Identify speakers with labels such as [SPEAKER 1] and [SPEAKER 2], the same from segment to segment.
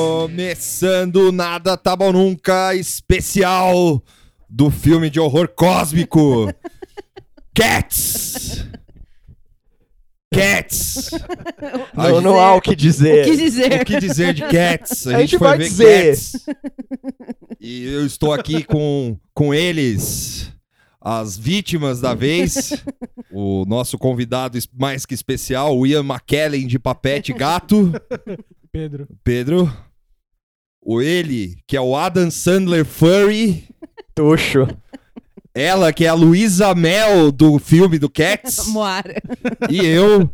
[SPEAKER 1] Começando Nada Tá Bom Nunca especial do filme de horror cósmico Cats. Cats. A
[SPEAKER 2] Não,
[SPEAKER 1] gente-
[SPEAKER 2] não há o que dizer.
[SPEAKER 3] Quis
[SPEAKER 1] O
[SPEAKER 3] dizer.
[SPEAKER 1] que dizer de Cats? A,
[SPEAKER 2] A
[SPEAKER 1] gente,
[SPEAKER 2] gente
[SPEAKER 1] foi
[SPEAKER 2] vai
[SPEAKER 1] ver
[SPEAKER 2] dizer.
[SPEAKER 1] Cats. E eu estou aqui com, com eles, as vítimas da vez. O nosso convidado es- mais que especial, o Ian McKellen de Papete Gato.
[SPEAKER 4] Pedro.
[SPEAKER 1] Pedro. O ele, que é o Adam Sandler Furry.
[SPEAKER 2] Tuxo.
[SPEAKER 1] Ela, que é a Luísa Mel do filme do Cats.
[SPEAKER 3] Moara.
[SPEAKER 1] E eu,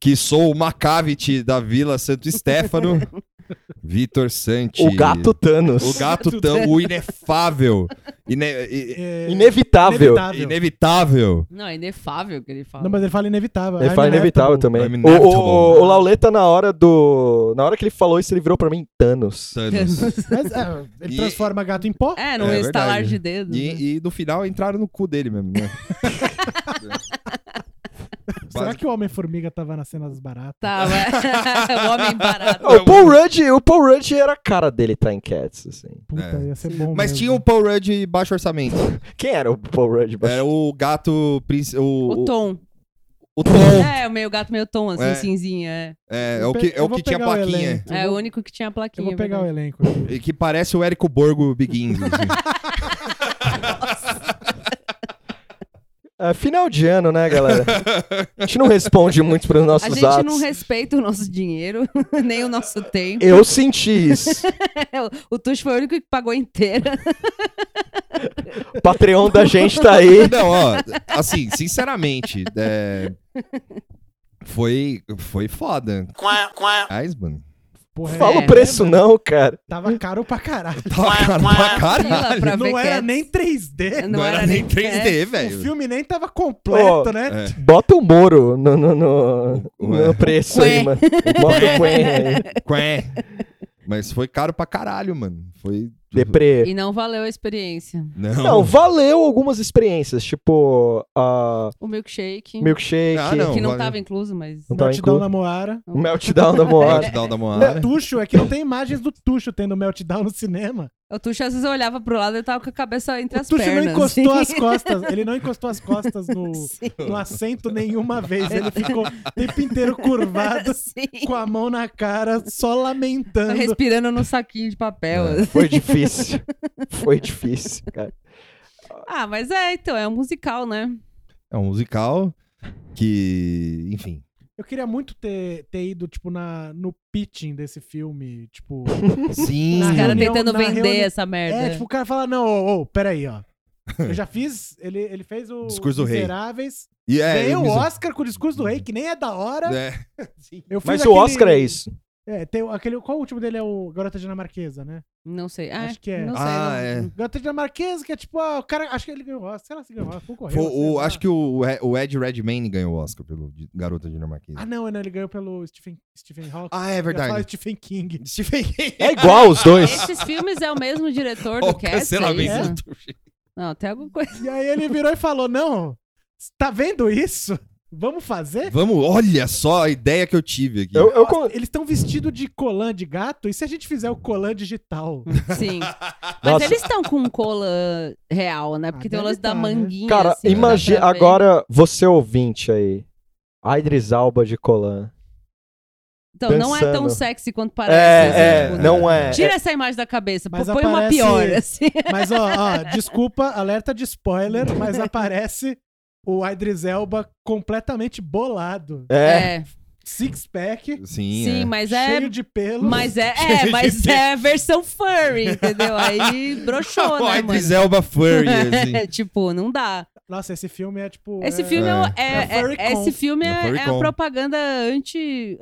[SPEAKER 1] que sou o Macavity da Vila Santo Estéfano. Vitor Santi.
[SPEAKER 2] O gato Thanos.
[SPEAKER 1] O gato tão, o inefável, ine- i-
[SPEAKER 4] É,
[SPEAKER 2] Inevitável.
[SPEAKER 1] inevitável.
[SPEAKER 3] Não, é inefável que ele fala.
[SPEAKER 4] Não, mas ele fala inevitável.
[SPEAKER 2] Ele fala inevitável também.
[SPEAKER 1] I'm
[SPEAKER 2] O,
[SPEAKER 1] inevitable.
[SPEAKER 2] o, o Lauleta, na hora do. Na hora que ele falou isso, ele virou pra mim Thanos.
[SPEAKER 1] Thanos.
[SPEAKER 4] Mas, ah, ele
[SPEAKER 1] E-
[SPEAKER 4] transforma gato em pó.
[SPEAKER 3] É, num
[SPEAKER 1] É
[SPEAKER 3] estalar
[SPEAKER 1] verdade.
[SPEAKER 3] de dedos. né?
[SPEAKER 1] E, e no final entraram no cu dele mesmo, né?
[SPEAKER 4] Será que o Homem-Formiga tava nas cenas baratas?
[SPEAKER 3] Tá, mas... o homem barato.
[SPEAKER 2] O Paul Rudd, o Paul Rudd era a cara dele tá em Cats, assim.
[SPEAKER 4] Puta,
[SPEAKER 1] É.
[SPEAKER 4] ia ser bom.
[SPEAKER 1] Mas
[SPEAKER 4] um mesmo.
[SPEAKER 1] tinha o Paul Rudd e baixo orçamento.
[SPEAKER 2] Quem era o Paul Rudd?
[SPEAKER 1] Era o gato. princi- O,
[SPEAKER 3] O tom.
[SPEAKER 1] o Tom.
[SPEAKER 3] É, o meio gato, meio tom, assim,
[SPEAKER 1] É.
[SPEAKER 3] cinzinha. É.
[SPEAKER 1] É, é
[SPEAKER 4] Eu
[SPEAKER 1] o que,
[SPEAKER 4] pe-
[SPEAKER 1] é
[SPEAKER 4] eu
[SPEAKER 1] o
[SPEAKER 4] vou
[SPEAKER 1] que tinha
[SPEAKER 4] pegar o
[SPEAKER 1] plaquinha.
[SPEAKER 4] elenco. Eu
[SPEAKER 3] É
[SPEAKER 4] vou-
[SPEAKER 3] o único que tinha a
[SPEAKER 4] Eu
[SPEAKER 3] plaquinha.
[SPEAKER 4] vou pegar o
[SPEAKER 3] verdade.
[SPEAKER 4] elenco. aqui.
[SPEAKER 1] E que parece o Érico Borgo Begins. assim.
[SPEAKER 2] É, final de ano, né, galera? A gente não responde muito pros
[SPEAKER 3] A
[SPEAKER 2] nossos
[SPEAKER 3] gente
[SPEAKER 2] atos.
[SPEAKER 3] não respeita o nosso dinheiro, nem o nosso tempo.
[SPEAKER 2] Eu senti isso.
[SPEAKER 3] o Tuxo foi o único que pagou inteira.
[SPEAKER 2] Patreon da gente tá aí.
[SPEAKER 1] Não, ó, assim, sinceramente, é, foi, foi foda. Mas, mano,
[SPEAKER 4] Porra,
[SPEAKER 2] Fala
[SPEAKER 3] É.
[SPEAKER 2] o preço, não, cara.
[SPEAKER 4] Tava caro pra caralho.
[SPEAKER 1] tava caro pra caralho.
[SPEAKER 3] Fila pra ver é.
[SPEAKER 4] Não era
[SPEAKER 3] Cats.
[SPEAKER 4] nem 3D.
[SPEAKER 1] Não, era, nem 3D,
[SPEAKER 4] O
[SPEAKER 1] velho.
[SPEAKER 4] filme nem tava completo,
[SPEAKER 2] Ó,
[SPEAKER 4] né?
[SPEAKER 1] É.
[SPEAKER 2] Bota o Moro no, no, no,
[SPEAKER 1] O-
[SPEAKER 2] no
[SPEAKER 1] é.
[SPEAKER 2] preço aí,
[SPEAKER 3] Quê?
[SPEAKER 2] mano. Bota o Quen aí.
[SPEAKER 1] Quém. Mas foi caro pra caralho, mano. Foi.
[SPEAKER 2] Deprê.
[SPEAKER 3] E não valeu a experiência.
[SPEAKER 1] Não.
[SPEAKER 2] Não, valeu algumas experiências, tipo a
[SPEAKER 3] O milkshake,
[SPEAKER 2] milkshake,
[SPEAKER 1] Ah, não.
[SPEAKER 3] que não
[SPEAKER 1] valeu.
[SPEAKER 3] tava incluso, mas...
[SPEAKER 2] Não
[SPEAKER 4] O
[SPEAKER 2] tá
[SPEAKER 4] Meltdown
[SPEAKER 2] inclu-
[SPEAKER 4] na Moara.
[SPEAKER 2] o meltdown da Moana.
[SPEAKER 1] Meltdown da
[SPEAKER 4] O
[SPEAKER 1] Moana.
[SPEAKER 4] Tuxo, é que não tem imagens do Tuxo tendo Meltdown no cinema.
[SPEAKER 3] O Tuxo às vezes olhava pro lado e tava com a cabeça entre
[SPEAKER 4] O
[SPEAKER 3] as
[SPEAKER 4] Tuxo não
[SPEAKER 3] pernas.
[SPEAKER 4] encostou as
[SPEAKER 3] assim.
[SPEAKER 4] costas. Ele não encostou as costas no,
[SPEAKER 3] Sim.
[SPEAKER 4] no assento nenhuma vez. Ele ficou o tempo inteiro curvado,
[SPEAKER 3] Sim.
[SPEAKER 4] com a mão na cara, só lamentando.
[SPEAKER 3] Tá Respirando no saquinho de papel.
[SPEAKER 1] É.
[SPEAKER 2] Foi difícil. Foi difícil, cara.
[SPEAKER 3] Ah, mas é, então, é um musical, né?
[SPEAKER 1] É um musical que. Enfim.
[SPEAKER 4] Eu queria muito ter, ter ido, tipo, na, no pitching desse filme. Tipo,
[SPEAKER 1] Sim.
[SPEAKER 4] Os
[SPEAKER 3] Os caras
[SPEAKER 4] reunião-
[SPEAKER 3] tentando
[SPEAKER 4] na
[SPEAKER 3] vender
[SPEAKER 4] reunião-
[SPEAKER 3] essa merda.
[SPEAKER 4] é, tipo, o cara fala, não, ô, ô, peraí, ó. Eu já fiz, ele, ele fez o
[SPEAKER 1] Discurso do Rei.
[SPEAKER 4] Miseráveis,
[SPEAKER 1] E é,
[SPEAKER 4] ganhei o
[SPEAKER 1] e miso-
[SPEAKER 4] Oscar com o Discurso do Rei, que nem é da hora.
[SPEAKER 1] é.
[SPEAKER 4] Eu fiz
[SPEAKER 2] Mas o
[SPEAKER 4] aquele-
[SPEAKER 2] Oscar é isso.
[SPEAKER 4] É, tem o- aquele, qual o último dele é o Garota Dinamarquesa, né?
[SPEAKER 3] Não sei. Ah,
[SPEAKER 4] Acho que é.
[SPEAKER 3] Não sei,
[SPEAKER 1] Ah,
[SPEAKER 3] não-
[SPEAKER 4] Garota Dinamarquesa, que é tipo, ah, o cara, acho que ele ganhou o Oscar, sei lá se ganhou o Oscar, concorreu.
[SPEAKER 1] Foi
[SPEAKER 4] sei
[SPEAKER 1] o,
[SPEAKER 4] lá.
[SPEAKER 1] acho que o, o Ed Redmayne ganhou o Oscar pelo de- Garota Dinamarquesa.
[SPEAKER 4] Ah, não, não, ele ganhou pelo Stephen, Stephen Hawking.
[SPEAKER 1] Ah, é
[SPEAKER 4] Eu ia falar
[SPEAKER 1] verdade.
[SPEAKER 4] Stephen King.
[SPEAKER 1] Stephen King.
[SPEAKER 2] É igual
[SPEAKER 1] Ah,
[SPEAKER 2] os dois.
[SPEAKER 3] Esses filmes é o mesmo diretor
[SPEAKER 1] Ó,
[SPEAKER 3] do
[SPEAKER 1] o
[SPEAKER 3] Cats, é
[SPEAKER 1] cancelamento
[SPEAKER 3] isso?
[SPEAKER 1] do Tuxi.
[SPEAKER 3] Não, tem alguma coisa.
[SPEAKER 4] E aí ele virou e falou: Não, tá vendo isso? Vamos fazer?
[SPEAKER 1] Vamos, olha só a ideia que eu tive aqui.
[SPEAKER 2] Eu, eu con-
[SPEAKER 4] Eles estão vestidos de colã de gato, e se a gente fizer o colã digital?
[SPEAKER 3] Sim. Mas
[SPEAKER 2] Nossa.
[SPEAKER 3] eles estão com um cola real, né? Porque
[SPEAKER 4] Ah,
[SPEAKER 3] tem o
[SPEAKER 4] deve
[SPEAKER 3] lance da
[SPEAKER 4] tá, né?
[SPEAKER 3] manguinha.
[SPEAKER 2] Cara,
[SPEAKER 3] assim, dá
[SPEAKER 2] imagina.
[SPEAKER 3] pra ver.
[SPEAKER 2] Agora, você ouvinte aí. A Idris Alba de Colan.
[SPEAKER 3] Então, não é tão
[SPEAKER 2] dançando.
[SPEAKER 3] sexy quanto
[SPEAKER 2] É,
[SPEAKER 3] parece.
[SPEAKER 2] é,
[SPEAKER 3] assim, tipo,
[SPEAKER 2] não é.
[SPEAKER 3] Tira essa imagem da cabeça,
[SPEAKER 4] Mas
[SPEAKER 3] põe uma
[SPEAKER 4] aparece-
[SPEAKER 3] pior, assim.
[SPEAKER 4] Mas ó, ó, desculpa, alerta de spoiler, mas aparece o Idris Elba completamente bolado.
[SPEAKER 2] É.
[SPEAKER 3] É,
[SPEAKER 4] Six pack,
[SPEAKER 1] Sim,
[SPEAKER 3] sim,
[SPEAKER 1] é.
[SPEAKER 3] mas é.
[SPEAKER 4] cheio de pelo.
[SPEAKER 3] Mas é, é, mas é a versão furry, entendeu? Aí broxou,
[SPEAKER 1] o
[SPEAKER 3] né,
[SPEAKER 1] Idris
[SPEAKER 3] mano?
[SPEAKER 1] Elba Furry, assim.
[SPEAKER 3] É, tipo, não dá.
[SPEAKER 4] Nossa, esse filme é tipo.
[SPEAKER 3] Esse
[SPEAKER 4] é-
[SPEAKER 3] filme é, o-
[SPEAKER 4] É
[SPEAKER 3] é-
[SPEAKER 4] furry
[SPEAKER 3] é-
[SPEAKER 4] com.
[SPEAKER 3] esse filme
[SPEAKER 1] É
[SPEAKER 3] é,
[SPEAKER 1] furry
[SPEAKER 3] é
[SPEAKER 1] com.
[SPEAKER 3] a propaganda anti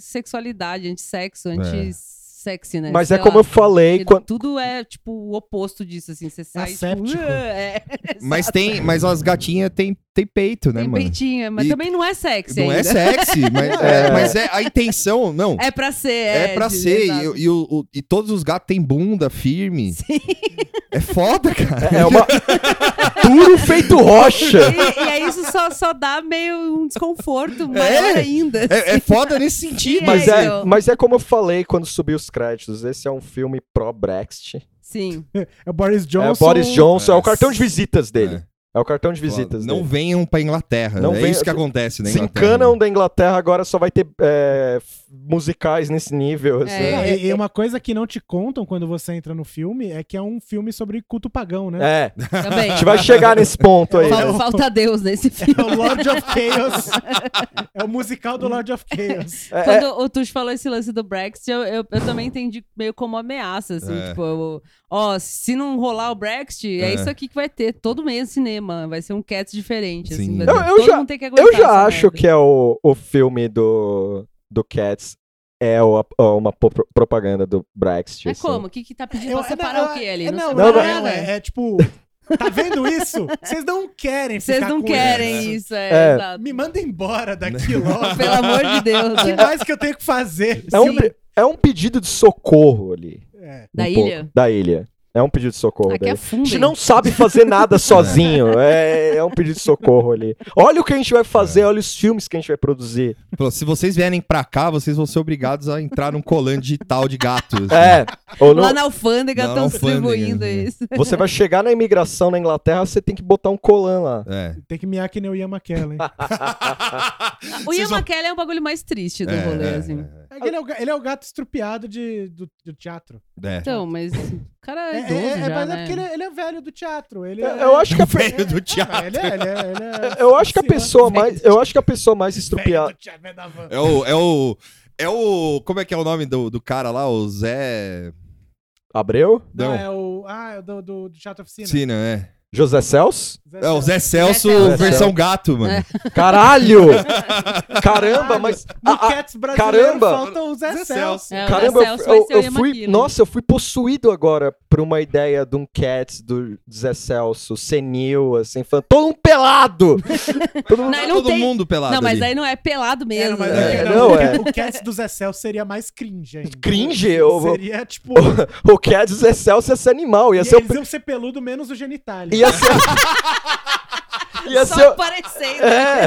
[SPEAKER 3] anti-sexualidade,
[SPEAKER 1] É.
[SPEAKER 3] anti-sexo, anti-sexy, né?
[SPEAKER 2] Mas
[SPEAKER 3] Sei
[SPEAKER 2] é como
[SPEAKER 3] lá.
[SPEAKER 2] eu falei.
[SPEAKER 3] Porque
[SPEAKER 2] Quando...
[SPEAKER 3] Tudo é,
[SPEAKER 1] É
[SPEAKER 3] tipo, o oposto disso, assim. Você sai, tipo,
[SPEAKER 1] né,
[SPEAKER 4] asséptico.
[SPEAKER 3] "Ah", é,
[SPEAKER 1] Mas tem, mas as gatinhas tem tem peito, né,
[SPEAKER 3] Tem
[SPEAKER 1] mano?
[SPEAKER 3] peitinho, mas
[SPEAKER 1] E-
[SPEAKER 3] também não é sexy né?
[SPEAKER 1] Não
[SPEAKER 3] ainda.
[SPEAKER 1] é sexy, mas é,
[SPEAKER 2] É.
[SPEAKER 1] mas é a intenção, não.
[SPEAKER 3] É pra ser.
[SPEAKER 1] É, pra
[SPEAKER 3] de-
[SPEAKER 1] ser.
[SPEAKER 3] exato.
[SPEAKER 1] E, e o- o- e todos os gatos têm bunda firme.
[SPEAKER 3] Sim.
[SPEAKER 1] É foda, cara.
[SPEAKER 2] É uma. Duro feito rocha.
[SPEAKER 3] E, e aí isso só, só dá meio um desconforto maior
[SPEAKER 1] É.
[SPEAKER 3] ainda. assim.
[SPEAKER 1] É, é foda nesse sentido. né?
[SPEAKER 2] Mas
[SPEAKER 3] É,
[SPEAKER 2] é,
[SPEAKER 3] eu-
[SPEAKER 2] mas é como eu falei quando subi os créditos. Esse é um filme pró-Brexit.
[SPEAKER 3] Sim.
[SPEAKER 4] É o Boris Johnson.
[SPEAKER 2] É o Boris Johnson, é. o
[SPEAKER 1] É.
[SPEAKER 2] cartão de visitas dele. É, o cartão de visitas
[SPEAKER 1] Não
[SPEAKER 2] dele.
[SPEAKER 1] venham pra Inglaterra.
[SPEAKER 2] Não
[SPEAKER 1] é
[SPEAKER 2] venham-
[SPEAKER 1] isso que acontece na
[SPEAKER 2] Se
[SPEAKER 1] Inglaterra.
[SPEAKER 2] encanam da Inglaterra, agora só vai ter é, f- musicais nesse nível. assim.
[SPEAKER 3] É.
[SPEAKER 4] Não, e, e uma coisa que não te contam quando você entra no filme é que é um filme sobre culto pagão, né?
[SPEAKER 2] É,
[SPEAKER 3] Também.
[SPEAKER 1] Tipo,
[SPEAKER 2] a gente vai chegar nesse ponto aí.
[SPEAKER 3] Fal-
[SPEAKER 2] né?
[SPEAKER 3] Falta Deus nesse filme.
[SPEAKER 4] É o Lord of Chaos. é o musical do Lord of Chaos.
[SPEAKER 2] É, é,
[SPEAKER 3] Quando o Tush falou esse lance do Brexit, eu, eu, eu também entendi meio como ameaça, assim,
[SPEAKER 1] É.
[SPEAKER 3] tipo, eu- ó, se não rolar o Brexit, é.
[SPEAKER 1] É.
[SPEAKER 3] isso aqui que vai ter todo mês cinema, vai ser um cats diferente, assim,
[SPEAKER 1] Sim.
[SPEAKER 3] vai
[SPEAKER 1] Eu-
[SPEAKER 3] ter-
[SPEAKER 2] eu
[SPEAKER 3] todo
[SPEAKER 2] já-
[SPEAKER 3] mundo tem que aguentar
[SPEAKER 2] Eu
[SPEAKER 3] essa
[SPEAKER 2] já acho
[SPEAKER 3] merda.
[SPEAKER 2] que é o, o filme do, do Cats é o- ó, uma po- propaganda do Brexit.
[SPEAKER 3] Mas
[SPEAKER 2] assim.
[SPEAKER 3] como? O que que tá pedindo
[SPEAKER 4] Eu-
[SPEAKER 3] pra separar
[SPEAKER 4] eu-
[SPEAKER 3] o que ali?
[SPEAKER 4] é, Não,
[SPEAKER 3] Não,
[SPEAKER 4] não,
[SPEAKER 2] separa
[SPEAKER 4] é,
[SPEAKER 3] nada.
[SPEAKER 4] é, é tipo, tá vendo isso? Vocês não querem
[SPEAKER 3] Vocês
[SPEAKER 4] ficar
[SPEAKER 3] não
[SPEAKER 4] com
[SPEAKER 3] querem
[SPEAKER 4] isso.
[SPEAKER 3] isso,
[SPEAKER 2] É.
[SPEAKER 3] é, exato.
[SPEAKER 4] Me manda embora daqui logo.
[SPEAKER 3] Pelo amor de Deus,
[SPEAKER 4] O que
[SPEAKER 3] né?
[SPEAKER 4] mais que eu tenho que fazer?
[SPEAKER 2] É um,
[SPEAKER 4] Sim.
[SPEAKER 2] pe- é um pedido de socorro ali.
[SPEAKER 4] É.
[SPEAKER 3] Da
[SPEAKER 2] um
[SPEAKER 3] ilha?
[SPEAKER 2] pouco. Da ilha. É um pedido de socorro.
[SPEAKER 3] Aqui
[SPEAKER 2] da
[SPEAKER 3] é
[SPEAKER 2] ilha.
[SPEAKER 3] fundo.
[SPEAKER 2] A gente não sabe fazer nada sozinho. É, é um pedido de socorro ali. Olha o que a gente vai fazer, olha os filmes que a gente vai produzir.
[SPEAKER 1] Falou, Se vocês vierem pra cá, vocês vão ser obrigados a entrar num colã digital de gatos.
[SPEAKER 2] É. Ou não,
[SPEAKER 3] Lá na alfândega
[SPEAKER 1] Lá na
[SPEAKER 3] estão
[SPEAKER 1] alfândega,
[SPEAKER 3] distribuindo
[SPEAKER 1] né?
[SPEAKER 3] isso.
[SPEAKER 2] Você vai chegar na imigração na Inglaterra, você tem que botar um colan lá.
[SPEAKER 1] É.
[SPEAKER 4] Tem que miar que nem o Ian McKellen.
[SPEAKER 3] O Ian McKellen é
[SPEAKER 4] um
[SPEAKER 3] o bagulho mais triste do
[SPEAKER 1] É,
[SPEAKER 3] rolê,
[SPEAKER 1] é,
[SPEAKER 3] assim.
[SPEAKER 4] É que Ele é o, ga- ele é o gato estrupiado de, do, do teatro.
[SPEAKER 1] É.
[SPEAKER 3] Então, mas o cara
[SPEAKER 4] É,
[SPEAKER 3] é
[SPEAKER 4] é,
[SPEAKER 3] idoso
[SPEAKER 4] é,
[SPEAKER 3] já,
[SPEAKER 4] mas é
[SPEAKER 3] né?
[SPEAKER 4] porque ele, é- ele é velho do teatro. Ele
[SPEAKER 2] Eu,
[SPEAKER 4] é,
[SPEAKER 2] eu acho que a, pe-
[SPEAKER 1] Velho do
[SPEAKER 4] Ah,
[SPEAKER 1] teatro.
[SPEAKER 4] ele é, ele é, ele é-
[SPEAKER 2] eu acho que a
[SPEAKER 4] sei lá.
[SPEAKER 2] pessoa mais, eu acho que a pessoa mais
[SPEAKER 4] Velho
[SPEAKER 2] estrupiada,
[SPEAKER 4] do teatro, velho da van.
[SPEAKER 1] É o, é o. É o. Como é que é o nome do, do cara lá? O Zé.
[SPEAKER 2] Abreu,
[SPEAKER 4] Não,
[SPEAKER 1] Não.
[SPEAKER 4] é o. Ah, é o do, do, do Teatro Oficina.
[SPEAKER 1] Cina, é.
[SPEAKER 2] José Celso?
[SPEAKER 4] Zé
[SPEAKER 1] É o Zé Celso,
[SPEAKER 3] Celso.
[SPEAKER 1] versão gato, mano.
[SPEAKER 3] É.
[SPEAKER 2] Caralho! Caramba, mas
[SPEAKER 4] No
[SPEAKER 2] a- a-
[SPEAKER 4] Cats brasileiro
[SPEAKER 2] Ah, caramba!
[SPEAKER 4] falta o Zé, Celso.
[SPEAKER 3] É, o
[SPEAKER 2] Caramba,
[SPEAKER 3] Zé
[SPEAKER 2] eu,
[SPEAKER 3] Celso vai
[SPEAKER 2] eu-
[SPEAKER 3] ser o
[SPEAKER 2] eu
[SPEAKER 3] Ian
[SPEAKER 2] fui.
[SPEAKER 3] McKellen.
[SPEAKER 2] Nossa, eu fui possuído agora por uma ideia de um Cats do Zé Celso, senil, assim, fã, todo um pelado! Todo mundo-
[SPEAKER 3] Não, ele não
[SPEAKER 1] Tá Todo
[SPEAKER 3] tem-
[SPEAKER 1] mundo pelado.
[SPEAKER 3] Não, mas
[SPEAKER 1] ali.
[SPEAKER 3] aí não é
[SPEAKER 4] É,
[SPEAKER 3] pelado
[SPEAKER 4] não,
[SPEAKER 3] mesmo. né?
[SPEAKER 4] mas
[SPEAKER 1] É,
[SPEAKER 4] é que
[SPEAKER 2] não,
[SPEAKER 4] o-
[SPEAKER 2] é.
[SPEAKER 4] O Cats do Zé Celso seria mais cringe ainda.
[SPEAKER 2] Cringe? Eu vou-
[SPEAKER 4] Seria tipo.
[SPEAKER 2] O Cats do Zé Celso ia ser animal, ia
[SPEAKER 4] e
[SPEAKER 2] ser o.
[SPEAKER 4] eles iam ser peludo menos o genital.
[SPEAKER 2] Ia ser. ia
[SPEAKER 3] Só né?
[SPEAKER 2] ser. o-
[SPEAKER 3] aparecendo.
[SPEAKER 2] É.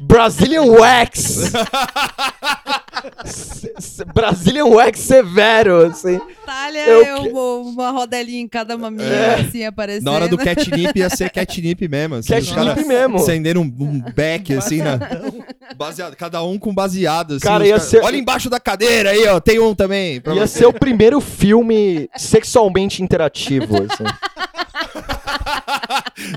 [SPEAKER 2] Brazilian Wax. Se- se- Brazilian Wax severo, assim.
[SPEAKER 3] Talha
[SPEAKER 2] Eu É.
[SPEAKER 3] eu- uma rodelinha em cada maminha, assim, aparecendo.
[SPEAKER 1] Na hora do catnip ia ser catnip mesmo. Assim, os
[SPEAKER 2] Catnip
[SPEAKER 1] caras
[SPEAKER 2] mesmo.
[SPEAKER 1] Acenderam um, um beck, assim, na... baseado. Cada um com baseado. Assim,
[SPEAKER 2] Cara,
[SPEAKER 1] os
[SPEAKER 2] ia ser-
[SPEAKER 1] Olha embaixo da cadeira aí, ó. Tem um também. pra
[SPEAKER 2] Ia
[SPEAKER 1] você.
[SPEAKER 2] ser o primeiro filme sexualmente interativo, assim.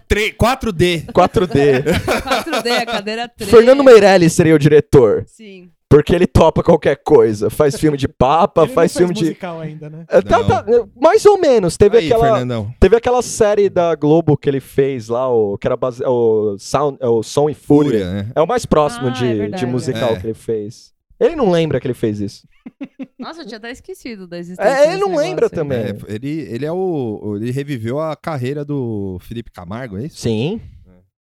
[SPEAKER 1] Tre- 4D.
[SPEAKER 2] 4D.
[SPEAKER 3] 4D, a cadeira 3.
[SPEAKER 2] Fernando Meirelles seria o diretor,
[SPEAKER 3] Sim.
[SPEAKER 2] porque ele topa qualquer coisa. Faz filme de papa,
[SPEAKER 4] Ele não
[SPEAKER 2] faz filme de.
[SPEAKER 4] musical ainda, né?
[SPEAKER 2] É, tá-
[SPEAKER 1] Não.
[SPEAKER 2] tá, mais ou menos. Teve
[SPEAKER 1] Aí,
[SPEAKER 2] aquela.
[SPEAKER 1] Fernandão.
[SPEAKER 2] Teve aquela série da Globo que ele fez lá, o, que era base... o, Sound... é o Som e Fúria.
[SPEAKER 1] Fúria, né?
[SPEAKER 2] É o mais próximo
[SPEAKER 3] Ah, é
[SPEAKER 2] de,
[SPEAKER 3] verdade.
[SPEAKER 2] de musical
[SPEAKER 1] É.
[SPEAKER 2] que ele fez. Ele não lembra que ele fez isso.
[SPEAKER 3] Nossa, eu tinha até esquecido da existência.
[SPEAKER 2] É, ele
[SPEAKER 3] desse
[SPEAKER 2] não
[SPEAKER 3] negócio
[SPEAKER 2] lembra
[SPEAKER 3] aí.
[SPEAKER 2] também.
[SPEAKER 1] É, ele, ele é o. Ele reviveu a carreira do Felipe Camargo, é isso?
[SPEAKER 2] Sim.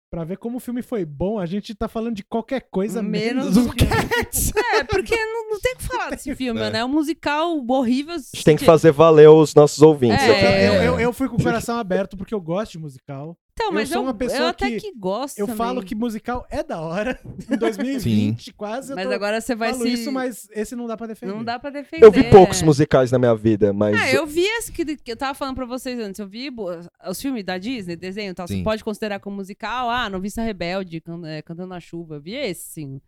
[SPEAKER 4] Pra ver como o filme foi bom, a gente tá falando de qualquer coisa menos.
[SPEAKER 3] Menos do É, porque não, não tem o que falar desse filme,
[SPEAKER 1] É.
[SPEAKER 3] né? É um musical horrível.
[SPEAKER 2] A gente tem que fazer valer os nossos ouvintes.
[SPEAKER 3] É.
[SPEAKER 2] aqui.
[SPEAKER 4] Eu, eu, eu fui com o coração aberto porque eu gosto de musical.
[SPEAKER 3] Então,
[SPEAKER 4] Eu
[SPEAKER 3] mas eu,
[SPEAKER 4] sou uma pessoa
[SPEAKER 3] eu até
[SPEAKER 4] que-
[SPEAKER 3] que, gosto.
[SPEAKER 4] Eu
[SPEAKER 3] também.
[SPEAKER 4] falo que musical é da hora. Em 2020, quase. Eu
[SPEAKER 3] Mas
[SPEAKER 4] tô-
[SPEAKER 3] agora você vai
[SPEAKER 4] falo
[SPEAKER 3] se.
[SPEAKER 4] isso, mas é. esse não dá pra defender.
[SPEAKER 3] Não dá pra defender.
[SPEAKER 2] Eu vi poucos
[SPEAKER 3] é.
[SPEAKER 2] musicais na minha vida, mas.
[SPEAKER 3] Ah, eu vi esse que, que eu tava falando pra vocês antes. Eu vi bo- os filmes da Disney, desenho e tal. Você
[SPEAKER 1] Sim.
[SPEAKER 3] pode considerar como musical. Ah, Noviça Rebelde, can- é, Cantando na Chuva. Eu vi esse, sim.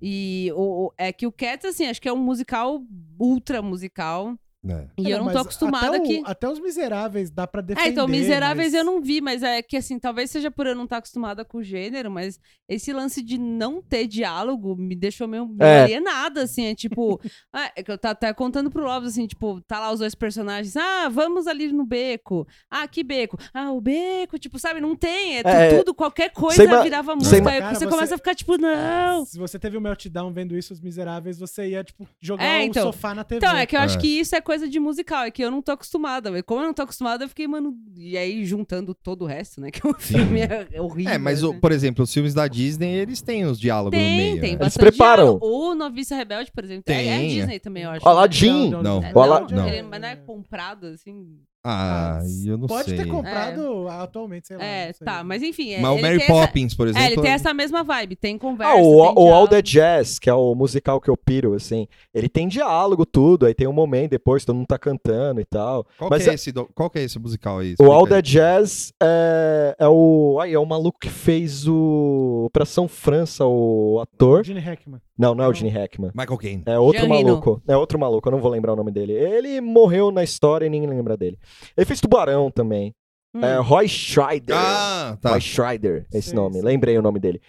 [SPEAKER 3] E o, o- é que o Cats, assim, acho que é um musical ultra musical.
[SPEAKER 1] É.
[SPEAKER 3] E
[SPEAKER 4] É,
[SPEAKER 3] eu não
[SPEAKER 4] mas
[SPEAKER 3] tô acostumada
[SPEAKER 4] até o-
[SPEAKER 3] que...
[SPEAKER 4] Até os miseráveis dá pra defender.
[SPEAKER 3] É, então, Miseráveis
[SPEAKER 4] mas-
[SPEAKER 3] eu não vi, mas é que, assim, talvez seja por eu não estar acostumada com o gênero, mas esse lance de não ter diálogo me deixou meio, meio
[SPEAKER 2] É.
[SPEAKER 3] alienada, assim, é tipo... ah, é que eu tava até contando pro Lopes, assim, tipo, tá lá os dois personagens, ah, vamos ali no beco, ah, que beco, ah, o beco, tipo, sabe, não tem, é, tu-
[SPEAKER 2] É,
[SPEAKER 3] tudo, qualquer coisa
[SPEAKER 2] Você ima-
[SPEAKER 3] virava
[SPEAKER 2] você
[SPEAKER 3] música,
[SPEAKER 2] ima-
[SPEAKER 3] aí
[SPEAKER 4] Cara,
[SPEAKER 3] você
[SPEAKER 4] você-
[SPEAKER 3] começa a ficar tipo, não...
[SPEAKER 4] Se você teve um meltdown vendo isso, os miseráveis, você ia, tipo, jogar
[SPEAKER 3] É,
[SPEAKER 4] um
[SPEAKER 3] então.
[SPEAKER 4] sofá na TV.
[SPEAKER 3] Então, é que eu acho
[SPEAKER 1] É.
[SPEAKER 3] que isso é coisa de musical, é que eu não tô acostumada. velho. Como eu não tô acostumada, eu fiquei, mano. E aí, juntando todo o resto, né? Que o filme é, é horrível.
[SPEAKER 1] É, mas o-
[SPEAKER 3] né?
[SPEAKER 1] por exemplo, os filmes da Disney, eles têm os diálogos no
[SPEAKER 3] Tem,
[SPEAKER 1] meio.
[SPEAKER 3] tem.
[SPEAKER 1] né?
[SPEAKER 3] bastante
[SPEAKER 2] preparam.
[SPEAKER 3] diálogo. O Noviça Rebelde, por exemplo. é- É,
[SPEAKER 1] Tem, é.
[SPEAKER 3] Disney também, eu acho.
[SPEAKER 2] Aladdin!
[SPEAKER 1] Não.
[SPEAKER 3] É,
[SPEAKER 2] Olá-
[SPEAKER 3] não,
[SPEAKER 1] não.
[SPEAKER 3] ele- mas não é comprado, assim.
[SPEAKER 1] Ah, eu não
[SPEAKER 4] Pode
[SPEAKER 1] sei.
[SPEAKER 4] ter comprado atualmente, sei lá.
[SPEAKER 3] É,
[SPEAKER 4] não sei.
[SPEAKER 3] tá, mas enfim. É,
[SPEAKER 1] Mas o
[SPEAKER 3] ele
[SPEAKER 1] Mary
[SPEAKER 3] tem essa-
[SPEAKER 1] Poppins, então por exemplo.
[SPEAKER 3] É, ele tem essa mesma vibe, tem conversa.
[SPEAKER 2] Ah, o,
[SPEAKER 3] tem
[SPEAKER 2] o All
[SPEAKER 3] diálogo.
[SPEAKER 2] the Jazz, que é o musical que eu piro, assim, ele tem diálogo, tudo, aí tem um momento depois, todo mundo tá cantando e tal.
[SPEAKER 1] Qual,
[SPEAKER 2] mas
[SPEAKER 1] que é
[SPEAKER 2] é-
[SPEAKER 1] esse, do- qual que é esse musical aí?
[SPEAKER 2] O All
[SPEAKER 1] Explica
[SPEAKER 2] the
[SPEAKER 1] aí.
[SPEAKER 2] Jazz é, é o. Aí, é o maluco que fez o. Operação França, o ator.
[SPEAKER 4] Gene Hackman.
[SPEAKER 2] Não, não é o
[SPEAKER 4] Não.
[SPEAKER 2] Gene Hackman.
[SPEAKER 1] Michael Caine.
[SPEAKER 2] É outro
[SPEAKER 3] Jean Reno.
[SPEAKER 2] maluco. É outro maluco, eu não vou lembrar o nome dele. Ele morreu na história e ninguém lembra dele. Ele fez Tubarão também.
[SPEAKER 3] Hum.
[SPEAKER 2] É Roy Schreider.
[SPEAKER 1] Ah, tá.
[SPEAKER 2] Roy Schreider, é esse
[SPEAKER 4] Sei,
[SPEAKER 2] nome.
[SPEAKER 4] sei.
[SPEAKER 2] Lembrei o nome dele.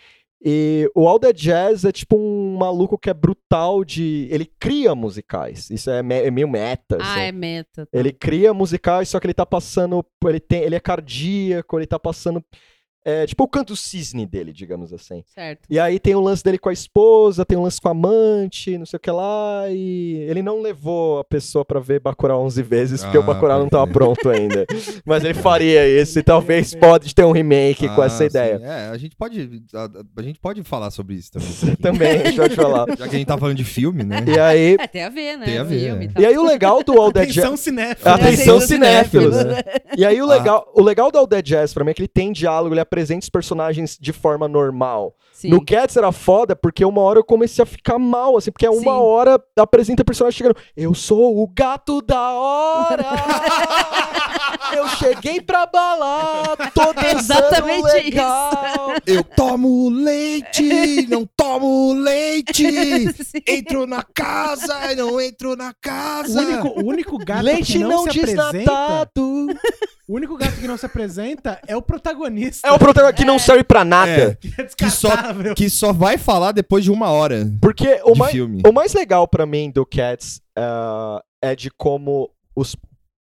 [SPEAKER 2] E o All the Jazz é tipo um maluco que é brutal de. Ele cria musicais. Isso é, me- é meio meta.
[SPEAKER 3] Ah,
[SPEAKER 2] assim.
[SPEAKER 3] é meta. tá.
[SPEAKER 2] Ele cria musicais, só que ele tá passando. Ele, tem, ele é cardíaco, ele tá passando. É, tipo o canto cisne dele, digamos assim.
[SPEAKER 3] Certo.
[SPEAKER 2] E aí tem o lance dele com a esposa, tem o lance com a amante, não sei o que lá. E ele não levou a pessoa pra ver Bacurau 11 vezes, porque
[SPEAKER 1] Ah,
[SPEAKER 2] o Bacurau não tava
[SPEAKER 1] perfeito.
[SPEAKER 2] pronto ainda. Mas ele faria isso e talvez pode ter um remake com
[SPEAKER 1] Ah,
[SPEAKER 2] essa ideia.
[SPEAKER 1] sim. É, a gente pode. A, a gente pode falar sobre isso também.
[SPEAKER 2] Também, deixa eu te falar.
[SPEAKER 1] Já que a gente tá falando de filme, né?
[SPEAKER 2] E aí,
[SPEAKER 3] É, tem a ver, né?
[SPEAKER 1] Tem a
[SPEAKER 3] no
[SPEAKER 1] ver,
[SPEAKER 3] filme
[SPEAKER 1] é.
[SPEAKER 3] tal.
[SPEAKER 2] e aí o legal do All Dead
[SPEAKER 4] Atenção cinéfila.
[SPEAKER 2] Atenção
[SPEAKER 3] Atenção
[SPEAKER 2] cinéfilos,
[SPEAKER 3] cinéfilos.
[SPEAKER 2] né? E aí o legal, o legal do All Dead Jazz pra mim é que ele tem diálogo, ele apresenta os personagens de forma normal.
[SPEAKER 3] Sim.
[SPEAKER 2] No Cats era foda porque uma hora eu comecei a ficar mal, assim, porque é uma
[SPEAKER 3] Sim.
[SPEAKER 2] hora apresenta personagem chegando. Eu sou o gato da hora! eu cheguei pra balar, tô dançando
[SPEAKER 3] É Exatamente
[SPEAKER 2] legal.
[SPEAKER 1] Eu tomo leite! Não tomo leite!
[SPEAKER 3] Sim.
[SPEAKER 1] Entro na casa! Não entro na
[SPEAKER 4] O
[SPEAKER 1] casa!
[SPEAKER 4] único, o único gato
[SPEAKER 2] Leite
[SPEAKER 4] que não,
[SPEAKER 2] não,
[SPEAKER 4] se apresenta.
[SPEAKER 2] desnatado.
[SPEAKER 4] O único gato que não se apresenta é o protagonista.
[SPEAKER 2] É o protagonista que não serve pra nada.
[SPEAKER 1] É.
[SPEAKER 4] que é
[SPEAKER 1] Que só,
[SPEAKER 4] descartável.
[SPEAKER 1] que só vai falar depois de uma hora de
[SPEAKER 2] Porque o mais,
[SPEAKER 1] filme.
[SPEAKER 2] O mais legal pra mim do Cats ah, é de como os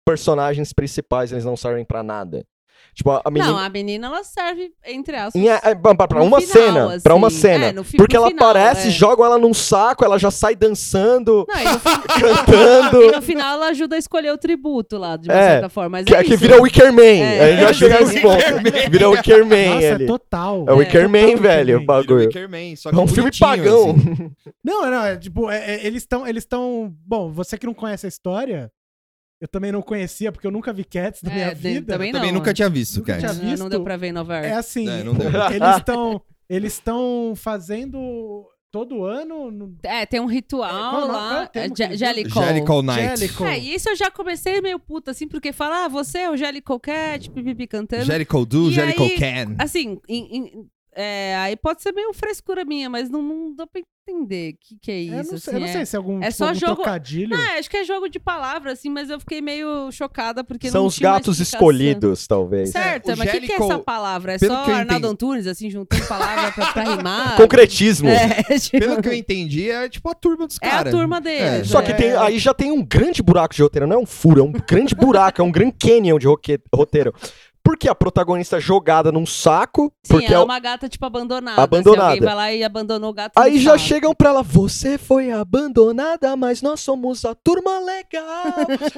[SPEAKER 2] personagens principais eles não servem pra nada. Tipo, a, a menina.
[SPEAKER 3] Não, a menina ela serve, entre aspas.
[SPEAKER 2] em- é, é, pra, pra
[SPEAKER 3] no
[SPEAKER 2] uma
[SPEAKER 3] final,
[SPEAKER 2] cena, pra uma
[SPEAKER 3] assim.
[SPEAKER 2] cena.
[SPEAKER 3] É, no fi-
[SPEAKER 2] porque
[SPEAKER 3] no
[SPEAKER 2] ela
[SPEAKER 3] final,
[SPEAKER 2] aparece,
[SPEAKER 3] é.
[SPEAKER 2] jogam ela num saco, ela já sai dançando,
[SPEAKER 3] Não, e no, fi- e
[SPEAKER 2] cantando,
[SPEAKER 3] no final ela ajuda a escolher o tributo lá, de uma
[SPEAKER 2] É,
[SPEAKER 3] certa forma. Mas
[SPEAKER 2] que,
[SPEAKER 3] é
[SPEAKER 2] que
[SPEAKER 3] isso,
[SPEAKER 2] vira o Wicker Man.
[SPEAKER 3] É.
[SPEAKER 2] Aí já chega nesse ponto. Vira o Wicker Man
[SPEAKER 4] Nossa,
[SPEAKER 2] ali.
[SPEAKER 4] é total.
[SPEAKER 2] É o Wicker Man,
[SPEAKER 4] total
[SPEAKER 2] velho,
[SPEAKER 4] Wicker
[SPEAKER 2] o
[SPEAKER 4] Man.
[SPEAKER 2] bagulho.
[SPEAKER 1] Wicker Man, só
[SPEAKER 2] É um filme
[SPEAKER 1] bonitinho,
[SPEAKER 2] pagão.
[SPEAKER 1] assim.
[SPEAKER 4] Não, não, é tipo, é- é- eles estão. Eles estão. Bom, você que não conhece a história, eu também não conhecia, porque eu nunca vi Cats na
[SPEAKER 3] É,
[SPEAKER 4] minha
[SPEAKER 3] de-
[SPEAKER 4] vida.
[SPEAKER 1] Eu
[SPEAKER 3] também
[SPEAKER 1] Também
[SPEAKER 3] não,
[SPEAKER 1] nunca
[SPEAKER 3] é.
[SPEAKER 1] tinha visto,
[SPEAKER 4] Nunca
[SPEAKER 1] cara.
[SPEAKER 4] tinha
[SPEAKER 3] Não, não
[SPEAKER 4] visto.
[SPEAKER 3] deu pra ver em Nova
[SPEAKER 4] É
[SPEAKER 3] York.
[SPEAKER 4] assim.
[SPEAKER 1] É, não deu.
[SPEAKER 4] Eles estão. Eles estão fazendo todo ano. no-
[SPEAKER 3] É, tem um ritual
[SPEAKER 4] Qual o nome? Qual é
[SPEAKER 3] lá.
[SPEAKER 4] o termo
[SPEAKER 3] é, Ja-
[SPEAKER 4] que eles
[SPEAKER 3] Jellicoe.
[SPEAKER 1] Jellicoe Knight.
[SPEAKER 4] Jellicoe.
[SPEAKER 3] É, e isso eu já comecei meio puta, assim, porque fala, ah, você é o Jellicoe Cat, pipipi, cantando.
[SPEAKER 1] Jericho Do,
[SPEAKER 3] E
[SPEAKER 1] Jericho
[SPEAKER 3] aí-
[SPEAKER 1] Can.
[SPEAKER 3] Assim, em- em- é, aí pode ser meio frescura minha, mas não, não dá pra entender o que, que é
[SPEAKER 4] Eu
[SPEAKER 3] isso.
[SPEAKER 4] não sei, eu
[SPEAKER 3] assim,
[SPEAKER 4] não
[SPEAKER 3] é.
[SPEAKER 4] sei se é algum,
[SPEAKER 3] É só
[SPEAKER 4] algum
[SPEAKER 3] jogo-
[SPEAKER 4] trocadilho.
[SPEAKER 3] Ah, acho que é jogo de palavra, assim, mas eu fiquei meio chocada porque
[SPEAKER 2] São
[SPEAKER 3] não
[SPEAKER 2] os
[SPEAKER 3] tinha uma
[SPEAKER 2] gatos
[SPEAKER 3] explicação.
[SPEAKER 2] escolhidos, talvez.
[SPEAKER 3] Certo,
[SPEAKER 1] É, o
[SPEAKER 3] mas o que, que é
[SPEAKER 1] Jellicoe,
[SPEAKER 3] essa palavra? É
[SPEAKER 1] pelo
[SPEAKER 3] só
[SPEAKER 1] que eu
[SPEAKER 3] Arnaldo
[SPEAKER 1] entendi-
[SPEAKER 3] Antunes, assim, juntando palavra pra, pra rimar?
[SPEAKER 2] Concretismo.
[SPEAKER 3] É, tipo,
[SPEAKER 1] Pelo que eu entendi, é tipo a turma dos
[SPEAKER 3] É a
[SPEAKER 1] caras.
[SPEAKER 3] turma deles,
[SPEAKER 2] Só que
[SPEAKER 4] É.
[SPEAKER 2] tem- aí já tem um grande buraco de roteiro, não é um furo, é um grande buraco, é um grande canyon de roque- roteiro. Porque a protagonista é jogada num saco,
[SPEAKER 3] Sim,
[SPEAKER 2] porque
[SPEAKER 3] ela é
[SPEAKER 2] é o-
[SPEAKER 3] uma gata, tipo, abandonada.
[SPEAKER 2] Abandonada.
[SPEAKER 3] Se alguém vai lá e abandonou o gato.
[SPEAKER 2] aí
[SPEAKER 3] não
[SPEAKER 2] já
[SPEAKER 3] sabe.
[SPEAKER 2] chegam pra ela, você foi abandonada, mas nós somos a turma legal.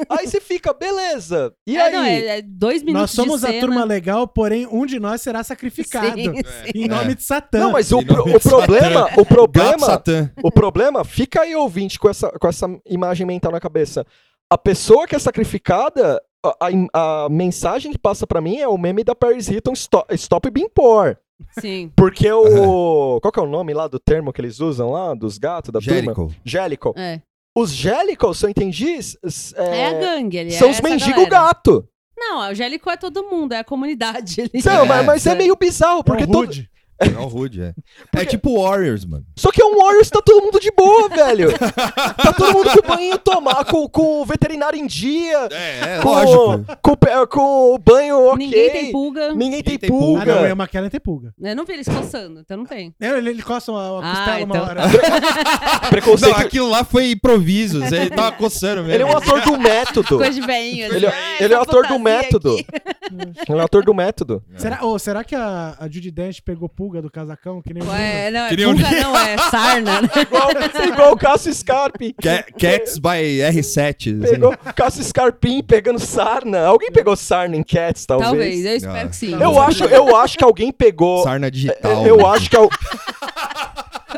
[SPEAKER 2] aí você fica, beleza. E
[SPEAKER 3] É,
[SPEAKER 2] aí?
[SPEAKER 3] não, é, é dois minutos
[SPEAKER 4] Nós somos
[SPEAKER 3] de
[SPEAKER 4] a
[SPEAKER 3] cena.
[SPEAKER 4] turma legal, porém um de nós será sacrificado.
[SPEAKER 3] Sim,
[SPEAKER 1] É.
[SPEAKER 4] Em nome
[SPEAKER 1] É.
[SPEAKER 4] de Satã.
[SPEAKER 2] Não, mas o,
[SPEAKER 1] E não
[SPEAKER 2] pro-
[SPEAKER 1] é
[SPEAKER 2] o problema, o
[SPEAKER 1] Gato
[SPEAKER 2] problema,
[SPEAKER 1] Satã.
[SPEAKER 2] o problema, fica aí ouvinte com essa, com essa imagem mental na cabeça. A pessoa que é sacrificada, a, a im- a mensagem que passa pra mim é o meme da Paris Hilton, Stop, stop Being Poor.
[SPEAKER 3] Sim.
[SPEAKER 2] Porque o. Qual que é o nome lá do termo que eles usam lá? Dos gatos, da turma?
[SPEAKER 1] Jericho.
[SPEAKER 2] Gélico.
[SPEAKER 3] É.
[SPEAKER 2] Os gélicos, se eu entendi, s- s- é,
[SPEAKER 3] É a gangue, ele
[SPEAKER 2] são
[SPEAKER 3] é
[SPEAKER 2] os
[SPEAKER 3] essa
[SPEAKER 2] mendigos
[SPEAKER 3] galera.
[SPEAKER 2] gato.
[SPEAKER 3] Não, o Gélico é todo mundo, é a comunidade. Ele...
[SPEAKER 1] É.
[SPEAKER 2] Não, mas, mas é meio bizarro, porque
[SPEAKER 4] é um
[SPEAKER 2] todo...
[SPEAKER 4] rude.
[SPEAKER 1] É o Rude, é. É tipo Warriors, mano.
[SPEAKER 2] Só que é um Warriors, tá todo mundo de boa, velho. tá todo mundo com o banho tomar, com, com o veterinário em dia,
[SPEAKER 1] É, é
[SPEAKER 2] com,
[SPEAKER 1] lógico.
[SPEAKER 2] com, o pe- com o banho ok.
[SPEAKER 3] Ninguém tem pulga. É,
[SPEAKER 2] Ninguém tem
[SPEAKER 1] Ninguém tem pulga.
[SPEAKER 4] Ah, não, é
[SPEAKER 2] pulga.
[SPEAKER 4] uma queda tem pulga.
[SPEAKER 3] Eu não vi eles coçando, então não tem.
[SPEAKER 4] É, Ele, ele coça uma, uma
[SPEAKER 3] Ah,
[SPEAKER 4] costela uma
[SPEAKER 3] então
[SPEAKER 4] hora.
[SPEAKER 1] Não,
[SPEAKER 2] Preconceito.
[SPEAKER 1] aquilo lá foi improviso. Ele tava coçando mesmo.
[SPEAKER 2] Ele é um ator do método.
[SPEAKER 3] Coisa de veinho.
[SPEAKER 2] Ele,
[SPEAKER 3] assim,
[SPEAKER 2] ele
[SPEAKER 3] ah,
[SPEAKER 2] é
[SPEAKER 3] essa
[SPEAKER 2] o ator do
[SPEAKER 3] fantasia
[SPEAKER 2] método.
[SPEAKER 3] aqui.
[SPEAKER 2] Ele é o autor do método.
[SPEAKER 4] Será, ou será que a, a Judy Dench pegou pulga do casacão? Que nem o Lula?
[SPEAKER 3] É, não, é
[SPEAKER 1] Que nem o
[SPEAKER 3] pulga, não, é sarna. né?
[SPEAKER 2] Igual, igual o Cássio Scarpe.
[SPEAKER 1] Ca- Cats by R7. assim.
[SPEAKER 2] Pegou Cássio Scarpim pegando sarna. Alguém pegou sarna em Cats, talvez?
[SPEAKER 3] Talvez, eu espero
[SPEAKER 1] Ah.
[SPEAKER 3] que sim.
[SPEAKER 2] Eu acho, eu acho que alguém pegou.
[SPEAKER 1] Sarna
[SPEAKER 4] tá
[SPEAKER 1] digital.
[SPEAKER 2] um
[SPEAKER 1] né?
[SPEAKER 2] Eu acho que é o.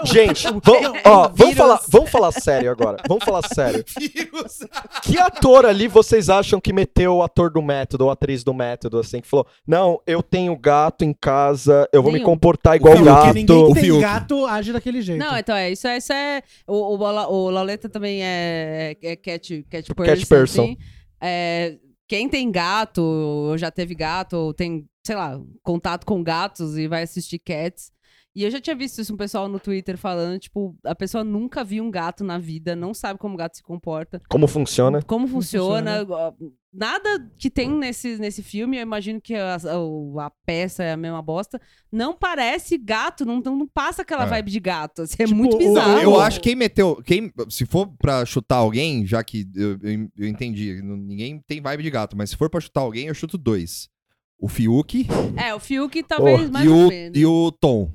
[SPEAKER 2] Gente, vamos, ó, vamos,
[SPEAKER 3] Vírus.
[SPEAKER 2] falar, vamos falar sério agora. Vamos falar sério. Que ator ali vocês acham que meteu o ator do método ou atriz do método, assim, que falou: Não, eu tenho gato em casa, eu vou me
[SPEAKER 3] Nenhum.
[SPEAKER 2] comportar igual
[SPEAKER 1] Fiuk,
[SPEAKER 4] Porque
[SPEAKER 1] gato.
[SPEAKER 4] ninguém
[SPEAKER 1] O
[SPEAKER 4] que tem
[SPEAKER 1] Fiuk.
[SPEAKER 4] gato age daquele jeito.
[SPEAKER 3] Não, então é isso. É, isso é o, o, Bola- o Lauleta também é, é cat, cat person.
[SPEAKER 2] person.
[SPEAKER 3] assim. É, quem tem gato, ou já teve gato, ou tem, sei lá, contato com gatos e vai assistir cats. E eu já tinha visto isso, um pessoal no Twitter falando, tipo, a pessoa nunca viu um gato na vida, não sabe como o gato se comporta.
[SPEAKER 2] Como funciona?
[SPEAKER 3] Como
[SPEAKER 4] funciona.
[SPEAKER 3] funciona. Nada que tem nesse, nesse filme, eu imagino que a, o- a peça é a mesma bosta. Não parece gato, não, não passa aquela
[SPEAKER 1] É.
[SPEAKER 3] vibe de gato. assim, é
[SPEAKER 4] Tipo,
[SPEAKER 3] muito
[SPEAKER 4] o-
[SPEAKER 3] bizarro.
[SPEAKER 1] Eu acho que quem meteu. Quem, se for pra chutar alguém, já que eu, eu, eu entendi, n- ninguém tem vibe de gato, mas se for pra chutar alguém, eu chuto dois: o Fiuk
[SPEAKER 3] É, o Fiuk talvez mais
[SPEAKER 1] e,
[SPEAKER 3] ou
[SPEAKER 1] o,
[SPEAKER 3] menos.
[SPEAKER 1] e o Tom.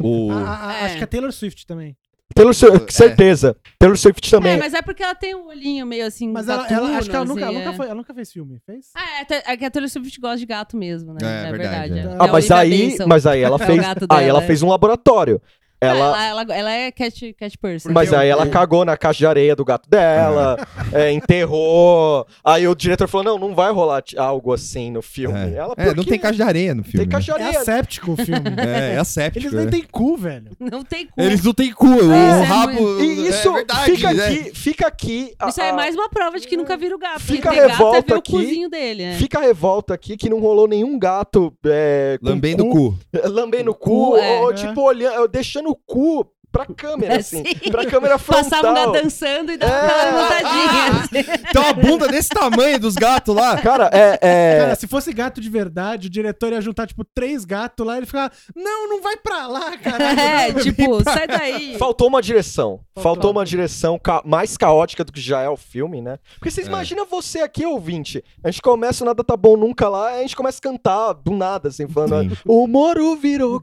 [SPEAKER 1] O,
[SPEAKER 4] A- a- a-
[SPEAKER 3] É.
[SPEAKER 4] Acho que a Taylor Swift também.
[SPEAKER 2] Taylor Swift,
[SPEAKER 1] É.
[SPEAKER 2] certeza. Taylor Swift também.
[SPEAKER 3] É, mas é porque ela tem um olhinho meio assim.
[SPEAKER 4] Mas ela,
[SPEAKER 3] gatuno,
[SPEAKER 4] ela- acho que ela nunca,
[SPEAKER 3] assim,
[SPEAKER 4] ela nunca
[SPEAKER 3] é.
[SPEAKER 4] foi- ela nunca fez filme, fez?
[SPEAKER 3] Ah, é, te- é que a Taylor Swift gosta de gato mesmo, né?
[SPEAKER 1] É, verdade, é.
[SPEAKER 2] Ah,
[SPEAKER 3] a
[SPEAKER 2] mas
[SPEAKER 3] Olivia
[SPEAKER 2] aí,
[SPEAKER 3] Benson.
[SPEAKER 2] mas aí ela
[SPEAKER 3] É o
[SPEAKER 2] fez,
[SPEAKER 3] gato
[SPEAKER 2] aí ela
[SPEAKER 3] dela, é.
[SPEAKER 2] fez um laboratório.
[SPEAKER 3] Ah,
[SPEAKER 2] Ela,
[SPEAKER 3] Ela, ela, ela é cat, cat person.
[SPEAKER 2] Mas
[SPEAKER 1] Porque
[SPEAKER 2] aí
[SPEAKER 1] o-
[SPEAKER 2] ela
[SPEAKER 1] o-
[SPEAKER 2] cagou na caixa de areia do gato dela, é, enterrou. Aí o diretor falou: não, não vai rolar ti- algo assim no filme.
[SPEAKER 1] é,
[SPEAKER 2] Ela,
[SPEAKER 1] É,
[SPEAKER 2] "Por
[SPEAKER 1] não
[SPEAKER 2] quê?"
[SPEAKER 1] tem caixa de areia no
[SPEAKER 2] Tem
[SPEAKER 1] filme. né?
[SPEAKER 2] caixa de
[SPEAKER 4] É
[SPEAKER 2] areia.
[SPEAKER 4] asséptico o filme.
[SPEAKER 1] É, é asséptico.
[SPEAKER 4] Eles nem
[SPEAKER 1] né?
[SPEAKER 4] têm cu, velho.
[SPEAKER 3] Não tem como.
[SPEAKER 1] Eles não têm cu, o
[SPEAKER 3] É,
[SPEAKER 1] rabo.
[SPEAKER 2] E isso
[SPEAKER 1] é verdade,
[SPEAKER 2] fica,
[SPEAKER 1] né?
[SPEAKER 2] aqui, fica aqui. a-
[SPEAKER 3] Isso aí é
[SPEAKER 2] a-
[SPEAKER 3] mais uma prova de que nunca vira o gato.
[SPEAKER 2] Ah, Fica
[SPEAKER 3] Porque gato
[SPEAKER 2] revolta
[SPEAKER 3] é ver
[SPEAKER 2] aqui.
[SPEAKER 3] o cozinho dele, né?
[SPEAKER 2] Fica a revolta aqui que não rolou nenhum gato é, com
[SPEAKER 1] Lambendo o cu.
[SPEAKER 2] lambendo o cu,
[SPEAKER 3] Cu, é.
[SPEAKER 2] ou
[SPEAKER 4] É.
[SPEAKER 2] tipo olhando, deixando o cu pra câmera,
[SPEAKER 3] É,
[SPEAKER 2] assim.
[SPEAKER 3] sim. um
[SPEAKER 2] Pra câmera
[SPEAKER 4] um
[SPEAKER 2] frontal.
[SPEAKER 3] Passava na dançando e dava
[SPEAKER 4] É.
[SPEAKER 3] aquela
[SPEAKER 4] Ah,
[SPEAKER 3] levantadinha. assim.
[SPEAKER 1] Tem uma bunda desse tamanho dos gatos lá.
[SPEAKER 2] Cara, é. é...
[SPEAKER 4] Cara, se fosse gato de verdade, o diretor ia juntar, tipo, três gatos lá e ele ficava, não, não vai pra lá, caralho.
[SPEAKER 3] É, tipo, sai daí.
[SPEAKER 2] Faltou uma direção. Faltou,
[SPEAKER 4] Faltou.
[SPEAKER 2] uma direção ca- mais caótica do que já é o filme, né? Porque vocês
[SPEAKER 1] É.
[SPEAKER 2] imaginam você aqui, ouvinte. A gente começa o Nada Tá Bom Nunca lá, a gente começa a cantar do nada, assim, falando.
[SPEAKER 1] Sim.
[SPEAKER 2] O Moro virou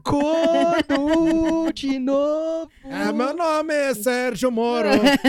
[SPEAKER 2] corno de novo.
[SPEAKER 3] Ah,
[SPEAKER 4] É, meu nome é Sérgio Moro.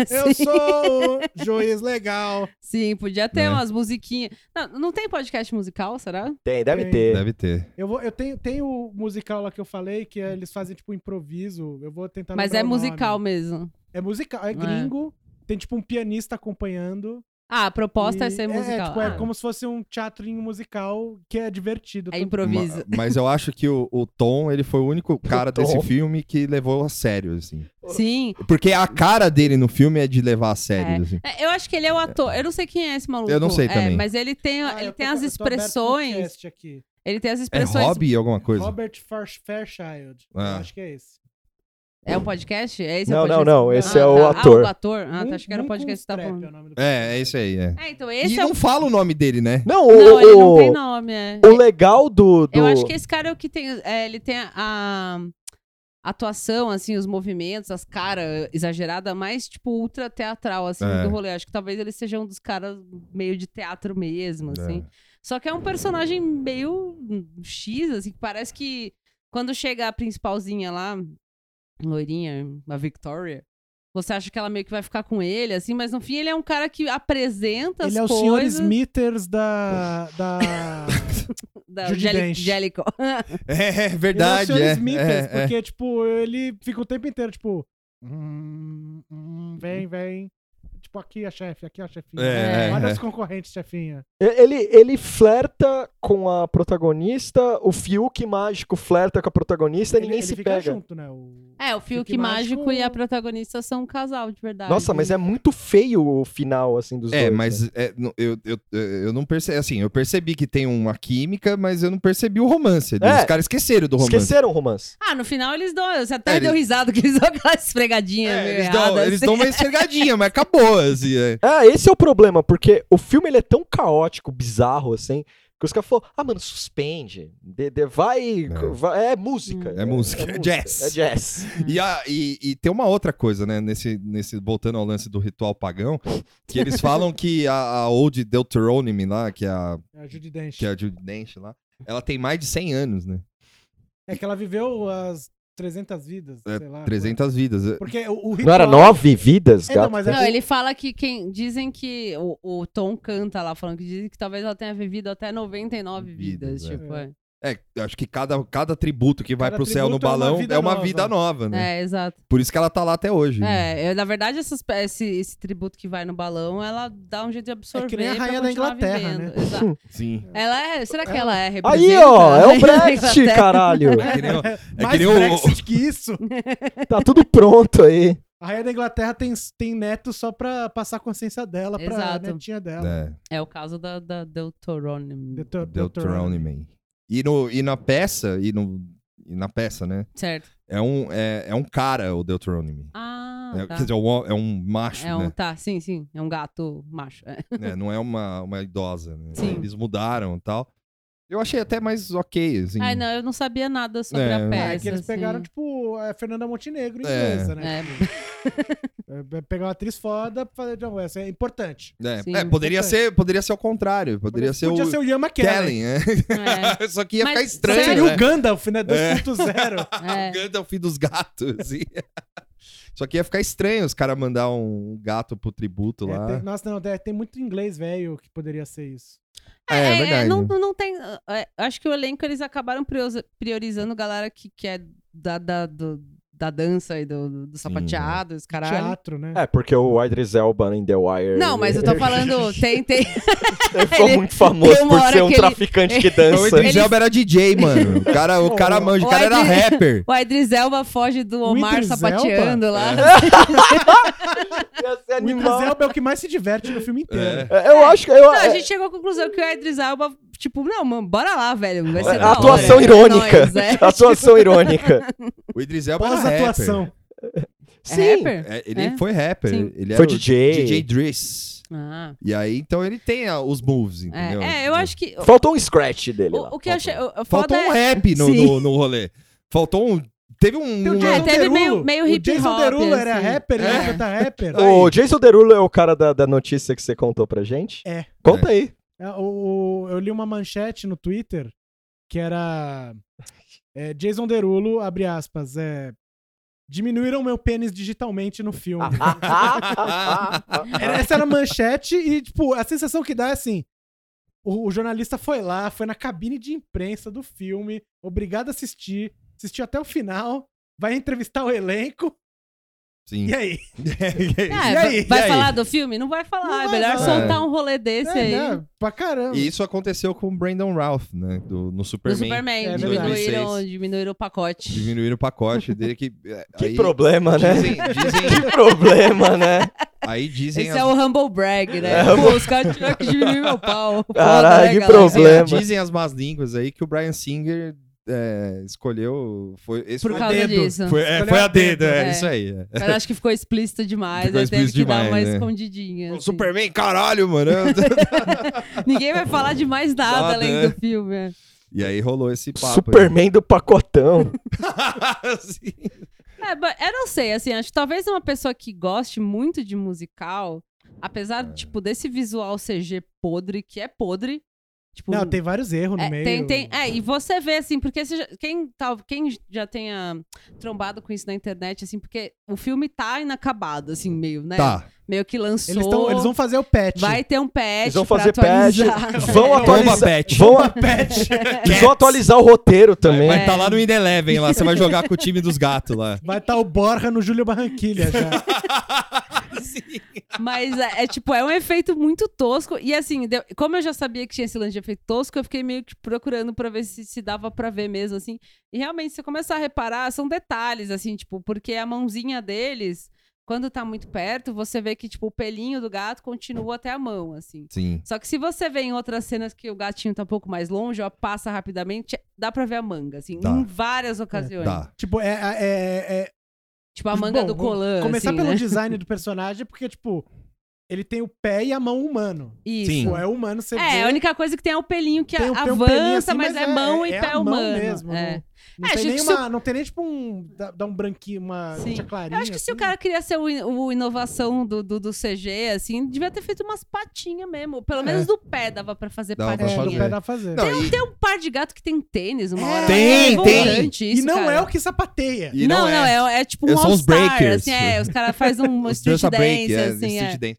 [SPEAKER 4] Eu sou o juiz legal.
[SPEAKER 3] Sim, podia ter
[SPEAKER 1] É.
[SPEAKER 3] umas musiquinhas. Não, não tem podcast musical, será?
[SPEAKER 2] Tem, deve
[SPEAKER 4] Tem.
[SPEAKER 2] ter.
[SPEAKER 1] Deve ter.
[SPEAKER 4] Eu, vou, eu tenho, tenho o musical lá que eu falei, que é- eles fazem tipo improviso. Eu vou tentar
[SPEAKER 3] Mas
[SPEAKER 4] lembrar
[SPEAKER 3] é
[SPEAKER 4] o nome.
[SPEAKER 3] musical mesmo.
[SPEAKER 4] É musical, é
[SPEAKER 3] É.
[SPEAKER 4] gringo. Tem tipo um pianista acompanhando.
[SPEAKER 3] Ah, a proposta é
[SPEAKER 4] e-
[SPEAKER 3] ser
[SPEAKER 4] É,
[SPEAKER 3] musical.
[SPEAKER 4] tipo,
[SPEAKER 3] Ah,
[SPEAKER 4] é como se fosse um teatrinho musical que é divertido.
[SPEAKER 3] é
[SPEAKER 4] Tanto-
[SPEAKER 3] improviso.
[SPEAKER 1] Ma- mas eu acho que o, o Tom, ele foi o único cara desse
[SPEAKER 2] Tom.
[SPEAKER 1] filme que levou a sério, assim.
[SPEAKER 3] Sim.
[SPEAKER 1] Porque a cara dele no filme é de levar a sério, assim.
[SPEAKER 3] É, Eu acho que ele é o ator. Eu não sei quem é esse maluco.
[SPEAKER 1] Eu não sei
[SPEAKER 3] É,
[SPEAKER 1] também.
[SPEAKER 3] mas ele tem,
[SPEAKER 4] Ah,
[SPEAKER 3] ele
[SPEAKER 4] eu
[SPEAKER 3] tem
[SPEAKER 4] tô-
[SPEAKER 3] as
[SPEAKER 4] eu tô aberto no
[SPEAKER 3] expressões.
[SPEAKER 4] cast aqui.
[SPEAKER 3] Ele tem as
[SPEAKER 1] É
[SPEAKER 3] expressões.
[SPEAKER 1] hobby alguma coisa?
[SPEAKER 4] Robert Fair- Fairchild.
[SPEAKER 1] Ah.
[SPEAKER 4] Eu acho que é esse.
[SPEAKER 3] É um podcast? É esse
[SPEAKER 2] Não,
[SPEAKER 3] o podcast?
[SPEAKER 2] não, não, esse
[SPEAKER 3] ah,
[SPEAKER 2] é o
[SPEAKER 3] tá.
[SPEAKER 2] ator.
[SPEAKER 3] Ah, o ator? Ah, tá. Acho que era o
[SPEAKER 4] Moon-
[SPEAKER 3] podcast que tá
[SPEAKER 4] Moonstrap
[SPEAKER 3] falando.
[SPEAKER 4] é o nome do
[SPEAKER 1] É, é
[SPEAKER 4] podcast.
[SPEAKER 1] isso aí, é.
[SPEAKER 3] É, então
[SPEAKER 1] e
[SPEAKER 3] esse é o.
[SPEAKER 1] não fala o nome dele, né?
[SPEAKER 2] Não, o,
[SPEAKER 3] Não, ele não
[SPEAKER 2] o-
[SPEAKER 3] tem nome, é.
[SPEAKER 2] o legal do. do...
[SPEAKER 3] Eu acho que esse cara é o que tem. é, ele tem a, a atuação, assim, os movimentos, as caras exageradas, mais, tipo, ultra teatral, assim,
[SPEAKER 1] É.
[SPEAKER 3] do rolê. Acho que talvez ele seja um dos caras meio de teatro mesmo, assim. Só que é um personagem meio hum, X, assim, que parece que quando chega a principalzinha lá, loirinha, a Victoria. Você acha que ela meio que vai ficar com ele, assim, mas no fim ele é um cara que apresenta
[SPEAKER 4] Ele
[SPEAKER 3] as
[SPEAKER 4] é o senhor
[SPEAKER 3] coisas.
[SPEAKER 4] Smithers da. da...
[SPEAKER 3] da
[SPEAKER 4] Judy
[SPEAKER 3] Jelli-
[SPEAKER 4] Dench.
[SPEAKER 3] Jellico.
[SPEAKER 1] É, é
[SPEAKER 4] Ele é o
[SPEAKER 1] verdade.
[SPEAKER 4] senhor
[SPEAKER 1] é,
[SPEAKER 4] Smithers,
[SPEAKER 1] é, é.
[SPEAKER 4] porque, tipo, ele fica o tempo inteiro, tipo. "Hum, hum, vem, vem. Tipo, aqui a chefe, aqui a chefinha.
[SPEAKER 1] É,
[SPEAKER 4] Olha
[SPEAKER 1] é.
[SPEAKER 4] os concorrentes, chefinha.
[SPEAKER 2] Ele, ele flerta com a protagonista, o Fiuk mágico flerta com a protagonista e
[SPEAKER 4] Ele-
[SPEAKER 2] ninguém
[SPEAKER 4] ele
[SPEAKER 2] se
[SPEAKER 4] fica
[SPEAKER 2] pega.
[SPEAKER 4] junto, né? O...
[SPEAKER 3] É, o Fiuk
[SPEAKER 4] Fiuk
[SPEAKER 3] mágico,
[SPEAKER 4] Mágico
[SPEAKER 3] e a protagonista são um casal, de verdade.
[SPEAKER 2] Nossa, mas é muito feio o final, assim, dos dois.
[SPEAKER 1] É,
[SPEAKER 2] né?
[SPEAKER 1] mas é, não- eu, eu, eu não percebi. Assim, eu percebi que tem uma química, mas eu não percebi o romance.
[SPEAKER 2] É.
[SPEAKER 1] Os caras esqueceram do romance.
[SPEAKER 2] Esqueceram o romance.
[SPEAKER 3] Ah, no final eles dão. Você até
[SPEAKER 1] É,
[SPEAKER 3] deu
[SPEAKER 1] eles-
[SPEAKER 3] risada que eles dão aquela esfregadinha
[SPEAKER 1] É,
[SPEAKER 3] meio
[SPEAKER 1] eles
[SPEAKER 3] errada.
[SPEAKER 1] dão, eles
[SPEAKER 3] assim.
[SPEAKER 1] dão uma enxergadinha, mas acabou, assim. É.
[SPEAKER 2] Ah, esse é o problema, porque o filme ele é tão caótico, bizarro, assim, Que os caras falaram, ah, mano, suspende. De, de- vai,
[SPEAKER 1] É.
[SPEAKER 2] vai- É música.
[SPEAKER 1] É música, é jazz.
[SPEAKER 2] É jazz.
[SPEAKER 1] E, a- e- e tem uma outra coisa, né? Nesse, nesse, voltando ao lance do ritual pagão, que eles falam que a, a Old Deuteronomy lá, que é a,
[SPEAKER 4] Ajude Dench.
[SPEAKER 1] que é a Judy Dench lá, ela tem mais de 100 anos, né?
[SPEAKER 4] É que ela viveu as 300 vidas,
[SPEAKER 1] É,
[SPEAKER 4] sei lá.
[SPEAKER 1] 300 vidas. É,
[SPEAKER 4] Porque o, o
[SPEAKER 2] Não era
[SPEAKER 4] ritual-
[SPEAKER 2] nove vidas,
[SPEAKER 4] É, não,
[SPEAKER 2] gato?
[SPEAKER 4] mas é
[SPEAKER 3] Não,
[SPEAKER 4] o-
[SPEAKER 3] ele fala que quem. Dizem que. O, o Tom canta lá, falando que dizem que talvez ela tenha vivido até 99
[SPEAKER 1] Vidas,
[SPEAKER 3] vidas. tipo, é.
[SPEAKER 1] É, eu acho que cada, cada tributo que vai
[SPEAKER 4] Cada
[SPEAKER 1] pro céu no
[SPEAKER 4] tributo é uma
[SPEAKER 1] balão
[SPEAKER 4] vida
[SPEAKER 1] é uma
[SPEAKER 4] nova.
[SPEAKER 1] vida nova, né?
[SPEAKER 3] É, exato.
[SPEAKER 1] Por isso que ela tá lá até hoje.
[SPEAKER 3] É, eu- na verdade, essas, pe- esse, esse tributo que vai no balão, ela dá um jeito de absorver.
[SPEAKER 4] É nem a
[SPEAKER 3] pra
[SPEAKER 4] rainha da
[SPEAKER 3] continuar
[SPEAKER 4] Inglaterra,
[SPEAKER 3] vivendo.
[SPEAKER 4] né?
[SPEAKER 3] Exato.
[SPEAKER 1] Sim.
[SPEAKER 3] Ela é. Será que ela é
[SPEAKER 2] Aí, ó, é o Brexit,
[SPEAKER 3] cara.
[SPEAKER 2] caralho.
[SPEAKER 1] É que nem, o- é
[SPEAKER 4] Mais
[SPEAKER 1] que nem o-
[SPEAKER 4] Brexit que isso.
[SPEAKER 2] Tá tudo pronto aí.
[SPEAKER 4] A rainha da Inglaterra tem, tem neto só pra passar a consciência dela, pra
[SPEAKER 3] Exato.
[SPEAKER 4] netinha dela.
[SPEAKER 1] É,
[SPEAKER 3] É o caso da, da Deuteronomy.
[SPEAKER 4] Deuter-
[SPEAKER 1] Deuteronomy. E, no, e na peça, e, no, e na peça, né?
[SPEAKER 3] Certo.
[SPEAKER 1] É um, é, é um cara, o Deuteronomy.
[SPEAKER 3] Ah,
[SPEAKER 1] É,
[SPEAKER 3] tá.
[SPEAKER 1] Quer dizer, é um, é um macho,
[SPEAKER 3] É um,
[SPEAKER 1] né?
[SPEAKER 3] Tá, sim, sim. É um gato macho. É.
[SPEAKER 1] É, não é uma, uma idosa. né?
[SPEAKER 3] Sim.
[SPEAKER 1] Eles mudaram e tal. Eu achei até mais ok, assim.
[SPEAKER 3] Ai, não, eu não sabia nada sobre
[SPEAKER 1] É,
[SPEAKER 3] a
[SPEAKER 1] é
[SPEAKER 3] peça.
[SPEAKER 4] É que eles
[SPEAKER 3] assim.
[SPEAKER 4] pegaram, tipo, a Fernanda Montenegro,
[SPEAKER 1] É.
[SPEAKER 4] inglesa, né?
[SPEAKER 3] É,
[SPEAKER 4] É, é Pegar uma atriz foda pra fazer John West. É importante.
[SPEAKER 1] É,
[SPEAKER 3] Sim.
[SPEAKER 1] é, poderia, ser, poderia ser o contrário. Poderia ser
[SPEAKER 4] Podia
[SPEAKER 1] o
[SPEAKER 4] ser o Ian McKellen.
[SPEAKER 1] Kellen,
[SPEAKER 3] né? é.
[SPEAKER 1] né? Só que ia
[SPEAKER 3] Mas
[SPEAKER 1] ficar estranho,
[SPEAKER 3] sério?
[SPEAKER 4] Seria
[SPEAKER 3] É.
[SPEAKER 1] né?
[SPEAKER 4] o Gandalf, né? 2.0.
[SPEAKER 1] O Gandalf, filho dos gatos. assim. Só que ia ficar estranho os caras mandar um gato pro tributo
[SPEAKER 4] É,
[SPEAKER 1] lá.
[SPEAKER 4] tem- nossa, não, tem, tem muito inglês velho que poderia ser isso.
[SPEAKER 1] É, é verdade.
[SPEAKER 3] não, não tem. é, acho que o elenco eles acabaram priorza- priorizando galera que, que é da, da, do- da dança e do, do
[SPEAKER 1] é.
[SPEAKER 3] sapateado, os caralho.
[SPEAKER 4] Teatro, né?
[SPEAKER 2] É, porque o Idris Elba em The Wire.
[SPEAKER 3] Não, mas eu tô falando, tem, tem.
[SPEAKER 2] Ele ficou
[SPEAKER 3] ele-
[SPEAKER 2] muito famoso
[SPEAKER 3] tem uma
[SPEAKER 2] por
[SPEAKER 3] hora
[SPEAKER 2] ser um
[SPEAKER 3] que ele-
[SPEAKER 2] traficante que
[SPEAKER 1] Então, o
[SPEAKER 2] dança.
[SPEAKER 1] Idris Elba era DJ, mano. O cara, o cara
[SPEAKER 4] O-
[SPEAKER 1] manja, o
[SPEAKER 3] o
[SPEAKER 1] cara era
[SPEAKER 3] Idris-
[SPEAKER 1] rapper.
[SPEAKER 3] O Idris Elba foge do
[SPEAKER 4] O
[SPEAKER 3] Omar
[SPEAKER 4] Idris
[SPEAKER 3] sapateando lá.
[SPEAKER 2] Ia ser
[SPEAKER 4] O Idris
[SPEAKER 2] animal.
[SPEAKER 4] Elba é o que mais se diverte no filme inteiro.
[SPEAKER 2] É, Eu acho que. Eu,
[SPEAKER 3] Não, a gente chegou à conclusão que o Idris Elba, tipo, não, mano, bora lá, velho. Vai ser da
[SPEAKER 2] a atuação
[SPEAKER 3] hora, é
[SPEAKER 2] irônica.
[SPEAKER 3] nóis, é.
[SPEAKER 2] Atuação irônica.
[SPEAKER 1] O Idris Elba era um rapper.
[SPEAKER 4] Pós-atuação.
[SPEAKER 3] É
[SPEAKER 2] Sim.
[SPEAKER 3] rapper?
[SPEAKER 1] É, ele
[SPEAKER 3] É?
[SPEAKER 1] foi rapper.
[SPEAKER 3] Sim.
[SPEAKER 1] Ele era
[SPEAKER 2] Foi
[SPEAKER 1] o
[SPEAKER 2] DJ.
[SPEAKER 1] DJ Driss.
[SPEAKER 3] Ah,
[SPEAKER 1] E aí, então, ele tem ah, os moves,
[SPEAKER 3] é.
[SPEAKER 1] entendeu?
[SPEAKER 3] É, eu acho que. O,
[SPEAKER 2] Faltou um scratch dele. lá.
[SPEAKER 3] o- o que eu achei. o- o foda
[SPEAKER 1] Faltou um
[SPEAKER 3] é-
[SPEAKER 1] rap no,
[SPEAKER 3] Sim.
[SPEAKER 1] no, no rolê. Faltou um... Teve um...
[SPEAKER 4] Tem o
[SPEAKER 1] um-
[SPEAKER 3] É,
[SPEAKER 4] Jason
[SPEAKER 3] teve
[SPEAKER 4] Derulo.
[SPEAKER 3] meio- meio
[SPEAKER 4] O
[SPEAKER 3] hip
[SPEAKER 4] Jason
[SPEAKER 3] hop,
[SPEAKER 4] Derulo era
[SPEAKER 3] assim.
[SPEAKER 4] rapper, ele
[SPEAKER 3] É.
[SPEAKER 4] canta rapper.
[SPEAKER 2] O Jason Derulo é o cara da, da notícia que você contou pra gente?
[SPEAKER 4] É.
[SPEAKER 2] Conta aí.
[SPEAKER 4] É, o- o- eu li uma manchete no Twitter que era é, Jason Derulo, abre aspas, é, diminuíram meu pênis digitalmente no
[SPEAKER 2] Ah,
[SPEAKER 4] filme. Era- essa era a manchete e, tipo, a sensação que dá é assim, o, o jornalista foi lá, foi na cabine de imprensa do filme, obrigado a assistir, assistiu até o final, vai entrevistar o elenco,
[SPEAKER 1] Sim.
[SPEAKER 4] e é aí?
[SPEAKER 3] Ah,
[SPEAKER 4] E
[SPEAKER 3] vai-
[SPEAKER 4] aí?
[SPEAKER 3] vai
[SPEAKER 1] E aí?
[SPEAKER 3] falar do filme? Não vai falar.
[SPEAKER 4] Não
[SPEAKER 3] é
[SPEAKER 4] vai
[SPEAKER 3] melhor
[SPEAKER 1] falar.
[SPEAKER 3] soltar um rolê desse
[SPEAKER 4] É,
[SPEAKER 3] aí.
[SPEAKER 4] né? pra caramba.
[SPEAKER 1] E isso aconteceu com o Brandon Ralph, né? Do, no
[SPEAKER 3] Do
[SPEAKER 1] Superman.
[SPEAKER 3] Superman.
[SPEAKER 4] É
[SPEAKER 3] diminuíram,
[SPEAKER 1] 2006.
[SPEAKER 3] diminuíram o pacote.
[SPEAKER 1] Diminuíram o pacote dele que... é,
[SPEAKER 2] Que
[SPEAKER 1] aí,
[SPEAKER 2] problema, né?
[SPEAKER 1] Dizem, dizem,
[SPEAKER 2] Que problema, né?
[SPEAKER 1] aí dizem...
[SPEAKER 3] Esse
[SPEAKER 1] as-
[SPEAKER 3] é o Humble Brag, né?
[SPEAKER 2] É,
[SPEAKER 3] Pô, os caras tiveram que diminuir meu pau. Foda,
[SPEAKER 2] Caralho,
[SPEAKER 3] né,
[SPEAKER 2] que
[SPEAKER 3] galera?
[SPEAKER 2] problema.
[SPEAKER 1] Dizem, dizem as más línguas aí que o Brian Singer é, escolheu... Foi, esse
[SPEAKER 3] Por
[SPEAKER 1] foi,
[SPEAKER 3] causa
[SPEAKER 4] dedo.
[SPEAKER 3] disso.
[SPEAKER 1] foi, é,
[SPEAKER 4] Escolheu
[SPEAKER 1] foi
[SPEAKER 4] a
[SPEAKER 1] a dedo,
[SPEAKER 4] dedo,
[SPEAKER 1] é,
[SPEAKER 3] é.
[SPEAKER 1] isso aí. é.
[SPEAKER 3] Mas acho que ficou explícito demais.
[SPEAKER 1] Ficou
[SPEAKER 3] aí teve
[SPEAKER 1] explícito
[SPEAKER 3] que dar uma
[SPEAKER 1] demais, né?
[SPEAKER 3] escondidinha.
[SPEAKER 1] O
[SPEAKER 3] assim.
[SPEAKER 1] Superman, caralho, mano. eu-
[SPEAKER 3] Ninguém vai falar de mais nada,
[SPEAKER 1] Nada,
[SPEAKER 3] além
[SPEAKER 1] né?
[SPEAKER 3] do filme. é.
[SPEAKER 1] E aí rolou esse papo.
[SPEAKER 2] Superman do pacotão.
[SPEAKER 1] aí. Sim.
[SPEAKER 3] É, ba- eu não sei, assim, acho que talvez uma pessoa que goste muito de musical, apesar,
[SPEAKER 1] É.
[SPEAKER 3] tipo, desse visual CG podre, que é podre, tipo...
[SPEAKER 4] Não, tem vários erros no
[SPEAKER 3] é,
[SPEAKER 4] meio.
[SPEAKER 3] tem, tem- é, e você vê, assim, porque você já- quem, tal, quem já tenha trombado com isso na internet, assim, porque o filme tá inacabado, assim, meio, né?
[SPEAKER 1] Tá.
[SPEAKER 3] Meio que lançou.
[SPEAKER 4] Eles, tão- eles vão fazer o patch.
[SPEAKER 3] Vai ter um patch
[SPEAKER 2] Eles vão
[SPEAKER 3] pra
[SPEAKER 2] fazer patch.
[SPEAKER 3] atualizar.
[SPEAKER 2] Vão
[SPEAKER 3] É.
[SPEAKER 2] atualizar.
[SPEAKER 1] Toma, Pet.
[SPEAKER 2] Vão, a-
[SPEAKER 4] patch.
[SPEAKER 2] eles vão atualizar o roteiro também.
[SPEAKER 1] Vai
[SPEAKER 3] É.
[SPEAKER 1] tá lá no In Eleven, lá. Você vai jogar com o time dos gatos lá.
[SPEAKER 4] Vai estar o Borra no Júlio Barranquilha já.
[SPEAKER 3] Mas é, é, tipo, é um efeito muito tosco. E assim, deu- como eu já sabia que tinha esse lance de efeito tosco, eu fiquei meio que procurando pra ver se se dava pra ver mesmo, assim. E realmente, se você começar a reparar, são detalhes, assim, tipo, porque a mãozinha deles, quando tá muito perto, você vê que, tipo, o pelinho do gato continua até a mão, assim.
[SPEAKER 1] Sim.
[SPEAKER 3] Só que se você vê em outras cenas que o gatinho tá um pouco mais longe, ó, passa rapidamente, dá pra ver a manga, assim,
[SPEAKER 1] Dá.
[SPEAKER 3] em várias ocasiões.
[SPEAKER 1] Tá.
[SPEAKER 4] Tipo, é, é, é- é-
[SPEAKER 3] Tipo, a manga
[SPEAKER 4] Bom,
[SPEAKER 3] do
[SPEAKER 4] vou
[SPEAKER 3] colã,
[SPEAKER 4] Começar
[SPEAKER 3] assim,
[SPEAKER 4] pelo
[SPEAKER 3] né?
[SPEAKER 4] design do personagem, porque, tipo, ele tem o pé e a mão humano.
[SPEAKER 3] Isso.
[SPEAKER 1] Sim.
[SPEAKER 4] Pô, é humano, você vê.
[SPEAKER 3] É, a única coisa que tem é o pelinho que
[SPEAKER 4] tem o- tem um
[SPEAKER 3] avança,
[SPEAKER 4] pelinho assim,
[SPEAKER 3] mas, é, mão e
[SPEAKER 4] é
[SPEAKER 3] pé
[SPEAKER 4] a mão
[SPEAKER 3] humano.
[SPEAKER 4] mesmo,
[SPEAKER 3] é.
[SPEAKER 4] não- Não,
[SPEAKER 3] É,
[SPEAKER 4] tem
[SPEAKER 3] acho
[SPEAKER 4] nem
[SPEAKER 3] que
[SPEAKER 4] uma-
[SPEAKER 3] se
[SPEAKER 4] não tem nem tipo um. dá dá um branquinho, uma
[SPEAKER 3] Sim.
[SPEAKER 4] tia clarinha.
[SPEAKER 3] Eu acho que se o
[SPEAKER 4] assim.
[SPEAKER 3] cara queria ser o, in- o inovação do, do, do CG, assim, devia ter feito umas patinhas mesmo. Pelo
[SPEAKER 4] É.
[SPEAKER 3] menos do pé dava pra fazer
[SPEAKER 1] Dava pra
[SPEAKER 4] É,
[SPEAKER 3] patinha.
[SPEAKER 4] do pé dá pra fazer.
[SPEAKER 1] Não, e-
[SPEAKER 3] Tem um par de gato que tem tênis uma
[SPEAKER 4] É.
[SPEAKER 3] hora.
[SPEAKER 1] Tem,
[SPEAKER 3] é
[SPEAKER 1] tem.
[SPEAKER 3] revoltante
[SPEAKER 4] e
[SPEAKER 3] Isso,
[SPEAKER 4] não
[SPEAKER 3] cara.
[SPEAKER 4] é o que sapateia.
[SPEAKER 1] E
[SPEAKER 3] não, não, é, é tipo um
[SPEAKER 1] É, são os
[SPEAKER 3] all-star,
[SPEAKER 1] breakers.
[SPEAKER 3] assim, é, os caras fazem um
[SPEAKER 1] Os
[SPEAKER 3] street
[SPEAKER 1] dança
[SPEAKER 3] dance,
[SPEAKER 1] break, é,
[SPEAKER 3] assim,
[SPEAKER 1] street
[SPEAKER 3] é.
[SPEAKER 1] dance.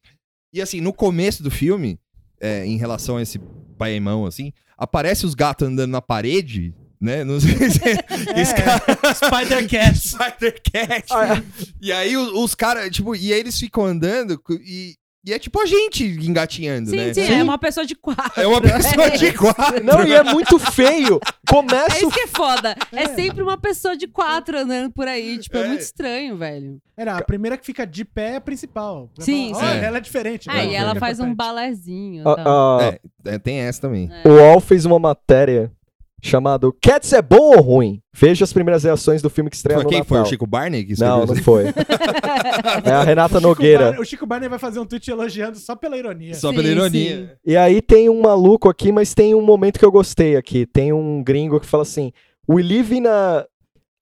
[SPEAKER 1] E assim, no começo do filme, é, em relação a esse paimão, assim, aparece os gatos andando na parede, né? Não sei se... E os
[SPEAKER 4] É.
[SPEAKER 1] caras...
[SPEAKER 4] Spider-Cat.
[SPEAKER 1] Spider-Cat.
[SPEAKER 2] Ah, é.
[SPEAKER 1] E aí os, os caras, tipo, e aí eles ficam andando co- e, e é tipo a gente engatinhando,
[SPEAKER 3] Sim,
[SPEAKER 1] né?
[SPEAKER 3] sim, é uma pessoa de quatro.
[SPEAKER 1] É uma pessoa
[SPEAKER 3] É
[SPEAKER 1] de
[SPEAKER 3] isso.
[SPEAKER 1] quatro.
[SPEAKER 2] Não, e é muito feio.
[SPEAKER 3] É
[SPEAKER 2] Começa o
[SPEAKER 3] isso que é foda. É sempre uma pessoa de quatro andando por aí. Tipo, é,
[SPEAKER 1] É.
[SPEAKER 3] muito estranho, velho.
[SPEAKER 4] Era, a primeira que fica de pé é a principal. Pra
[SPEAKER 3] Sim,
[SPEAKER 4] falar,
[SPEAKER 1] sim.
[SPEAKER 4] Olha, ela é diferente.
[SPEAKER 3] Aí
[SPEAKER 1] e
[SPEAKER 4] né?
[SPEAKER 3] ela
[SPEAKER 4] É
[SPEAKER 3] faz um
[SPEAKER 4] importante.
[SPEAKER 3] balézinho. então.
[SPEAKER 2] A-
[SPEAKER 3] tal.
[SPEAKER 2] a-
[SPEAKER 1] É. É, tem essa também.
[SPEAKER 2] O UOL fez uma matéria chamada Cats é bom ou ruim? Veja as primeiras reações do filme que estreia
[SPEAKER 1] Foi
[SPEAKER 2] no
[SPEAKER 1] quem foi?
[SPEAKER 2] Natal.
[SPEAKER 1] O Chico Barney que
[SPEAKER 2] não,
[SPEAKER 1] escreveu
[SPEAKER 2] não foi. é a Renata
[SPEAKER 4] O Chico
[SPEAKER 2] Nogueira.
[SPEAKER 4] Barney- O Chico Barney vai fazer um tweet elogiando só pela ironia.
[SPEAKER 1] Só pela
[SPEAKER 3] Sim,
[SPEAKER 1] ironia.
[SPEAKER 3] sim.
[SPEAKER 2] E aí tem um maluco aqui, mas tem um momento que eu gostei aqui. Tem um gringo que fala assim: We live in a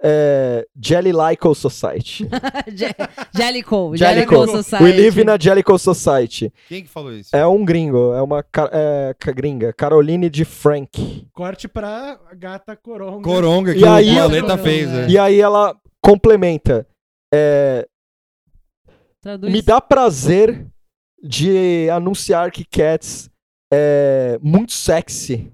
[SPEAKER 2] é, Jelly-Lyco Society.
[SPEAKER 3] Je-
[SPEAKER 2] Jellicoe.
[SPEAKER 3] Jellicoe. Jellicoe Society.
[SPEAKER 2] We live in a Jellico Society.
[SPEAKER 1] Quem que falou isso?
[SPEAKER 2] É um gringo, é uma ca- é, ca- gringa. Caroline de Frank.
[SPEAKER 4] Corte pra gata coronga.
[SPEAKER 1] Coronga que
[SPEAKER 2] E
[SPEAKER 1] o
[SPEAKER 2] aí-
[SPEAKER 1] Violeta
[SPEAKER 3] Coronga,
[SPEAKER 1] fez,
[SPEAKER 3] é.
[SPEAKER 1] né?
[SPEAKER 2] E aí ela complementa: é,
[SPEAKER 3] Traduz.
[SPEAKER 2] Me dá prazer de anunciar que Cats é muito sexy.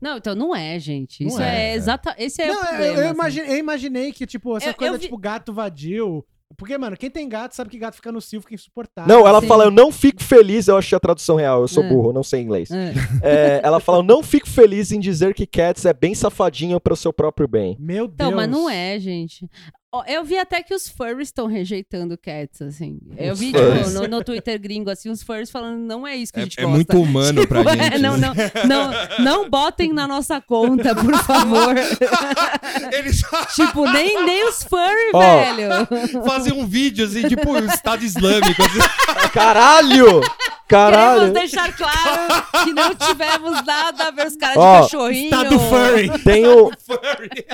[SPEAKER 3] Não, então não é, gente.
[SPEAKER 1] Não
[SPEAKER 3] Isso é,
[SPEAKER 1] é.
[SPEAKER 3] exata. Esse é o
[SPEAKER 4] Não, eu- eu,
[SPEAKER 3] problema. assim.
[SPEAKER 4] imaginei, eu imaginei que, tipo, essa
[SPEAKER 3] Eu-
[SPEAKER 4] coisa,
[SPEAKER 3] eu vi-
[SPEAKER 4] tipo, gato vadio. Porque, mano, quem tem gato sabe que gato fica no cio, fica insuportável.
[SPEAKER 2] Não, ela
[SPEAKER 3] Ah, sim.
[SPEAKER 2] fala: Eu não fico feliz. Eu achei a tradução real, eu sou
[SPEAKER 3] É.
[SPEAKER 2] burro, não sei inglês.
[SPEAKER 3] É.
[SPEAKER 2] É, ela fala: Eu não fico feliz em dizer que Cats é bem safadinha para o seu próprio bem.
[SPEAKER 4] Meu Deus.
[SPEAKER 3] Então, mas não é, gente. Ó, Eu vi até que os furries estão rejeitando cats, assim. Eu
[SPEAKER 2] Os
[SPEAKER 3] vi,
[SPEAKER 2] furries.
[SPEAKER 3] tipo, no, no Twitter gringo, assim, os furries falando, não é isso que a gente
[SPEAKER 1] É, é
[SPEAKER 3] gosta.
[SPEAKER 1] muito humano pra
[SPEAKER 3] Tipo,
[SPEAKER 1] gente.
[SPEAKER 3] é, não,
[SPEAKER 1] né?
[SPEAKER 3] não, não, não botem na nossa conta, por favor.
[SPEAKER 1] Eles
[SPEAKER 3] tipo, nem, nem os furry,
[SPEAKER 2] Ó.
[SPEAKER 3] velho.
[SPEAKER 1] fazem um vídeo assim, tipo o Estado Islâmico. assim.
[SPEAKER 2] Caralho!
[SPEAKER 3] Queremos
[SPEAKER 2] Caralho!
[SPEAKER 3] deixar claro que não tivemos nada a ver os caras de
[SPEAKER 2] Ó,
[SPEAKER 3] cachorrinho.
[SPEAKER 4] Tá do furry.
[SPEAKER 2] Tem o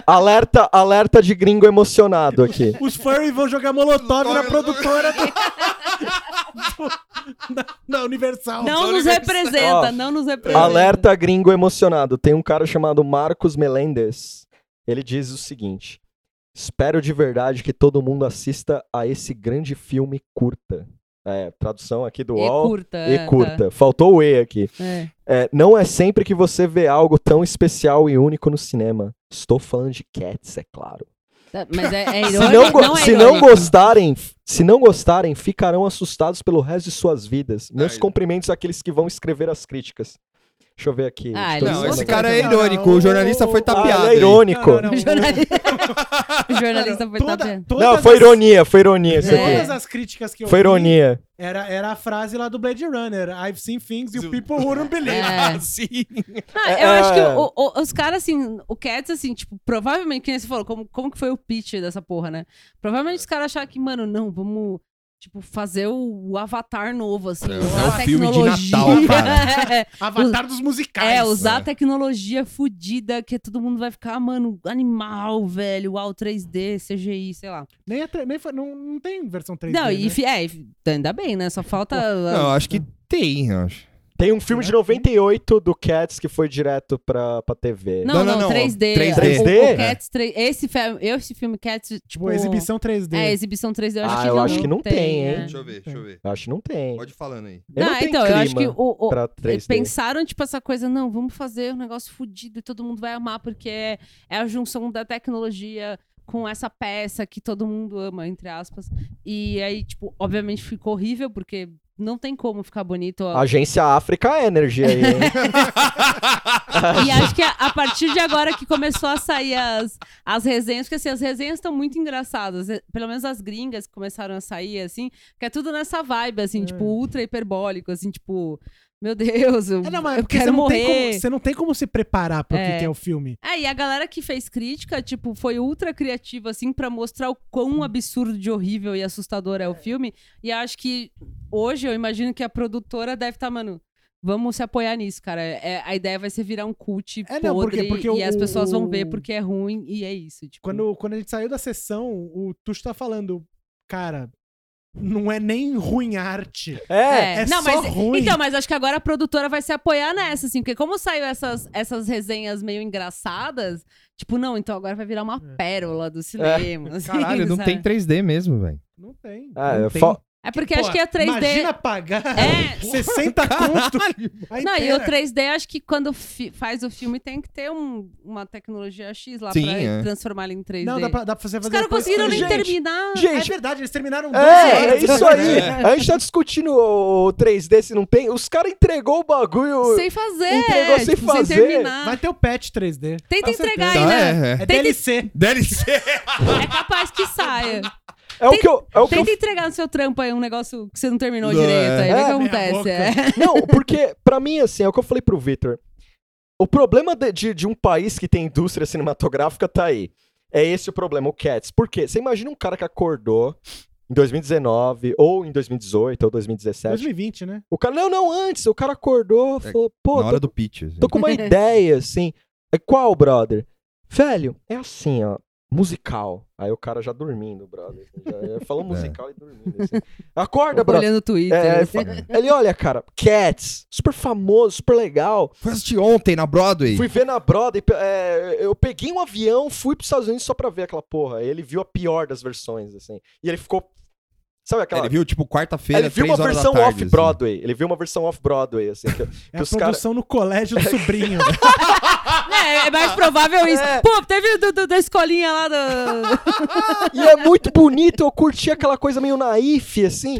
[SPEAKER 2] alerta, alerta de gringo emocionado aqui.
[SPEAKER 4] Os furry vão jogar molotov na produtora do... do- da, da Universal.
[SPEAKER 3] Não é nos
[SPEAKER 2] Ó,
[SPEAKER 3] representa, não nos representa.
[SPEAKER 2] Alerta gringo emocionado. Tem um cara chamado Marcos Melendez. Ele diz o seguinte: Espero de verdade que todo mundo assista a esse grande filme curta. É, tradução aqui do
[SPEAKER 3] E
[SPEAKER 2] UOL.
[SPEAKER 3] curta.
[SPEAKER 2] E
[SPEAKER 3] é,
[SPEAKER 2] curta. Faltou o E aqui.
[SPEAKER 3] tá. É.
[SPEAKER 2] É, não é sempre que você vê algo tão especial e único no cinema. Estou falando de Cats, é claro.
[SPEAKER 3] Tá, Mas é, é
[SPEAKER 2] Se
[SPEAKER 3] irônico.
[SPEAKER 2] não, go-
[SPEAKER 3] é
[SPEAKER 2] se não
[SPEAKER 3] irônico.
[SPEAKER 2] gostarem, se não gostarem, ficarão assustados pelo resto de suas vidas. Meus
[SPEAKER 1] Ai.
[SPEAKER 2] cumprimentos àqueles que vão escrever as críticas. Deixa eu ver aqui.
[SPEAKER 3] Ah,
[SPEAKER 2] Estou
[SPEAKER 3] ele
[SPEAKER 1] Não,
[SPEAKER 2] dizendo
[SPEAKER 1] esse
[SPEAKER 2] aqui.
[SPEAKER 1] cara é
[SPEAKER 4] Não, não,
[SPEAKER 1] irônico. O jornalista foi
[SPEAKER 3] tá
[SPEAKER 4] o- ah,
[SPEAKER 2] Ah,
[SPEAKER 1] tapeado.
[SPEAKER 2] ele é
[SPEAKER 1] aí.
[SPEAKER 2] irônico.
[SPEAKER 4] Não, não,
[SPEAKER 3] O
[SPEAKER 4] não.
[SPEAKER 3] jornalista, o jornalista foi
[SPEAKER 4] Toda-
[SPEAKER 3] tapeando.
[SPEAKER 4] todas
[SPEAKER 2] Não, foi
[SPEAKER 4] as-
[SPEAKER 2] ironia, foi ironia. isso
[SPEAKER 3] É.
[SPEAKER 4] Todas
[SPEAKER 2] aqui.
[SPEAKER 4] as críticas que eu
[SPEAKER 2] Foi
[SPEAKER 4] vi
[SPEAKER 2] ironia.
[SPEAKER 4] Era, era a frase lá do Blade Runner. I've seen things you people wouldn't believe.
[SPEAKER 3] É.
[SPEAKER 4] Assim.
[SPEAKER 3] Ah,
[SPEAKER 2] É,
[SPEAKER 3] eu
[SPEAKER 2] é.
[SPEAKER 3] acho que o- o- os caras, assim, o Cats, assim, tipo, provavelmente, que nem você falou, como, como que foi o pitch dessa porra, né? Provavelmente os caras acharam que, mano, não, vamos, tipo, fazer o, o avatar novo, assim,
[SPEAKER 1] É,
[SPEAKER 3] usar
[SPEAKER 1] é um
[SPEAKER 3] a
[SPEAKER 1] filme de
[SPEAKER 3] tecnologia.
[SPEAKER 1] Natal, cara.
[SPEAKER 3] É,
[SPEAKER 4] Avatar dos musicais.
[SPEAKER 3] É, usar a
[SPEAKER 1] É.
[SPEAKER 3] tecnologia fudida que todo mundo vai ficar, ah, mano, animal, velho, uau, 3D, CGI, sei lá.
[SPEAKER 4] Nem, é tre- nem foi- não, não tem versão 3D.
[SPEAKER 3] não,
[SPEAKER 4] né?
[SPEAKER 3] e, fi- é, e fi- ainda bem, né? Só falta...
[SPEAKER 1] Não, acho que tem, eu acho.
[SPEAKER 2] Tem um filme de 98 do Cats que foi direto pra, pra TV.
[SPEAKER 3] Não, não,
[SPEAKER 1] Não, não, não,
[SPEAKER 3] 3D.
[SPEAKER 1] 3D.
[SPEAKER 3] O, o
[SPEAKER 2] É.
[SPEAKER 3] Cats 3 Esse, fi- esse filme Cats, tipo.
[SPEAKER 4] Tipo, exibição 3D.
[SPEAKER 3] É, exibição 3D. Eu acho
[SPEAKER 2] Ah,
[SPEAKER 3] que
[SPEAKER 2] eu
[SPEAKER 3] não
[SPEAKER 2] acho que não tem, hein?
[SPEAKER 3] né?
[SPEAKER 1] Deixa eu ver, deixa eu ver.
[SPEAKER 2] Eu Acho que não tem.
[SPEAKER 1] Pode ir falando aí.
[SPEAKER 2] Eu
[SPEAKER 3] Não,
[SPEAKER 2] não tenho
[SPEAKER 3] então, eu acho que
[SPEAKER 2] clima
[SPEAKER 3] o, o-
[SPEAKER 2] Pra 3D.
[SPEAKER 3] pensaram, tipo, essa coisa, não, vamos fazer um negócio fudido e todo mundo vai amar, porque é, é a junção da tecnologia com essa peça que todo mundo ama, entre aspas. E aí, tipo, obviamente ficou horrível, porque não tem como ficar bonito. ó.
[SPEAKER 2] Agência África Energy aí, hein?
[SPEAKER 3] E acho que a, a partir de agora que começou a sair as, as resenhas, porque assim, as resenhas estão muito engraçadas. eh, Pelo menos as gringas que começaram a sair, assim, que é tudo nessa vibe, assim, tipo, ultra hiperbólico, assim, tipo. meu Deus, eu,
[SPEAKER 4] É, não, mas
[SPEAKER 3] eu
[SPEAKER 4] porque
[SPEAKER 3] quero
[SPEAKER 4] você não, tem
[SPEAKER 3] morrer.
[SPEAKER 4] como, você não tem como se preparar pro
[SPEAKER 3] É.
[SPEAKER 4] que, que é o filme.
[SPEAKER 3] É, e a galera que fez crítica, tipo, foi ultra criativa, assim, pra mostrar o quão absurdo de horrível e assustador é o filme. E acho que hoje eu imagino que a produtora deve estar, mano, vamos se apoiar nisso, cara. É, a ideia vai ser virar um cult
[SPEAKER 4] É,
[SPEAKER 3] podre
[SPEAKER 4] não, porque- porque
[SPEAKER 3] e
[SPEAKER 4] o-
[SPEAKER 3] as pessoas vão ver
[SPEAKER 4] o-
[SPEAKER 3] porque é ruim e é isso. Tipo,
[SPEAKER 4] Quando, quando a gente saiu da sessão, o Tuxo tá falando, cara, não é nem ruim arte.
[SPEAKER 2] É,
[SPEAKER 4] é só ruim.
[SPEAKER 3] Então, mas acho que agora a produtora vai se apoiar nessa, assim, porque como saiu essas, essas resenhas meio engraçadas, tipo, não, então agora vai virar uma
[SPEAKER 4] É.
[SPEAKER 3] pérola do cinema. assim,
[SPEAKER 5] É. Caralho, não
[SPEAKER 3] sabe?
[SPEAKER 5] tem 3D mesmo, velho.
[SPEAKER 4] Não tem.
[SPEAKER 2] Ah,
[SPEAKER 5] Não
[SPEAKER 2] é
[SPEAKER 5] tem.
[SPEAKER 2] fo-
[SPEAKER 3] É porque
[SPEAKER 4] Pô,
[SPEAKER 3] acho que a 3D.
[SPEAKER 4] Imagina pagar
[SPEAKER 3] É.
[SPEAKER 4] 60 conto. a
[SPEAKER 3] Não, e o
[SPEAKER 4] inteira.
[SPEAKER 3] 3D, acho que quando fi- faz o filme tem que ter um- uma tecnologia X lá
[SPEAKER 1] Sim,
[SPEAKER 3] pra
[SPEAKER 1] é.
[SPEAKER 3] transformar ele em 3D.
[SPEAKER 4] Não, dá pra, dá pra você
[SPEAKER 3] Os
[SPEAKER 4] fazer.
[SPEAKER 3] caras
[SPEAKER 4] depois-
[SPEAKER 3] conseguiram nem
[SPEAKER 2] Gente,
[SPEAKER 3] terminar.
[SPEAKER 4] É
[SPEAKER 2] Gente,
[SPEAKER 4] verdade, eles terminaram dois
[SPEAKER 2] É, é
[SPEAKER 4] horas de
[SPEAKER 2] isso aí.
[SPEAKER 4] filme.
[SPEAKER 2] A gente tá discutindo o o 3D se não tem. Os caras entregou o bagulho.
[SPEAKER 3] Sem fazer,
[SPEAKER 2] entregou sem
[SPEAKER 3] tipo,
[SPEAKER 2] fazer. Tá,
[SPEAKER 3] sem terminar.
[SPEAKER 4] Vai ter o patch 3D.
[SPEAKER 3] Tenta
[SPEAKER 4] Com
[SPEAKER 3] entregar
[SPEAKER 4] certeza.
[SPEAKER 3] aí, né?
[SPEAKER 1] é, é.
[SPEAKER 4] É
[SPEAKER 3] Tenta-
[SPEAKER 4] DLC.
[SPEAKER 1] DLC!
[SPEAKER 3] É capaz que saia.
[SPEAKER 2] É o que eu. É o que eu
[SPEAKER 3] Tenta entregar no seu trampo aí um negócio que você não terminou
[SPEAKER 1] Não,
[SPEAKER 3] direito. Aí
[SPEAKER 2] é.
[SPEAKER 3] vê o que
[SPEAKER 2] É,
[SPEAKER 3] acontece.
[SPEAKER 4] meia
[SPEAKER 3] é.
[SPEAKER 2] não, porque pra mim, assim, é o que eu falei pro Victor. O problema de, de, de um país que tem indústria cinematográfica tá aí. É esse o problema, o Cats. Por quê? Você imagina um cara que acordou em 2019, ou em 2018, ou 2017.
[SPEAKER 4] 2020, né?
[SPEAKER 2] O cara, não, não, antes. O cara acordou, falou, pô,
[SPEAKER 1] Na
[SPEAKER 2] tô
[SPEAKER 1] hora do pitch. assim.
[SPEAKER 2] Tô com uma ideia, assim. É Qual, brother? Velho, é assim, ó. Musical. Aí o cara já dormindo, brother. assim, Já- já falou um
[SPEAKER 1] É.
[SPEAKER 2] musical e dormindo. assim. Acorda, brother.
[SPEAKER 3] Olhando o Twitter.
[SPEAKER 1] né?
[SPEAKER 2] É, é,
[SPEAKER 3] assim.
[SPEAKER 2] fa- ele olha, cara, Cats, super famoso, super legal.
[SPEAKER 1] Foi assistir ontem na Broadway.
[SPEAKER 2] Fui ver na Broadway, pe- é, eu peguei um avião, fui pros Estados Unidos só pra ver aquela porra. Ele viu a pior das versões, assim. E ele ficou. Sabe aquela.
[SPEAKER 1] Ele viu, tipo, quarta-feira,
[SPEAKER 2] ele viu uma
[SPEAKER 1] 3 horas
[SPEAKER 2] versão
[SPEAKER 1] da tarde. assim.
[SPEAKER 2] off-Broadway. Ele viu uma versão off-Broadway, assim. que-
[SPEAKER 4] É
[SPEAKER 2] Que
[SPEAKER 4] a
[SPEAKER 2] os cara-
[SPEAKER 4] produção no colégio do sobrinho.
[SPEAKER 3] É, é mais provável isso.
[SPEAKER 2] É.
[SPEAKER 3] Pô, teve o do, do- da escolinha lá do.
[SPEAKER 2] E é muito bonito, eu curti aquela coisa meio naif, assim.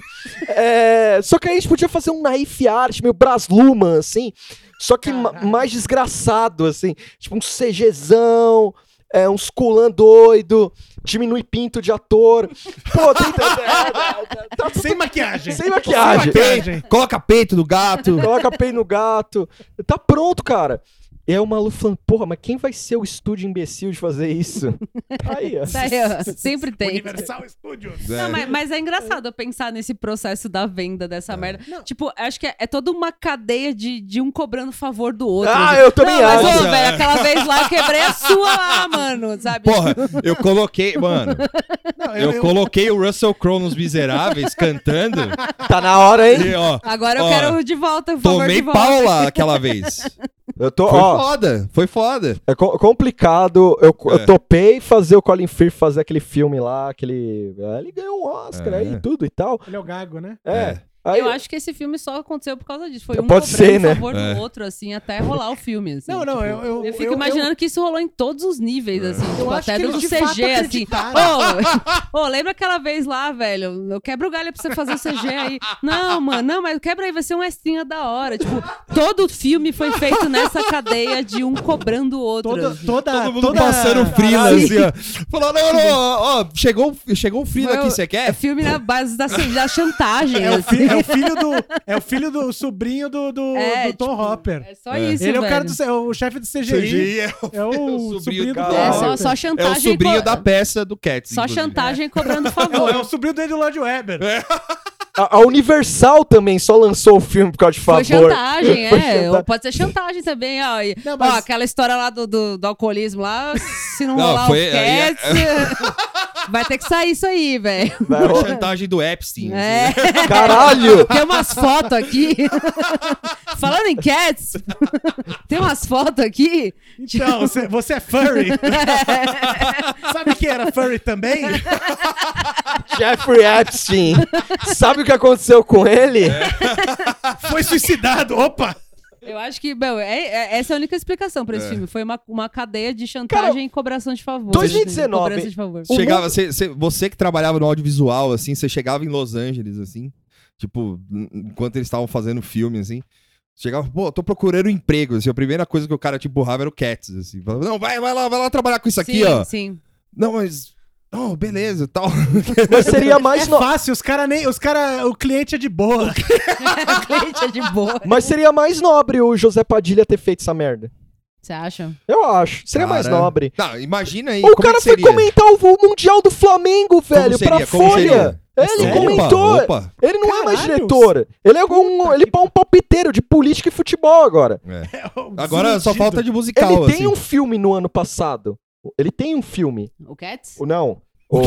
[SPEAKER 2] É, só que aí a gente podia fazer um naif arte, meio Brasluman, assim. Só que ma-
[SPEAKER 4] Caralho.
[SPEAKER 2] mais desgraçado, assim. Tipo um CGzão, é, uns culan doido, diminui pinto de ator. Pô, tem... tá- tá- tá tudo-
[SPEAKER 4] Sem maquiagem.
[SPEAKER 2] Sem maquiagem.
[SPEAKER 4] maquiagem.
[SPEAKER 1] Coloca peito do gato.
[SPEAKER 2] Coloca peito no gato. Tá pronto, cara. E aí o maluco falando, porra, mas quem vai ser o estúdio imbecil de fazer isso? Tá aí, ó.
[SPEAKER 3] Tá aí, ó. Sempre tem.
[SPEAKER 4] Universal Studios.
[SPEAKER 1] É.
[SPEAKER 3] Não, mas, mas é engraçado eu pensar nesse processo da venda dessa
[SPEAKER 2] É.
[SPEAKER 3] merda. Tipo, acho que é, é toda uma cadeia de, de um cobrando favor do outro.
[SPEAKER 2] Ah,
[SPEAKER 3] Tipo,
[SPEAKER 2] eu também
[SPEAKER 3] não,
[SPEAKER 2] acho.
[SPEAKER 3] Mas, ô, velho, aquela vez lá eu quebrei a sua lá, mano, sabe?
[SPEAKER 1] Porra, eu coloquei, mano,
[SPEAKER 4] Não, é
[SPEAKER 1] eu,
[SPEAKER 4] eu, eu,
[SPEAKER 1] coloquei o Russell Crowe nos Miseráveis cantando
[SPEAKER 2] Tá na hora, hein?
[SPEAKER 1] e, ó,
[SPEAKER 3] Agora eu
[SPEAKER 1] Ó,
[SPEAKER 3] quero de volta, por favor,
[SPEAKER 1] tomei
[SPEAKER 3] de volta.
[SPEAKER 1] pau lá aquela vez.
[SPEAKER 2] Eu tô,
[SPEAKER 1] Foi
[SPEAKER 2] ó.
[SPEAKER 1] foda, foi foda.
[SPEAKER 2] É co- complicado. Eu, eu
[SPEAKER 1] É.
[SPEAKER 2] topei fazer o Colin Firth fazer aquele filme lá, aquele. ah, Ele ganhou um Oscar
[SPEAKER 1] É.
[SPEAKER 2] aí e tudo e tal.
[SPEAKER 4] Ele é o Gago, né?
[SPEAKER 2] É.
[SPEAKER 1] É.
[SPEAKER 2] Aí,
[SPEAKER 3] Eu acho que esse filme só aconteceu por causa disso. Foi um
[SPEAKER 2] Pode
[SPEAKER 3] cobrando
[SPEAKER 2] ser, né?
[SPEAKER 3] favor
[SPEAKER 1] É.
[SPEAKER 3] do outro, assim, até rolar o filme. assim.
[SPEAKER 4] Não, não, eu. Eu, É.
[SPEAKER 3] Eu fico imaginando que isso rolou em todos os níveis, assim.
[SPEAKER 4] Eu
[SPEAKER 3] tipo,
[SPEAKER 4] acho
[SPEAKER 3] até
[SPEAKER 4] que
[SPEAKER 3] do
[SPEAKER 4] eles de fato
[SPEAKER 3] CG, assim. Ô, ô, lembra aquela vez lá, velho? Eu quebro o galho pra você fazer o CG aí. Não, mano, não, mas quebra aí, vai ser um extrinha da hora. Tipo, todo filme foi feito nessa cadeia de um cobrando o outro.
[SPEAKER 4] Toda,
[SPEAKER 3] assim.
[SPEAKER 4] toda,
[SPEAKER 1] Todo mundo
[SPEAKER 4] toda- é
[SPEAKER 1] passando freela, assim, ó. Falaram, não, não, ó, ó, chegou, chegou o freela
[SPEAKER 3] Foi
[SPEAKER 1] aqui,
[SPEAKER 3] o-
[SPEAKER 1] você
[SPEAKER 3] É
[SPEAKER 1] quer?
[SPEAKER 3] filme na base da, da chantagem.
[SPEAKER 4] É o,
[SPEAKER 3] assim.
[SPEAKER 4] fi- é o filho do. É o filho do sobrinho do, do,
[SPEAKER 3] É,
[SPEAKER 4] do Tom
[SPEAKER 3] tipo,
[SPEAKER 4] Hopper.
[SPEAKER 3] É só
[SPEAKER 1] É.
[SPEAKER 3] isso,
[SPEAKER 4] Ele é o
[SPEAKER 3] velho.
[SPEAKER 4] cara do. É o chefe do CGI. É o, sobrinho,
[SPEAKER 1] o sobrinho
[SPEAKER 4] do
[SPEAKER 1] do
[SPEAKER 4] Tom
[SPEAKER 2] cara.
[SPEAKER 3] É
[SPEAKER 4] Hopper.
[SPEAKER 3] só, só
[SPEAKER 1] É o
[SPEAKER 3] chantagem.
[SPEAKER 1] sobrinho
[SPEAKER 3] co-
[SPEAKER 1] da peça do Cats.
[SPEAKER 3] Só
[SPEAKER 4] né?
[SPEAKER 1] inclusive.
[SPEAKER 3] chantagem cobrando
[SPEAKER 4] É o, é
[SPEAKER 3] favor.
[SPEAKER 4] o sobrinho do Ed Lloyd Webber.
[SPEAKER 1] É.
[SPEAKER 2] a, a Universal também só lançou o filme por causa de
[SPEAKER 3] Foi
[SPEAKER 2] favor.
[SPEAKER 3] chantagem,
[SPEAKER 2] Foi
[SPEAKER 3] é.
[SPEAKER 2] chantagem.
[SPEAKER 3] Ou pode ser chantagem também, ó. E,
[SPEAKER 4] Não, mas-
[SPEAKER 3] ó, aquela história lá do, do, do alcoolismo lá, se não,
[SPEAKER 1] Não,
[SPEAKER 3] rolar
[SPEAKER 1] foi- é-
[SPEAKER 3] o Cats, vai ter que sair isso aí, velho.
[SPEAKER 2] Vai
[SPEAKER 1] Foi
[SPEAKER 2] rolar.
[SPEAKER 1] É, chantagem do Epstein.
[SPEAKER 3] É.
[SPEAKER 2] Caralho!
[SPEAKER 3] Tem umas fotos aqui. Falando em Cats, tem umas fotos aqui.
[SPEAKER 4] Então, você, você é furry. Sabe quem era furry também?
[SPEAKER 2] Jeffrey Epstein. Sabe o que aconteceu com ele?
[SPEAKER 1] É.
[SPEAKER 4] Foi suicidado. Opa!
[SPEAKER 3] Eu acho que, meu, é, é- essa é a única explicação pra esse
[SPEAKER 1] É.
[SPEAKER 3] filme. Foi uma, uma cadeia de chantagem
[SPEAKER 2] Cara,
[SPEAKER 3] e cobração de favor.
[SPEAKER 2] 2019.
[SPEAKER 3] assim, Cobrança de favor.
[SPEAKER 2] O
[SPEAKER 1] Chegava,
[SPEAKER 2] mundo-
[SPEAKER 1] cê- cê- você que trabalhava no audiovisual, assim, você chegava em Los Angeles, assim, tipo, n- enquanto eles estavam fazendo filme, assim, chegava, pô, tô procurando emprego, assim, a primeira coisa que o cara te empurrava era o Cats, assim, falava, não, vai, vai lá, vai lá trabalhar com isso aqui,
[SPEAKER 3] sim,
[SPEAKER 1] ó.
[SPEAKER 3] sim.
[SPEAKER 1] Não, mas... Não, beleza, tal.
[SPEAKER 2] Mas seria
[SPEAKER 4] é
[SPEAKER 2] mais. no-
[SPEAKER 4] fácil, os caras nem. Os cara, o cliente é de boa.
[SPEAKER 3] Gente, é de boa.
[SPEAKER 2] Mas seria mais nobre o José Padilha ter feito essa merda.
[SPEAKER 3] Você acha?
[SPEAKER 2] Eu acho. Seria mais
[SPEAKER 1] Cara,
[SPEAKER 2] nobre.
[SPEAKER 1] Não, imagina aí,
[SPEAKER 2] o
[SPEAKER 1] como é
[SPEAKER 2] cara
[SPEAKER 1] que
[SPEAKER 2] foi
[SPEAKER 1] seria?
[SPEAKER 2] comentar o Mundial do Flamengo,
[SPEAKER 1] Como
[SPEAKER 2] velho,
[SPEAKER 1] seria?
[SPEAKER 2] pra
[SPEAKER 1] Como
[SPEAKER 2] Folha.
[SPEAKER 1] seria?
[SPEAKER 2] Ele
[SPEAKER 4] Sério?
[SPEAKER 2] comentou.
[SPEAKER 1] Opa, opa.
[SPEAKER 2] Ele não é mais
[SPEAKER 4] Caralho.
[SPEAKER 2] diretor. Ele é um, ele é um palpiteiro de política e futebol agora.
[SPEAKER 1] É.
[SPEAKER 4] Um
[SPEAKER 1] Agora só
[SPEAKER 4] desiludido.
[SPEAKER 1] falta de musical,
[SPEAKER 2] Ele tem
[SPEAKER 1] assim.
[SPEAKER 2] um filme no ano passado. Ele tem um filme.
[SPEAKER 3] O Cats?
[SPEAKER 2] O- Não. O-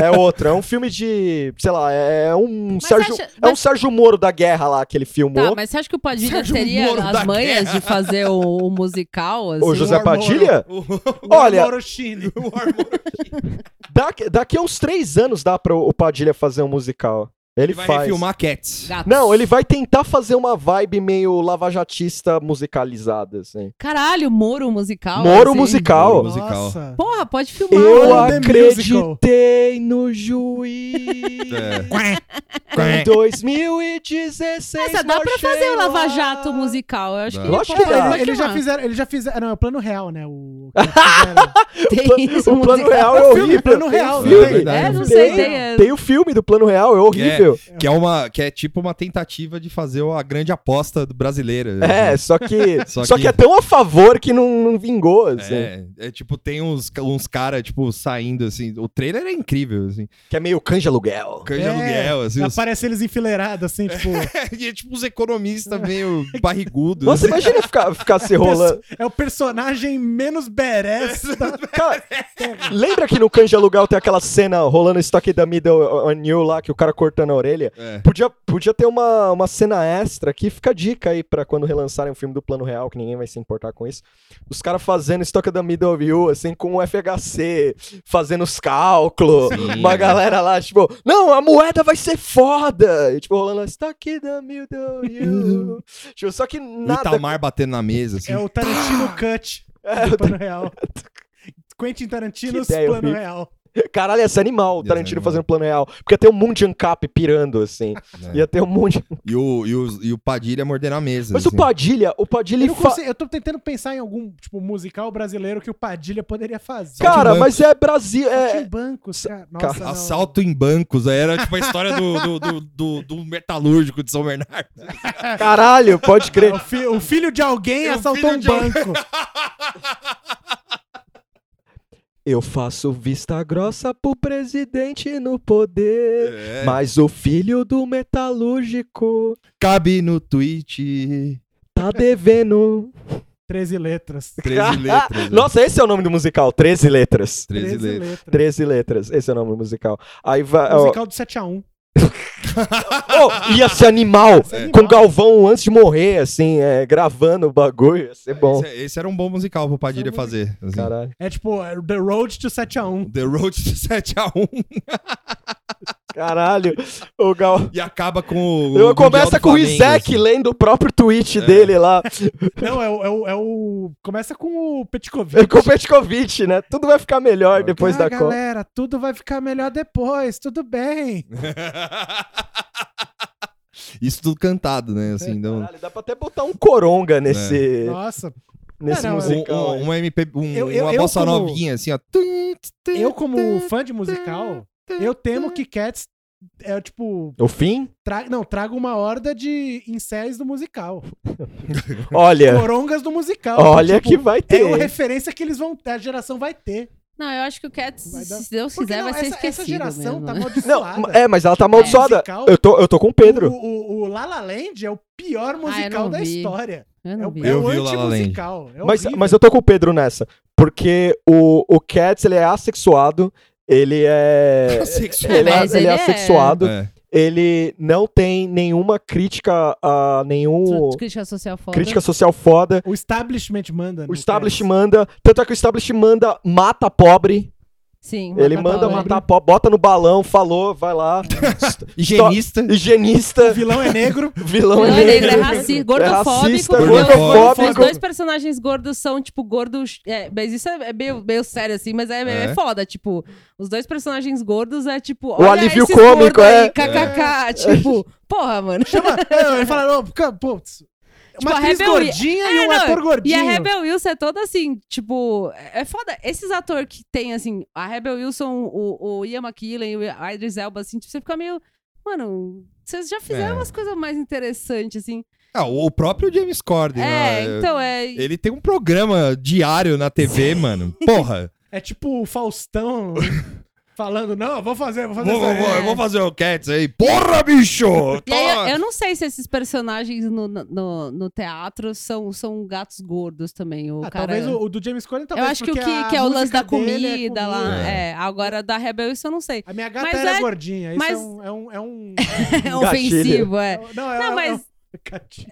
[SPEAKER 2] é outro. É um filme de. Sei lá, é um
[SPEAKER 3] Mas
[SPEAKER 2] Sérgio.
[SPEAKER 3] acha-
[SPEAKER 2] É um
[SPEAKER 3] mas-
[SPEAKER 2] Sérgio Moro da guerra lá que ele
[SPEAKER 3] Tá,
[SPEAKER 2] filmou.
[SPEAKER 3] mas você acha que o Padilha
[SPEAKER 1] Sérgio
[SPEAKER 3] teria
[SPEAKER 1] Moro da
[SPEAKER 3] as manhas
[SPEAKER 1] guerra.
[SPEAKER 3] de fazer o, o musical, assim?
[SPEAKER 2] Ô, José
[SPEAKER 1] O Armoro-
[SPEAKER 2] Padilha?
[SPEAKER 1] o-
[SPEAKER 2] É Olha-
[SPEAKER 4] Mauro Chini.
[SPEAKER 1] o Armoro-
[SPEAKER 2] Daqui, daqui a uns três anos dá pra o Padilha fazer um musical. Ele
[SPEAKER 1] Ele vai
[SPEAKER 2] faz.
[SPEAKER 1] filmar Cats.
[SPEAKER 3] Gatos.
[SPEAKER 2] Não, ele vai tentar fazer uma vibe meio lavajatista musicalizada, assim.
[SPEAKER 3] Caralho, Moro musical.
[SPEAKER 2] Moro
[SPEAKER 3] assim.
[SPEAKER 2] musical.
[SPEAKER 1] Moro musical.
[SPEAKER 4] Nossa.
[SPEAKER 3] Porra, pode filmar.
[SPEAKER 2] Eu
[SPEAKER 4] Moro The Musical.
[SPEAKER 2] acreditei no juiz.
[SPEAKER 1] É.
[SPEAKER 2] Em 2016.
[SPEAKER 3] Essa dá pra
[SPEAKER 2] nós
[SPEAKER 3] fazer o
[SPEAKER 2] chegou
[SPEAKER 3] Lava
[SPEAKER 2] lá.
[SPEAKER 3] Jato musical. Eu acho
[SPEAKER 1] Dá.
[SPEAKER 3] que
[SPEAKER 2] Lógico
[SPEAKER 3] pode-
[SPEAKER 2] que dá.
[SPEAKER 3] pode
[SPEAKER 4] Ele, eles já
[SPEAKER 3] filmar.
[SPEAKER 4] fizeram, eles já fizeram. Não, é o plano real, né? O, que eles fizeram.
[SPEAKER 2] Pla-
[SPEAKER 3] Tem isso,
[SPEAKER 2] o plano
[SPEAKER 3] musical.
[SPEAKER 2] real é
[SPEAKER 4] É filme,
[SPEAKER 2] horrível.
[SPEAKER 4] plano
[SPEAKER 2] Tem
[SPEAKER 4] real,
[SPEAKER 1] né?
[SPEAKER 2] filme.
[SPEAKER 1] É verdade.
[SPEAKER 3] É, não
[SPEAKER 2] Tem-
[SPEAKER 3] sei, tem...
[SPEAKER 2] Tem o filme do plano real, é horrível.
[SPEAKER 1] Que é, uma, que é tipo uma tentativa de fazer a grande aposta do- brasileira.
[SPEAKER 2] É, só que. só,
[SPEAKER 1] Só
[SPEAKER 2] que...
[SPEAKER 1] que
[SPEAKER 2] é tão a favor que não, não vingou, assim.
[SPEAKER 1] É, é tipo, tem uns, uns caras, tipo, saindo, assim. O trailer é incrível, assim.
[SPEAKER 2] Que é meio canja aluguel.
[SPEAKER 1] Canja
[SPEAKER 4] É,
[SPEAKER 1] aluguel, assim. Os,
[SPEAKER 4] Aparece eles enfileirados, assim, tipo.
[SPEAKER 1] e é tipo uns economistas meio barrigudos.
[SPEAKER 2] Nossa,
[SPEAKER 1] assim.
[SPEAKER 2] imagina ficar, ficar se rolando.
[SPEAKER 4] É o personagem menos badass. da-
[SPEAKER 2] Cara, lembra que no Canja Aluguel tem aquela cena rolando estoque da Middle on You lá, que o cara cortando a orelha?
[SPEAKER 1] É.
[SPEAKER 2] Podia, podia ter uma, uma cena extra aqui, fica a dica aí pra quando relançarem o filme do Plano Real, que ninguém vai se importar com isso. Os caras fazendo estoque da Middle of You, assim, com o FHC, fazendo os cálculos,
[SPEAKER 1] Sim.
[SPEAKER 2] uma galera lá, tipo, não, a moeda vai ser foda! E, tipo, rolando estoque da Middle of You. tipo, só que
[SPEAKER 1] O
[SPEAKER 2] nada.
[SPEAKER 4] tá um
[SPEAKER 1] Itamar batendo na mesa, assim.
[SPEAKER 4] É o Tarantino Cut
[SPEAKER 2] É,
[SPEAKER 4] do plano real. Quentin Tarantino's
[SPEAKER 2] Que ideia
[SPEAKER 4] plano
[SPEAKER 2] horrível.
[SPEAKER 4] real.
[SPEAKER 2] É, Caralho, ia ser animal, o
[SPEAKER 1] Ia ser
[SPEAKER 2] Tarantino
[SPEAKER 1] animal.
[SPEAKER 2] fazendo plano real. Porque ia ter um monte de ANCAP pirando, assim.
[SPEAKER 4] É.
[SPEAKER 1] né?
[SPEAKER 2] Ia ter um monte.
[SPEAKER 1] E, o, e, o, e o Padilha mordendo a mesa.
[SPEAKER 2] Mas o
[SPEAKER 1] assim.
[SPEAKER 2] Padilha, o Padilha.
[SPEAKER 4] Eu, não
[SPEAKER 2] fa-
[SPEAKER 4] consigo- eu tô tentando pensar em algum, tipo, musical brasileiro que o Padilha poderia fazer. um
[SPEAKER 2] Cara,
[SPEAKER 1] Saltimbancos.
[SPEAKER 2] mas é Brasil. É...
[SPEAKER 4] Em bancos, cara. Nossa,
[SPEAKER 2] cara,
[SPEAKER 4] não.
[SPEAKER 1] Assalto em bancos. aí Era tipo a história do, do, do, do- do metalúrgico de São Bernardo.
[SPEAKER 2] Caralho, pode crer.
[SPEAKER 4] O, fi- o filho de alguém
[SPEAKER 1] O
[SPEAKER 4] assaltou
[SPEAKER 1] filho
[SPEAKER 4] um
[SPEAKER 1] de alguém.
[SPEAKER 4] banco.
[SPEAKER 2] Eu faço vista grossa pro presidente no poder.
[SPEAKER 1] É.
[SPEAKER 2] Mas o filho do metalúrgico
[SPEAKER 1] Cabe no tweet.
[SPEAKER 2] tá devendo.
[SPEAKER 4] 13 letras.
[SPEAKER 1] 13 letras. né?
[SPEAKER 2] Nossa, esse é o nome do musical: 13 letras.
[SPEAKER 1] 13 letras.
[SPEAKER 4] letras.
[SPEAKER 2] 13 letras, esse é o nome do musical. Aí vai. ó,
[SPEAKER 4] Musical do 7x1.
[SPEAKER 2] oh, ia ser animal!
[SPEAKER 4] ser animal.
[SPEAKER 2] Com o Galvão antes de morrer, assim, é, gravando o bagulho, ia ser bom.
[SPEAKER 1] Esse, esse era um bom musical pro
[SPEAKER 4] Esse é
[SPEAKER 1] Padilha
[SPEAKER 4] um
[SPEAKER 1] fazer. assim.
[SPEAKER 2] Caralho.
[SPEAKER 4] É tipo é The Road to 7x1.
[SPEAKER 1] The Road to 7x1
[SPEAKER 2] Caralho, o Gal.
[SPEAKER 1] e acaba com o.
[SPEAKER 2] Eu
[SPEAKER 1] o
[SPEAKER 2] começa
[SPEAKER 1] Mundial do
[SPEAKER 2] com o
[SPEAKER 1] Flamengo,
[SPEAKER 2] Isaac
[SPEAKER 1] assim. É.
[SPEAKER 2] lendo o próprio tweet dele lá.
[SPEAKER 4] Não, é o, é o- é o- Começa com o
[SPEAKER 2] É
[SPEAKER 4] Petkovic.
[SPEAKER 2] com o Petkovic, né? Tudo vai ficar melhor depois
[SPEAKER 4] ah,
[SPEAKER 2] da Copa.
[SPEAKER 4] galera, tudo vai ficar melhor depois, tudo bem.
[SPEAKER 1] Isso tudo cantado, né? Assim, então,
[SPEAKER 2] Caralho, dá pra até botar um coronga nesse,
[SPEAKER 4] Nossa,
[SPEAKER 2] nesse
[SPEAKER 4] Não, não,
[SPEAKER 2] musical.
[SPEAKER 1] É.
[SPEAKER 2] é.
[SPEAKER 1] um, um, um MP, um,
[SPEAKER 4] Eu- eu-
[SPEAKER 1] uma
[SPEAKER 4] eu
[SPEAKER 1] bossa
[SPEAKER 4] como-
[SPEAKER 1] novinha, assim, ó.
[SPEAKER 4] eu como fã de musical, eu temo que Cats é tipo,
[SPEAKER 1] um.
[SPEAKER 2] O fim?
[SPEAKER 4] tra... não, traga uma horda de incéis do musical.
[SPEAKER 2] Olha,
[SPEAKER 4] Corongas do musical.
[SPEAKER 2] É. olha
[SPEAKER 4] Tipo,
[SPEAKER 2] que vai
[SPEAKER 4] é
[SPEAKER 2] ter.
[SPEAKER 4] uma referência que eles vão, a geração vai ter.
[SPEAKER 3] Não, eu acho que o Cats,
[SPEAKER 4] Vai dar-
[SPEAKER 3] se Deus
[SPEAKER 4] Porque
[SPEAKER 3] quiser,
[SPEAKER 4] não,
[SPEAKER 3] vai ser
[SPEAKER 4] essa, essa
[SPEAKER 3] esquecido
[SPEAKER 4] geração
[SPEAKER 3] mesmo.
[SPEAKER 4] tá
[SPEAKER 3] né?
[SPEAKER 4] amaldiçoada.
[SPEAKER 2] Não, é, mas ela tá amaldiçoada.
[SPEAKER 4] musical. É
[SPEAKER 2] eu, tô, eu tô com o Pedro.
[SPEAKER 4] O, o, o La La Land é o pior musical
[SPEAKER 3] Ah, não
[SPEAKER 4] da
[SPEAKER 3] vi.
[SPEAKER 4] história.
[SPEAKER 3] né? Eu
[SPEAKER 4] É
[SPEAKER 3] não
[SPEAKER 4] o,
[SPEAKER 3] vi.
[SPEAKER 4] é
[SPEAKER 1] Eu
[SPEAKER 4] o
[SPEAKER 1] vi o La La Land.
[SPEAKER 4] anti-musical. É
[SPEAKER 2] Mas,
[SPEAKER 4] horrível.
[SPEAKER 2] mas eu tô com o Pedro nessa. Porque o, o Cats, ele é assexuado. Ele é...
[SPEAKER 1] Sexual.
[SPEAKER 2] Ele é,
[SPEAKER 3] Mas
[SPEAKER 2] ele é
[SPEAKER 3] ele é-
[SPEAKER 2] assexuado.
[SPEAKER 1] É.
[SPEAKER 2] Ele não tem nenhuma crítica a nenhum...
[SPEAKER 4] né?
[SPEAKER 3] Tr- Crítica social foda.
[SPEAKER 2] Crítica social foda.
[SPEAKER 4] O establishment manda.
[SPEAKER 2] O
[SPEAKER 4] no
[SPEAKER 2] Stablish manda. Tanto é que o Stablish manda mata pobre.
[SPEAKER 3] Sim.
[SPEAKER 2] ele
[SPEAKER 3] Mata
[SPEAKER 2] manda
[SPEAKER 3] Pobre.
[SPEAKER 2] matar pobre, bota no balão, falou, vai lá.
[SPEAKER 1] Higienista.
[SPEAKER 4] Cats. O
[SPEAKER 2] Higienista,
[SPEAKER 4] vilão é negro.
[SPEAKER 2] vilão
[SPEAKER 3] Não,
[SPEAKER 2] é
[SPEAKER 3] ele é
[SPEAKER 2] negro.
[SPEAKER 3] negro, é raci- gordofóbico.
[SPEAKER 2] racista, é
[SPEAKER 3] porque
[SPEAKER 2] gordofóbico.
[SPEAKER 3] Os dois personagens gordos são, tipo, gordos. é, mas isso é meio, meio sério, assim, mas é, é
[SPEAKER 1] É.
[SPEAKER 3] foda. Tipo, os dois personagens gordos é tipo.
[SPEAKER 2] O
[SPEAKER 3] olha
[SPEAKER 2] alívio
[SPEAKER 3] esses
[SPEAKER 2] cômico,
[SPEAKER 3] gordos
[SPEAKER 2] é.
[SPEAKER 4] é
[SPEAKER 3] Aí, kkk. Tipo, porra, mano.
[SPEAKER 4] Chama. Não, ele fala, "Ô, pô, putz,
[SPEAKER 3] Tipo,
[SPEAKER 4] uma
[SPEAKER 3] a
[SPEAKER 4] atriz
[SPEAKER 3] Rebel Wilson-
[SPEAKER 4] gordinha e
[SPEAKER 3] É,
[SPEAKER 4] um
[SPEAKER 3] não,
[SPEAKER 4] ator
[SPEAKER 3] E
[SPEAKER 4] gordinho.
[SPEAKER 3] a Rebel Wilson é toda assim, tipo, é foda. Esses atores que tem, assim, a Rebel Wilson, o, o Ian McKellen, o Idris Elba, assim, tipo, você fica meio. Mano, vocês já fizeram
[SPEAKER 1] É.
[SPEAKER 3] umas coisas mais interessantes, assim.
[SPEAKER 1] Ah, o próprio James Corden.
[SPEAKER 3] é,
[SPEAKER 1] né?
[SPEAKER 3] então é.
[SPEAKER 1] Ele tem um programa diário na TV, mano. Porra.
[SPEAKER 4] É tipo o Faustão falando, não, eu vou fazer, vou fazer
[SPEAKER 1] vou,
[SPEAKER 4] isso
[SPEAKER 1] vou,
[SPEAKER 4] aí."
[SPEAKER 1] vou, eu vou fazer o Cats aí. Porra, bicho!
[SPEAKER 3] E aí, eu- eu, não sei se esses personagens no, no, no teatro são, são gatos gordos também. O
[SPEAKER 4] Ah,
[SPEAKER 3] cara...
[SPEAKER 4] Talvez o, o do James Corden
[SPEAKER 3] Eu
[SPEAKER 4] talvez
[SPEAKER 3] acho que o
[SPEAKER 4] porque
[SPEAKER 3] que,
[SPEAKER 4] a
[SPEAKER 3] que é o lance
[SPEAKER 4] música
[SPEAKER 3] da
[SPEAKER 4] dele
[SPEAKER 3] comida,
[SPEAKER 4] é
[SPEAKER 3] lá.
[SPEAKER 1] comida.
[SPEAKER 3] É. agora da Rebel Wilson eu não sei.
[SPEAKER 4] A minha gata
[SPEAKER 3] Mas
[SPEAKER 4] era
[SPEAKER 3] é-
[SPEAKER 4] gordinha. Isso é
[SPEAKER 3] mas-
[SPEAKER 4] um. É um, é um...
[SPEAKER 3] É ofensivo, é.
[SPEAKER 4] Não, é, é
[SPEAKER 3] Não,
[SPEAKER 4] um-
[SPEAKER 3] mas,
[SPEAKER 4] Gatinho.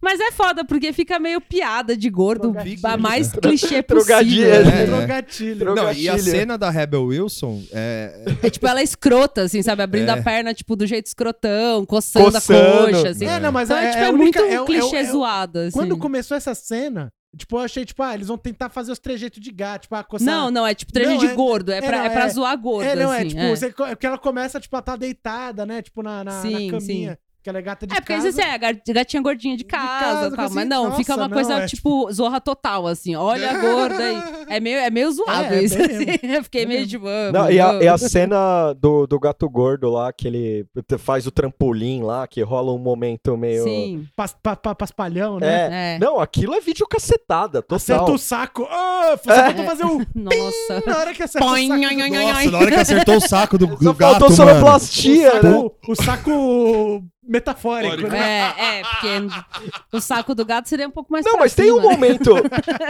[SPEAKER 3] mas é foda, porque fica meio piada de gordo,
[SPEAKER 4] Drogadilho.
[SPEAKER 3] a mais
[SPEAKER 2] Tro-
[SPEAKER 3] clichê
[SPEAKER 2] Drogadilho,
[SPEAKER 3] possível.
[SPEAKER 2] é.
[SPEAKER 3] né?
[SPEAKER 4] Entrou
[SPEAKER 1] é.
[SPEAKER 4] gatilho.
[SPEAKER 2] Entrou
[SPEAKER 1] Não, e a
[SPEAKER 2] gatilho.
[SPEAKER 1] cena da Rebel Wilson é.
[SPEAKER 3] É tipo, ela é escrota, assim, sabe? Abrindo
[SPEAKER 1] É.
[SPEAKER 3] a perna, tipo, do jeito escrotão, coçando,
[SPEAKER 2] Coçando.
[SPEAKER 3] a coxa, assim.
[SPEAKER 4] É, não, mas
[SPEAKER 3] Então, é,
[SPEAKER 4] é,
[SPEAKER 3] tipo,
[SPEAKER 4] é
[SPEAKER 3] é,
[SPEAKER 4] a
[SPEAKER 3] muito
[SPEAKER 4] única-
[SPEAKER 3] um
[SPEAKER 4] é- é-
[SPEAKER 3] clichê
[SPEAKER 4] é-
[SPEAKER 3] zoado, assim.
[SPEAKER 4] Quando começou essa cena, tipo, eu achei, tipo, ah, eles vão tentar fazer os trejeitos de gato, tipo, ah, coçar.
[SPEAKER 3] Não, não, é tipo trejeito
[SPEAKER 4] Não,
[SPEAKER 3] de
[SPEAKER 4] é-
[SPEAKER 3] gordo, é,
[SPEAKER 4] é,
[SPEAKER 3] pra,
[SPEAKER 4] não,
[SPEAKER 3] é pra
[SPEAKER 4] é-
[SPEAKER 3] zoar gordo,
[SPEAKER 4] É, não,
[SPEAKER 3] assim.
[SPEAKER 4] é, tipo,
[SPEAKER 3] é.
[SPEAKER 4] Você, porque ela começa, tipo, a tá deitada, né, tipo, na, na,
[SPEAKER 3] Sim,
[SPEAKER 4] na caminha, que ela é gata de
[SPEAKER 3] É, porque às
[SPEAKER 4] casa.
[SPEAKER 3] vezes é a gar- gatinha gordinha
[SPEAKER 4] De
[SPEAKER 3] de casa,
[SPEAKER 4] casa,
[SPEAKER 3] e tal,
[SPEAKER 4] assim,
[SPEAKER 3] mas não,
[SPEAKER 4] nossa,
[SPEAKER 3] fica uma
[SPEAKER 4] não,
[SPEAKER 3] coisa
[SPEAKER 4] é
[SPEAKER 3] tipo zorra total, assim, olha a gorda aí. É meio, é meio zoado
[SPEAKER 4] É, é
[SPEAKER 3] isso,
[SPEAKER 4] bem
[SPEAKER 3] assim. Eu fiquei
[SPEAKER 4] Bem
[SPEAKER 3] meio
[SPEAKER 4] mesmo.
[SPEAKER 3] tipo. ah,
[SPEAKER 2] Não, e, a,
[SPEAKER 3] mano.
[SPEAKER 2] e a cena do, do gato gordo lá, que ele faz o trampolim lá, que rola um momento meio.
[SPEAKER 3] Sim.
[SPEAKER 4] Pas, pa, pa- paspalhão, né?
[SPEAKER 2] É.
[SPEAKER 3] É.
[SPEAKER 2] Não, aquilo é vídeo cacetada,
[SPEAKER 4] Acerta
[SPEAKER 2] total.
[SPEAKER 4] o saco. Ah, você
[SPEAKER 2] É.
[SPEAKER 4] faltou fazer o...
[SPEAKER 3] Nossa.
[SPEAKER 4] Na hora que acerta o
[SPEAKER 3] Põe,
[SPEAKER 4] saco.
[SPEAKER 3] nho, nho, nho.
[SPEAKER 1] Nossa, na hora que acertou o saco do, do
[SPEAKER 2] Só
[SPEAKER 1] gato.
[SPEAKER 2] faltou
[SPEAKER 1] Mano.
[SPEAKER 4] O
[SPEAKER 2] sonoplastia, né?
[SPEAKER 4] saco, o saco metafórico, né?
[SPEAKER 3] É, é, porque o saco do gato seria um pouco mais.
[SPEAKER 2] Não,
[SPEAKER 3] pra
[SPEAKER 2] mas tem um
[SPEAKER 3] cima, né?
[SPEAKER 2] momento.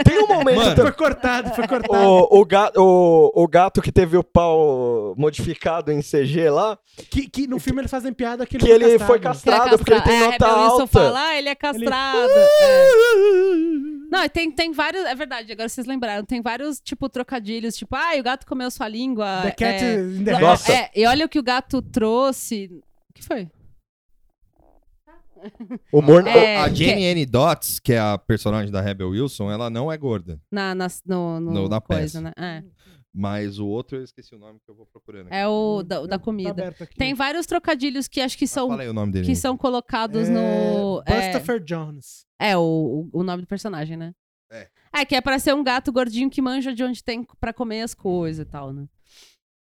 [SPEAKER 2] Tem um momento.
[SPEAKER 1] Mano.
[SPEAKER 4] Foi
[SPEAKER 2] também.
[SPEAKER 4] cortado, foi
[SPEAKER 3] É
[SPEAKER 4] cortado.
[SPEAKER 2] O, o, ga- o, o gato que teve o pau modificado em CG lá,
[SPEAKER 4] Que, que no filme eles fazem piada que ele,
[SPEAKER 2] que ele foi
[SPEAKER 3] Que é
[SPEAKER 2] castrado porque ele tem
[SPEAKER 3] castrado.
[SPEAKER 2] nota
[SPEAKER 3] é, a Rebel Wilson
[SPEAKER 2] alta.
[SPEAKER 3] fala, ah, ele é castrado. é. Não, e tem, tem vários. É verdade, agora vocês lembraram. Tem vários, tipo, trocadilhos. Tipo, ah, o gato comeu sua língua.
[SPEAKER 4] The Cat
[SPEAKER 3] é,
[SPEAKER 4] in the
[SPEAKER 3] Lo-
[SPEAKER 4] Hat. Tá
[SPEAKER 2] Nossa.
[SPEAKER 3] É, e olha o que o gato trouxe. O que foi?
[SPEAKER 2] O morno.
[SPEAKER 3] É,
[SPEAKER 1] a
[SPEAKER 3] que-
[SPEAKER 1] Jenny N. Dots, que é a personagem da Rebel Wilson, ela não é gorda.
[SPEAKER 3] Na, nas- no, no,
[SPEAKER 1] No- na peça.
[SPEAKER 3] coisa, né? É.
[SPEAKER 1] Mas o outro, eu esqueci o nome que eu vou procurando. aqui.
[SPEAKER 3] É o da, o da
[SPEAKER 4] Tá
[SPEAKER 3] comida.
[SPEAKER 4] aberto aqui.
[SPEAKER 3] Tem vários trocadilhos que acho que
[SPEAKER 1] Ah,
[SPEAKER 3] são,
[SPEAKER 1] Fala aí o nome dele.
[SPEAKER 3] que são colocados
[SPEAKER 4] É,
[SPEAKER 3] no. É,
[SPEAKER 4] Christopher Jones.
[SPEAKER 3] é o, o o nome do personagem, né?
[SPEAKER 1] É.
[SPEAKER 3] É, que é pra ser um gato gordinho que manja de onde tem pra comer as coisas e tal, né?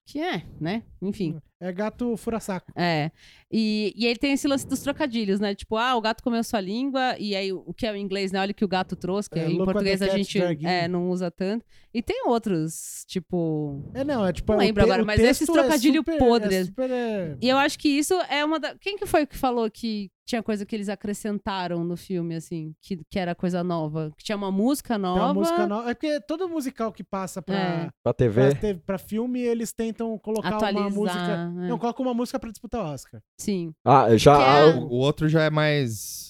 [SPEAKER 3] Que é, né? Enfim.
[SPEAKER 4] É gato fura-saco.
[SPEAKER 3] É. E, e ele tem esse lance dos trocadilhos, né? Tipo, ah, o gato comeu sua língua, e aí o que é em inglês, né? Olha o que o gato trouxe, que
[SPEAKER 4] É,
[SPEAKER 3] em
[SPEAKER 4] look what
[SPEAKER 3] português
[SPEAKER 4] the
[SPEAKER 3] a
[SPEAKER 4] cat
[SPEAKER 3] gente
[SPEAKER 4] dragged in.
[SPEAKER 3] é, não usa tanto. E tem outros, tipo.
[SPEAKER 4] É, não, é tipo.
[SPEAKER 3] Não
[SPEAKER 4] o
[SPEAKER 3] lembro
[SPEAKER 4] te-
[SPEAKER 3] agora,
[SPEAKER 4] o
[SPEAKER 3] mas esses
[SPEAKER 4] texto
[SPEAKER 3] trocadilho
[SPEAKER 4] é super,
[SPEAKER 3] podre.
[SPEAKER 4] É super, é,
[SPEAKER 3] E eu acho que isso é uma da. Quem que foi que falou que tinha coisa que eles acrescentaram no filme, assim, que, que era coisa nova? Que tinha uma música
[SPEAKER 4] tem
[SPEAKER 3] nova.
[SPEAKER 4] uma música nova. É porque todo musical que passa pra,
[SPEAKER 3] É.
[SPEAKER 2] Pra
[SPEAKER 4] pra,
[SPEAKER 2] TV.
[SPEAKER 4] te- pra filme, eles tentam colocar
[SPEAKER 3] Atualizar.
[SPEAKER 4] uma música.
[SPEAKER 3] é.
[SPEAKER 4] Não, coloca uma música pra disputar o Oscar.
[SPEAKER 3] Sim.
[SPEAKER 2] Ah, já.
[SPEAKER 3] Que é-
[SPEAKER 1] O, o outro já é mais.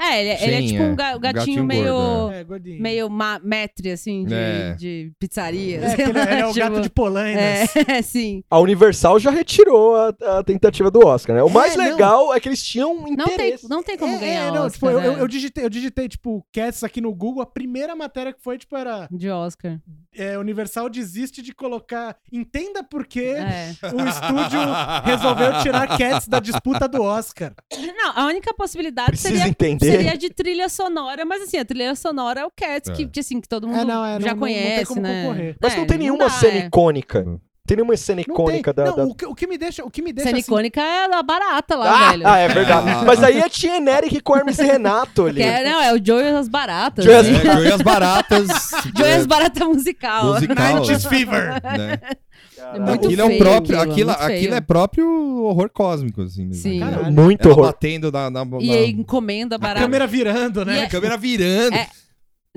[SPEAKER 3] É, ele, é- ele é
[SPEAKER 1] Sim,
[SPEAKER 3] tipo um
[SPEAKER 1] é.
[SPEAKER 3] ga-
[SPEAKER 1] Um
[SPEAKER 3] gatinho,
[SPEAKER 1] gatinho
[SPEAKER 3] meio.
[SPEAKER 1] gordo,
[SPEAKER 4] É, gordinho.
[SPEAKER 3] Meio ma metre, assim, de,
[SPEAKER 1] É.
[SPEAKER 3] de pizzaria.
[SPEAKER 4] É,
[SPEAKER 3] sei
[SPEAKER 4] aquele-
[SPEAKER 3] lá,
[SPEAKER 4] ele é o
[SPEAKER 3] tipo-
[SPEAKER 4] gato de Polainas.
[SPEAKER 3] É, sim.
[SPEAKER 2] A Universal já retirou a, a tentativa do Oscar, né? O
[SPEAKER 4] É,
[SPEAKER 2] mais
[SPEAKER 4] não.
[SPEAKER 2] legal é que eles tinham
[SPEAKER 3] Não tem,
[SPEAKER 2] interesse.
[SPEAKER 3] não tem como
[SPEAKER 4] É,
[SPEAKER 3] ganhar
[SPEAKER 4] é, não,
[SPEAKER 3] Oscar,
[SPEAKER 4] tipo, eu, eu-
[SPEAKER 3] né?
[SPEAKER 4] eu digitei, eu digitei, tipo, cats aqui no Google, a primeira matéria que foi, tipo, era
[SPEAKER 3] de Oscar.
[SPEAKER 4] é, Universal desiste de colocar. Entenda por quê.
[SPEAKER 3] É.
[SPEAKER 4] o estúdio resolveu tirar Cats da disputa do Oscar.
[SPEAKER 3] Não, a única possibilidade
[SPEAKER 2] Precisa
[SPEAKER 3] seria,
[SPEAKER 2] entender.
[SPEAKER 3] seria de trilha sonora, mas assim, a trilha sonora é o Cats,
[SPEAKER 1] É.
[SPEAKER 3] que, que, assim, que todo mundo
[SPEAKER 4] não, é,
[SPEAKER 3] já
[SPEAKER 4] não- não- não tem
[SPEAKER 3] conhece,
[SPEAKER 4] como
[SPEAKER 3] né?
[SPEAKER 4] concorrer.
[SPEAKER 2] Mas
[SPEAKER 3] É,
[SPEAKER 2] não tem nenhuma
[SPEAKER 3] dá,
[SPEAKER 2] cena
[SPEAKER 3] é.
[SPEAKER 2] icônica.
[SPEAKER 1] Não.
[SPEAKER 2] Tem nenhuma cena
[SPEAKER 4] Não
[SPEAKER 2] icônica
[SPEAKER 4] tem.
[SPEAKER 2] da.
[SPEAKER 4] Não,
[SPEAKER 2] da-
[SPEAKER 4] O, que, o que me deixa, o que me deixa
[SPEAKER 3] Cena
[SPEAKER 4] assim,
[SPEAKER 3] icônica é a barata lá,
[SPEAKER 2] Ah,
[SPEAKER 3] velho.
[SPEAKER 2] ah, é verdade.
[SPEAKER 1] Ah.
[SPEAKER 2] Mas aí é Tia Enérica com Hermes e Renato ali.
[SPEAKER 3] Que é, não, é o Joe e as baratas.
[SPEAKER 2] Joe e
[SPEAKER 1] É,
[SPEAKER 2] as-
[SPEAKER 3] né?
[SPEAKER 1] Joe e as baratas.
[SPEAKER 3] Joe e
[SPEAKER 1] é,
[SPEAKER 3] as barata musical.
[SPEAKER 1] musical.
[SPEAKER 4] 90s Fever.
[SPEAKER 1] né?
[SPEAKER 3] É muito
[SPEAKER 1] Aquilo é o
[SPEAKER 3] feio
[SPEAKER 1] próprio.
[SPEAKER 3] aquilo,
[SPEAKER 1] Aquilo,
[SPEAKER 3] muito feio.
[SPEAKER 1] aquilo é próprio horror cósmico, assim. mesmo.
[SPEAKER 3] Sim.
[SPEAKER 1] Ela
[SPEAKER 4] Caralho.
[SPEAKER 2] Muito horror.
[SPEAKER 1] batendo na. na, na
[SPEAKER 3] E aí encomenda a barata.
[SPEAKER 4] câmera virando, né?
[SPEAKER 3] E
[SPEAKER 1] A câmera virando.
[SPEAKER 3] É,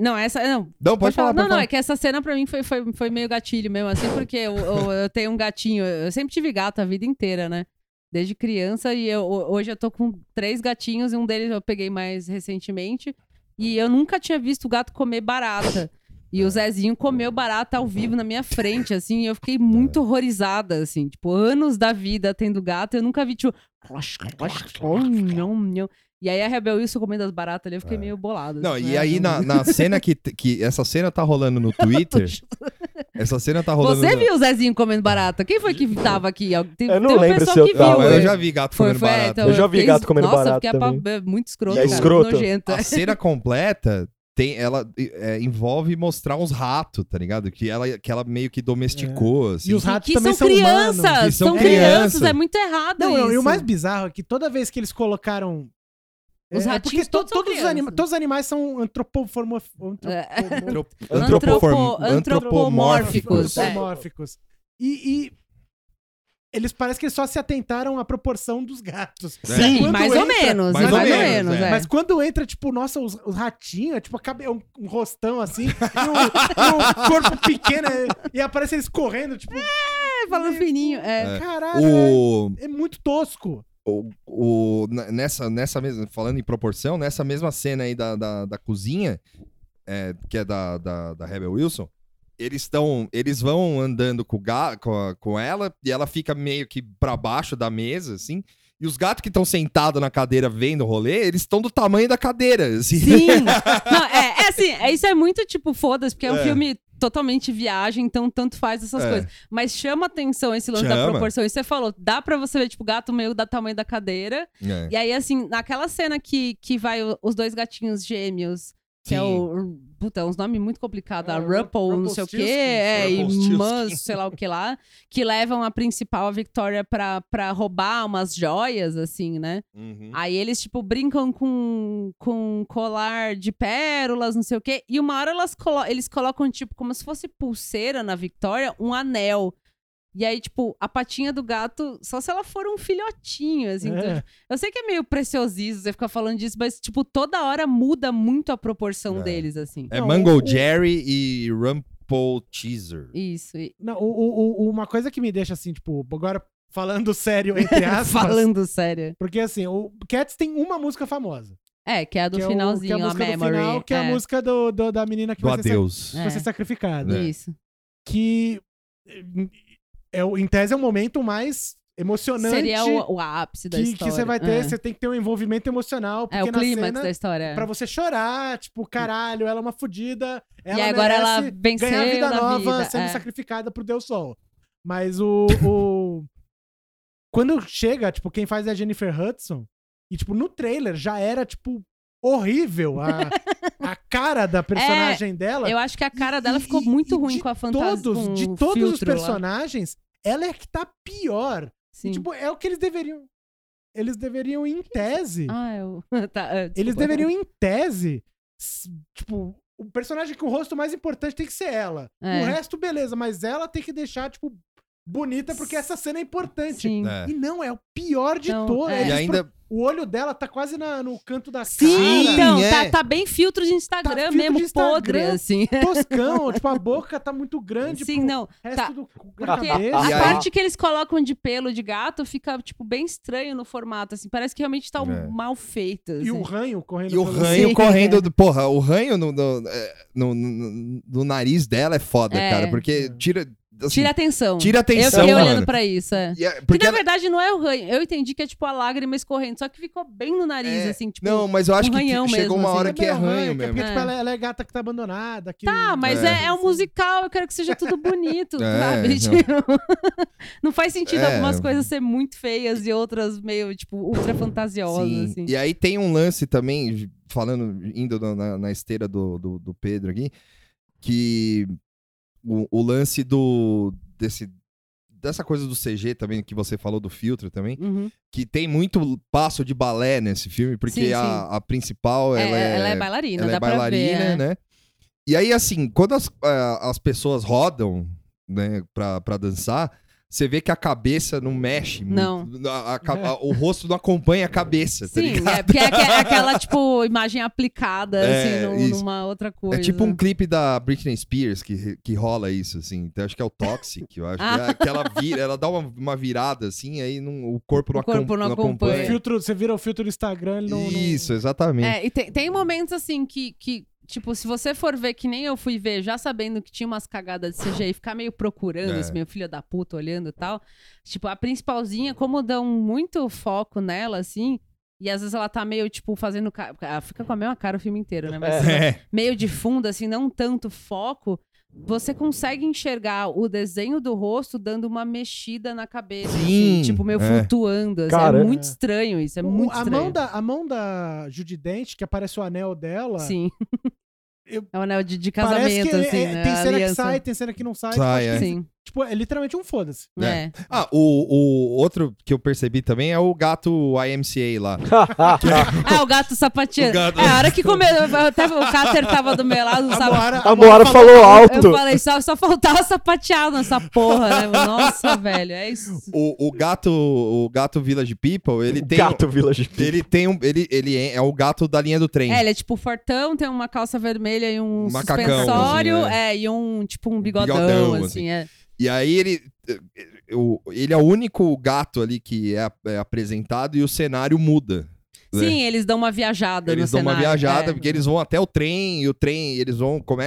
[SPEAKER 3] Não, essa. Não,
[SPEAKER 1] Não, pode
[SPEAKER 3] Pode falar,
[SPEAKER 1] falar.
[SPEAKER 3] não,
[SPEAKER 1] pode
[SPEAKER 3] não,
[SPEAKER 1] falar.
[SPEAKER 3] é que essa cena pra mim foi, foi, foi meio gatilho mesmo, assim, porque eu, eu, eu tenho um gatinho, eu sempre tive gato a vida inteira, né? Desde criança, e eu- ho- hoje eu tô com três gatinhos, e um deles eu peguei mais recentemente, e eu nunca tinha visto o gato comer barata. E o Zezinho comeu barata ao vivo na minha frente, assim, e eu fiquei muito horrorizada, assim, tipo, anos da vida tendo gato, eu nunca vi, tipo, closh, closh, closh, nham, nham. oh, E aí a Rebel Wilson comendo as baratas ali, eu fiquei
[SPEAKER 1] É.
[SPEAKER 3] meio bolado.
[SPEAKER 1] Não,
[SPEAKER 3] assim,
[SPEAKER 1] e
[SPEAKER 3] né?
[SPEAKER 1] aí na, na cena que, que. Essa cena tá rolando no Twitter. essa cena tá rolando
[SPEAKER 3] Você
[SPEAKER 1] no.
[SPEAKER 3] viu o Zezinho comendo barata? Quem foi que tava aqui? Al- Tem,
[SPEAKER 2] Eu não
[SPEAKER 3] tem uma
[SPEAKER 2] lembro
[SPEAKER 3] pessoa
[SPEAKER 2] se eu
[SPEAKER 3] que
[SPEAKER 2] tava,
[SPEAKER 1] Não,
[SPEAKER 3] viu.
[SPEAKER 1] eu
[SPEAKER 3] é.
[SPEAKER 1] já vi gato
[SPEAKER 3] Foi,
[SPEAKER 1] comendo
[SPEAKER 3] foi,
[SPEAKER 1] barato.
[SPEAKER 3] então
[SPEAKER 2] Eu já vi
[SPEAKER 3] fiquei-
[SPEAKER 2] gato comendo
[SPEAKER 3] Nossa,
[SPEAKER 2] barata
[SPEAKER 3] porque é pa-
[SPEAKER 2] também.
[SPEAKER 3] é muito escroto,
[SPEAKER 2] E é
[SPEAKER 3] cara,
[SPEAKER 2] escroto.
[SPEAKER 3] nojento.
[SPEAKER 1] A cena completa tem, ela é, envolve mostrar uns ratos, tá ligado? Que ela, que ela meio que domesticou, assim.
[SPEAKER 4] E os ratos
[SPEAKER 3] Que
[SPEAKER 4] também
[SPEAKER 3] são
[SPEAKER 4] são
[SPEAKER 3] crianças,
[SPEAKER 4] humanos.
[SPEAKER 1] que
[SPEAKER 3] são
[SPEAKER 1] são
[SPEAKER 3] crianças,
[SPEAKER 1] crianças.
[SPEAKER 3] é muito errado
[SPEAKER 4] Não, não,
[SPEAKER 3] isso.
[SPEAKER 4] e o mais bizarro é que toda vez que eles colocaram.
[SPEAKER 3] Os
[SPEAKER 4] é, é
[SPEAKER 3] ratinhos
[SPEAKER 4] porque
[SPEAKER 3] todos são
[SPEAKER 4] todos, os
[SPEAKER 3] criança.
[SPEAKER 4] anima- todos os animais são antropoformo... antropo-
[SPEAKER 3] É.
[SPEAKER 1] Antropo-
[SPEAKER 3] Antropo-
[SPEAKER 1] antropoform-
[SPEAKER 3] antropomórficos, é.
[SPEAKER 4] antropomórficos. E, e eles parece que eles só se atentaram à proporção dos gatos.
[SPEAKER 1] Sim,
[SPEAKER 4] Quando
[SPEAKER 3] É, mais ou
[SPEAKER 4] entra-
[SPEAKER 3] menos,
[SPEAKER 1] mais
[SPEAKER 3] mais,
[SPEAKER 1] ou
[SPEAKER 3] ou
[SPEAKER 1] menos,
[SPEAKER 3] menos,
[SPEAKER 1] é.
[SPEAKER 3] é.
[SPEAKER 4] Mas quando entra, tipo, nossa, os, os ratinhos, é tipo, a cabe- um, um rostão assim, e um, e um corpo pequeno, é- e aparece eles correndo, tipo,
[SPEAKER 3] É, falando fininho, é.
[SPEAKER 4] caralho,
[SPEAKER 1] O,
[SPEAKER 4] é, é muito tosco.
[SPEAKER 1] o, o- n- nessa, nessa mesma, falando em proporção, nessa mesma cena aí da, da, da cozinha, é, que é da, da, da Rebel Wilson, eles estão. Eles vão andando com, o ga, com, a- com ela, e ela fica meio que pra baixo da mesa, assim. E os gatos que estão sentados na cadeira vendo o rolê, eles estão do tamanho da cadeira, assim.
[SPEAKER 3] Sim. Não, é, é assim, é, isso é muito tipo, foda-se, porque é um
[SPEAKER 1] É.
[SPEAKER 3] filme totalmente viagem, então tanto faz essas
[SPEAKER 1] É.
[SPEAKER 3] coisas. Mas chama atenção esse lance da
[SPEAKER 1] Chama.
[SPEAKER 3] proporção. E você falou, dá pra você ver, tipo, gato meio do tamanho da cadeira.
[SPEAKER 1] É.
[SPEAKER 3] E aí, assim, naquela cena que, que vai o- os dois gatinhos gêmeos, que é
[SPEAKER 1] Sim.
[SPEAKER 3] o. Puta, uns nomes muito complicados.
[SPEAKER 4] É,
[SPEAKER 3] a
[SPEAKER 4] o
[SPEAKER 3] Rumpel, não sei o quê.
[SPEAKER 4] Rumpelstiltskin,
[SPEAKER 3] É, e
[SPEAKER 1] Rumpelstiltskin.
[SPEAKER 3] Mans, sei lá o que lá. Que levam a principal, a Victoria, pra, pra roubar umas joias, assim, né?
[SPEAKER 1] Uhum.
[SPEAKER 3] Aí eles, tipo, brincam com, com colar de pérolas, não sei o quê. E uma hora elas colo- eles colocam, tipo, como se fosse pulseira na Victoria, um anel. E aí, tipo, a patinha do gato, só se ela for um filhotinho, assim. então,
[SPEAKER 4] É.
[SPEAKER 3] eu sei que é meio preciosismo você ficar falando disso, mas, tipo, toda hora muda muito a proporção
[SPEAKER 1] É.
[SPEAKER 3] deles, assim.
[SPEAKER 1] É
[SPEAKER 4] Não,
[SPEAKER 1] Mango
[SPEAKER 4] o-
[SPEAKER 1] Jerry e Rumple Teaser.
[SPEAKER 4] É.
[SPEAKER 3] Isso. e-
[SPEAKER 4] Não, o- o- o- uma coisa que me deixa assim, tipo, agora falando sério, entre aspas.
[SPEAKER 3] Falando sério.
[SPEAKER 4] Porque assim, o Cats tem uma música famosa.
[SPEAKER 3] É, que é a do
[SPEAKER 4] que é o-
[SPEAKER 3] finalzinho,
[SPEAKER 4] que é a
[SPEAKER 3] a,
[SPEAKER 4] música
[SPEAKER 3] Memory.
[SPEAKER 4] Do final, que é, a música do, do- da menina que
[SPEAKER 1] Do
[SPEAKER 4] vai ser, sac-
[SPEAKER 1] adeus.
[SPEAKER 3] É.
[SPEAKER 4] vai ser sacrificada.
[SPEAKER 1] né?
[SPEAKER 3] Isso.
[SPEAKER 4] Que é, o- em tese é o momento mais emocionante
[SPEAKER 3] Seria o, o ápice da
[SPEAKER 4] que,
[SPEAKER 3] história.
[SPEAKER 4] que você vai ter.
[SPEAKER 3] É.
[SPEAKER 4] Você tem que ter um envolvimento emocional. Porque
[SPEAKER 3] É o
[SPEAKER 4] na
[SPEAKER 3] clímax
[SPEAKER 4] cena,
[SPEAKER 3] da história. é.
[SPEAKER 4] pra você chorar, tipo, caralho, ela é uma fodida. Ela
[SPEAKER 3] e agora ela
[SPEAKER 4] merece
[SPEAKER 3] venceu
[SPEAKER 4] ganhar vida
[SPEAKER 3] na
[SPEAKER 4] nova
[SPEAKER 3] vida,
[SPEAKER 4] sendo
[SPEAKER 3] é.
[SPEAKER 4] sacrificada pro Deus Sol. Mas o, o- Quando chega, tipo, quem faz é a Jennifer Hudson. E, tipo, no trailer já era, tipo, horrível a, a cara da personagem dela.
[SPEAKER 3] É, Eu acho que a cara
[SPEAKER 4] E-
[SPEAKER 3] dela
[SPEAKER 4] e-
[SPEAKER 3] ficou
[SPEAKER 4] e-
[SPEAKER 3] muito
[SPEAKER 4] e
[SPEAKER 3] ruim
[SPEAKER 4] de
[SPEAKER 3] com a fantasia.
[SPEAKER 4] todos, de todos os personagens, ela é que tá pior. E, tipo, é o que eles deveriam. Eles deveriam, em tese.
[SPEAKER 3] Ah, eu... tá, é,
[SPEAKER 4] Eles
[SPEAKER 3] desculpa.
[SPEAKER 4] deveriam, em tese, s- tipo, o personagem com o rosto mais importante tem que ser ela.
[SPEAKER 3] É.
[SPEAKER 4] O resto, beleza, mas ela tem que deixar, tipo, bonita, porque essa cena é importante.
[SPEAKER 3] Sim.
[SPEAKER 1] É.
[SPEAKER 4] E não, é o pior de
[SPEAKER 3] Não,
[SPEAKER 4] todos.
[SPEAKER 3] é.
[SPEAKER 1] E
[SPEAKER 4] Eles
[SPEAKER 1] ainda.
[SPEAKER 4] pro- O olho dela tá quase na- no canto da
[SPEAKER 3] Sim,
[SPEAKER 1] Sim,
[SPEAKER 3] então,
[SPEAKER 1] é.
[SPEAKER 3] tá, tá bem filtro de Instagram
[SPEAKER 4] Tá filtro
[SPEAKER 3] mesmo,
[SPEAKER 4] de Instagram.
[SPEAKER 3] podre, assim.
[SPEAKER 4] cara, toscão, tipo, a boca tá muito grande
[SPEAKER 3] Sim,
[SPEAKER 4] pro
[SPEAKER 3] não.
[SPEAKER 4] resto
[SPEAKER 3] tá.
[SPEAKER 4] do cu- da
[SPEAKER 3] Porque
[SPEAKER 4] cabeça.
[SPEAKER 3] a
[SPEAKER 1] E aí-
[SPEAKER 3] parte que eles colocam de pelo de gato fica, tipo, bem estranho no formato, assim. Parece que realmente tá um-
[SPEAKER 1] É.
[SPEAKER 3] mal feito.
[SPEAKER 4] E o
[SPEAKER 3] assim.
[SPEAKER 4] ranho correndo
[SPEAKER 1] E o
[SPEAKER 4] pelo-
[SPEAKER 1] ranho
[SPEAKER 3] Sim.
[SPEAKER 1] correndo. do- Porra, o ranho no, no, é, no, no- no nariz dela é foda,
[SPEAKER 3] É.
[SPEAKER 1] cara. Porque tira. assim,
[SPEAKER 3] Tira atenção.
[SPEAKER 1] tira
[SPEAKER 3] eu
[SPEAKER 1] atenção,
[SPEAKER 3] fiquei olhando
[SPEAKER 1] mano.
[SPEAKER 3] pra isso, é.
[SPEAKER 1] E é-
[SPEAKER 3] Que
[SPEAKER 1] porque
[SPEAKER 3] na
[SPEAKER 1] ela-
[SPEAKER 3] verdade não é o ranho. Eu entendi que é tipo a lágrima escorrendo, só que ficou bem no nariz,
[SPEAKER 1] É,
[SPEAKER 3] assim, tipo.
[SPEAKER 1] Não, mas eu acho
[SPEAKER 3] um
[SPEAKER 1] que
[SPEAKER 3] ranhão
[SPEAKER 1] chegou
[SPEAKER 3] mesmo,
[SPEAKER 1] uma
[SPEAKER 3] assim.
[SPEAKER 1] hora que é
[SPEAKER 4] meio
[SPEAKER 1] ranho
[SPEAKER 4] que é
[SPEAKER 1] mesmo.
[SPEAKER 4] Porque, tipo,
[SPEAKER 3] É.
[SPEAKER 4] ela, ela é gata que tá abandonada. Que...
[SPEAKER 3] Tá, mas é,
[SPEAKER 1] É.
[SPEAKER 3] é um musical, eu quero que seja tudo bonito,
[SPEAKER 1] É,
[SPEAKER 3] sabe?
[SPEAKER 1] não.
[SPEAKER 3] Tipo, Não faz sentido
[SPEAKER 1] É.
[SPEAKER 3] algumas coisas ser muito feias e outras meio, tipo, ultra fantasiosas,
[SPEAKER 1] Sim.
[SPEAKER 3] assim.
[SPEAKER 1] E aí tem um lance também, falando, indo na- na, na esteira do, do, do Pedro aqui, que o, o lance do. Desse, dessa coisa do CG também, que você falou do filtro também,
[SPEAKER 3] Uhum.
[SPEAKER 1] que tem muito passo de balé nesse filme, porque
[SPEAKER 3] Sim,
[SPEAKER 1] A, a principal,
[SPEAKER 3] É,
[SPEAKER 1] ela é,
[SPEAKER 3] bailarina,
[SPEAKER 1] ela
[SPEAKER 3] dá
[SPEAKER 1] é bailarina,
[SPEAKER 3] pra ver. é.
[SPEAKER 1] né? E aí, assim, quando as, a- as pessoas rodam, né, pra, pra dançar, você vê que a cabeça não mexe muito.
[SPEAKER 3] Não.
[SPEAKER 1] A- a ca- a- o rosto não acompanha a cabeça, tá
[SPEAKER 3] Sim,
[SPEAKER 1] ligado?
[SPEAKER 3] é porque é aque- é aquela, tipo, imagem aplicada,
[SPEAKER 1] É,
[SPEAKER 3] assim, no-
[SPEAKER 1] isso.
[SPEAKER 3] numa outra
[SPEAKER 1] É
[SPEAKER 3] coisa.
[SPEAKER 1] tipo um clipe da Britney Spears que, que rola isso, assim. Então, acho que é o Toxic, eu acho.
[SPEAKER 3] Ah.
[SPEAKER 1] É que ela vira, ela dá uma, uma virada, assim, aí não- o corpo não,
[SPEAKER 3] O corpo
[SPEAKER 1] acom-
[SPEAKER 3] não
[SPEAKER 4] O
[SPEAKER 3] acompanha.
[SPEAKER 4] filtro, você vira o filtro do Instagram, ele não. não-
[SPEAKER 1] Isso, exatamente.
[SPEAKER 3] É, e tem, tem momentos assim que, que, tipo, se você for ver, que nem eu fui ver, já sabendo que tinha umas cagadas de CGI, ficar meio procurando,
[SPEAKER 1] É.
[SPEAKER 3] esse meu filho da puta olhando e tal. Tipo, a principalzinha, como dão muito foco nela, assim. E às vezes ela tá meio, tipo, fazendo. ca- Ela fica com a mesma cara o filme inteiro, né? Mas
[SPEAKER 1] É.
[SPEAKER 3] meio de fundo, assim, não tanto foco. Você consegue enxergar o desenho do rosto dando uma mexida na cabeça.
[SPEAKER 1] Sim,
[SPEAKER 3] assim, tipo, meio
[SPEAKER 1] é.
[SPEAKER 3] flutuando. assim,
[SPEAKER 2] Cara,
[SPEAKER 3] é muito estranho isso. É
[SPEAKER 4] O-
[SPEAKER 3] muito
[SPEAKER 4] a,
[SPEAKER 3] estranho.
[SPEAKER 4] mão da, a mão da Judy Dent, que aparece o anel dela.
[SPEAKER 3] Sim.
[SPEAKER 4] Eu-
[SPEAKER 3] É um anel de, de
[SPEAKER 4] Parece
[SPEAKER 3] casamento,
[SPEAKER 4] que é-
[SPEAKER 3] assim.
[SPEAKER 4] é-
[SPEAKER 3] né?
[SPEAKER 4] tem
[SPEAKER 3] A
[SPEAKER 4] cena que
[SPEAKER 3] aliança.
[SPEAKER 4] sai, tem cena que não sai.
[SPEAKER 1] Sai, é.
[SPEAKER 3] Sim.
[SPEAKER 4] Tipo, é literalmente um foda-se.
[SPEAKER 1] É.
[SPEAKER 3] É.
[SPEAKER 1] Ah, o, o outro que eu percebi também é o gato IMCA lá.
[SPEAKER 3] Ah, o gato sapateiro.
[SPEAKER 1] O gato-
[SPEAKER 3] É, a hora que comeu. Até o Cáter tava do meu lado, sabe?
[SPEAKER 2] A Moara falou
[SPEAKER 3] Eu
[SPEAKER 2] alto.
[SPEAKER 3] falei, só, só faltava sapatear nessa porra, né? Nossa, velho, é isso.
[SPEAKER 1] O, o gato, o gato Village People, ele tem
[SPEAKER 2] Gato Village People.
[SPEAKER 1] ele tem um ele, ele é, é o gato da linha do trem.
[SPEAKER 3] É, ele é tipo fortão, tem uma calça vermelha e um
[SPEAKER 1] Macacão,
[SPEAKER 3] suspensório,
[SPEAKER 1] assim,
[SPEAKER 3] é, e um tipo um bigodão,
[SPEAKER 1] bigodão,
[SPEAKER 3] assim,
[SPEAKER 1] assim.
[SPEAKER 3] é.
[SPEAKER 1] E aí ele eu- ele é o único gato ali que é, é apresentado e o cenário muda. né?
[SPEAKER 3] Sim, eles dão uma viajada
[SPEAKER 1] Eles
[SPEAKER 3] no
[SPEAKER 1] dão uma
[SPEAKER 3] cenário,
[SPEAKER 1] viajada,
[SPEAKER 3] é.
[SPEAKER 1] porque eles vão até o trem, e o trem, eles vão. Come...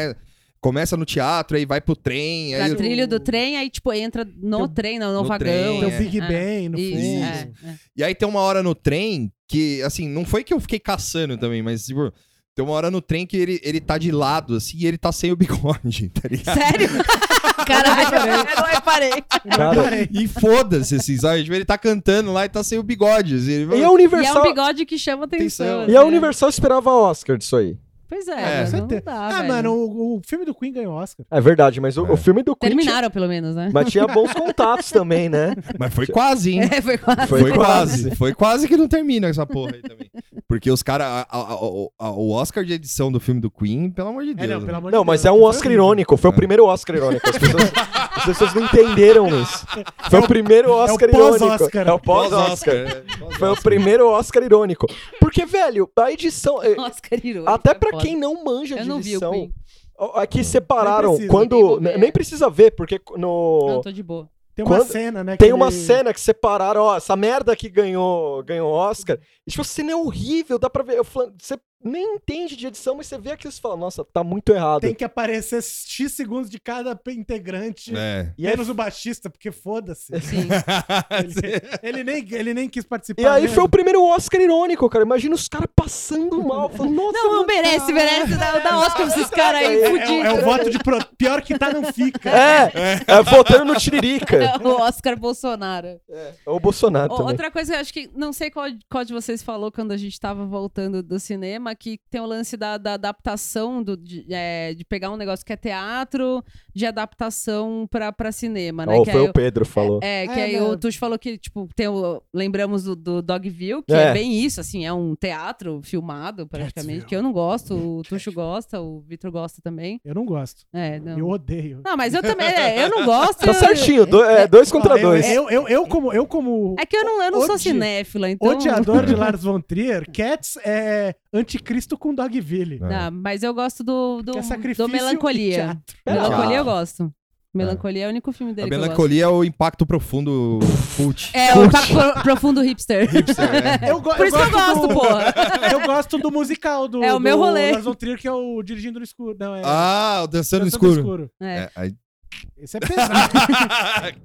[SPEAKER 1] Começa no teatro, aí vai pro trem.
[SPEAKER 3] Pra
[SPEAKER 1] Aí...
[SPEAKER 3] trilha do trem, aí tipo entra no trem, não, no,
[SPEAKER 1] no
[SPEAKER 3] vagão.
[SPEAKER 1] trem,
[SPEAKER 4] Tem o
[SPEAKER 1] é.
[SPEAKER 4] Big
[SPEAKER 3] É.
[SPEAKER 4] Bang no fundo.
[SPEAKER 3] Isso, é, é.
[SPEAKER 1] E aí tem uma hora no trem que, assim, não foi que eu fiquei caçando também, mas, tipo, tem uma hora no trem que ele, ele tá de lado, assim, e ele tá sem o bigode, tá ligado?
[SPEAKER 3] Sério? Caralho, eu não reparei.
[SPEAKER 2] Cara,
[SPEAKER 1] E foda-se, assim, sabe? Tipo, ele tá cantando lá e tá sem o bigode. assim, ele-
[SPEAKER 2] e a
[SPEAKER 3] E é um
[SPEAKER 2] Universal.
[SPEAKER 3] bigode que chama
[SPEAKER 1] Atenção.
[SPEAKER 2] E um
[SPEAKER 3] atenção.
[SPEAKER 2] a
[SPEAKER 3] assim, é.
[SPEAKER 2] Universal esperava Oscar disso aí.
[SPEAKER 3] Pois
[SPEAKER 1] É,
[SPEAKER 3] é,
[SPEAKER 1] com
[SPEAKER 3] mano, não
[SPEAKER 4] certeza.
[SPEAKER 3] dá,
[SPEAKER 4] Ah,
[SPEAKER 3] velho.
[SPEAKER 4] mano, o, o filme do Queen ganhou Oscar.
[SPEAKER 2] É verdade, mas o,
[SPEAKER 1] É.
[SPEAKER 2] o filme do Queen. tinha-
[SPEAKER 3] Terminaram, pelo menos, né?
[SPEAKER 2] Mas tinha bons contatos também, né?
[SPEAKER 1] Mas foi quase, hein?
[SPEAKER 3] É, foi quase.
[SPEAKER 1] Foi,
[SPEAKER 2] Foi
[SPEAKER 1] quase. Foi quase que não termina essa porra aí também. Porque os caras. O Oscar de edição do filme do Queen, pelo amor de Deus. né?
[SPEAKER 4] amor
[SPEAKER 2] Não, mas é um Oscar irônico. Foi o primeiro Oscar irônico. As pessoas, as pessoas não entenderam isso. Foi o primeiro Oscar irônico.
[SPEAKER 4] pós-Oscar.
[SPEAKER 2] É o pós-Oscar.
[SPEAKER 1] é,
[SPEAKER 2] Foi o primeiro Oscar irônico. Porque, velho, a edição. eh,
[SPEAKER 3] Oscar irônico.
[SPEAKER 2] Até
[SPEAKER 3] é
[SPEAKER 2] pra
[SPEAKER 3] foda.
[SPEAKER 2] quem não manja
[SPEAKER 3] Eu
[SPEAKER 2] de
[SPEAKER 3] não vi o
[SPEAKER 2] edição.
[SPEAKER 3] Queen.
[SPEAKER 2] ó, Aqui separaram
[SPEAKER 4] precisa,
[SPEAKER 3] nem
[SPEAKER 2] quando.
[SPEAKER 3] vou
[SPEAKER 2] ne-
[SPEAKER 3] ver.
[SPEAKER 2] Nem precisa ver, porque
[SPEAKER 3] Não,
[SPEAKER 2] no.
[SPEAKER 3] tô de boa.
[SPEAKER 4] Tem uma
[SPEAKER 2] Quando-
[SPEAKER 4] cena, né? que
[SPEAKER 2] Tem uma
[SPEAKER 4] ele-
[SPEAKER 2] cena que separaram, ó, essa merda que ganhou, ganhou Oscar. E, tipo, a cena é horrível, dá pra ver. eu flan- Você nem entende de edição, mas você vê aquilo e você fala, nossa, tá muito errado.
[SPEAKER 4] Tem que aparecer X segundos de cada integrante.
[SPEAKER 1] É.
[SPEAKER 2] E, aí,
[SPEAKER 4] menos o baixista, porque foda-se.
[SPEAKER 3] Sim.
[SPEAKER 4] Ele, ele nem, ele nem quis participar. né?
[SPEAKER 2] e aí
[SPEAKER 4] mesmo.
[SPEAKER 2] foi o primeiro Oscar irônico, cara. Imagina os caras passando mal. Falando, nossa,
[SPEAKER 3] Não, não
[SPEAKER 2] mano,
[SPEAKER 3] merece, merece. Dá, dá Oscar pra esses caras aí,
[SPEAKER 2] É, é,
[SPEAKER 4] É, o- é
[SPEAKER 3] fudidos.
[SPEAKER 4] o voto de pro... pior que tá, não fica.
[SPEAKER 2] É, é, votando no Tiririca.
[SPEAKER 3] É o Oscar Bolsonaro.
[SPEAKER 2] É o Bolsonaro
[SPEAKER 3] Ó,
[SPEAKER 2] também.
[SPEAKER 3] outra coisa que eu acho que não sei qual, qual de vocês falou quando a gente tava voltando do cinema, que tem o lance da, da adaptação, do, de, é, de pegar um negócio que é teatro, de adaptação pra, pra cinema, né?
[SPEAKER 2] Ó,
[SPEAKER 3] que
[SPEAKER 2] Oh, foi
[SPEAKER 3] aí
[SPEAKER 2] o Pedro falou.
[SPEAKER 3] É, que
[SPEAKER 4] É,
[SPEAKER 3] aí
[SPEAKER 4] não.
[SPEAKER 3] o Tuxo falou que, tipo, tem o- lembramos do, do Dogville, que
[SPEAKER 2] É.
[SPEAKER 3] é. bem isso, assim, é um teatro filmado, praticamente, que eu não gosto, o Tuxo gosta, o Vitor gosta também.
[SPEAKER 4] Eu não gosto.
[SPEAKER 3] É, não.
[SPEAKER 4] Eu odeio.
[SPEAKER 3] Não, mas eu também, é, eu não gosto.
[SPEAKER 2] Tá
[SPEAKER 3] eu-
[SPEAKER 2] certinho, do- é, dois contra
[SPEAKER 4] Não, eu,
[SPEAKER 2] dois.
[SPEAKER 4] eu, eu, eu como, eu como
[SPEAKER 3] É que eu não, eu não sou
[SPEAKER 4] Odi-
[SPEAKER 3] cinéfila, então...
[SPEAKER 4] odiador de Lars von Trier, Cats é anticristo com Dogville.
[SPEAKER 3] Não, mas eu gosto do, do,
[SPEAKER 4] Que é sacrifício
[SPEAKER 3] do
[SPEAKER 4] e
[SPEAKER 3] Melancolia.
[SPEAKER 4] teatro.
[SPEAKER 1] É.
[SPEAKER 3] Melancolia
[SPEAKER 2] Ah.
[SPEAKER 3] eu gosto. Melancolia é o único filme
[SPEAKER 1] A
[SPEAKER 3] dele que eu gosto.
[SPEAKER 1] melancolia é o impacto profundo cult. é.
[SPEAKER 3] É, o Impacto Pro- Profundo Hipster.
[SPEAKER 4] Eu, go-
[SPEAKER 3] Por isso que eu gosto,
[SPEAKER 4] do,
[SPEAKER 3] porra.
[SPEAKER 4] Eu gosto do musical do,
[SPEAKER 3] É o meu
[SPEAKER 4] do
[SPEAKER 3] rolê.
[SPEAKER 4] Lars von Trier, que é o Dirigindo no Escuro. Não, é
[SPEAKER 1] Ah, o dançando no
[SPEAKER 4] Dançando
[SPEAKER 1] escuro.
[SPEAKER 3] É.
[SPEAKER 1] É, aí-
[SPEAKER 4] Esse é pesado.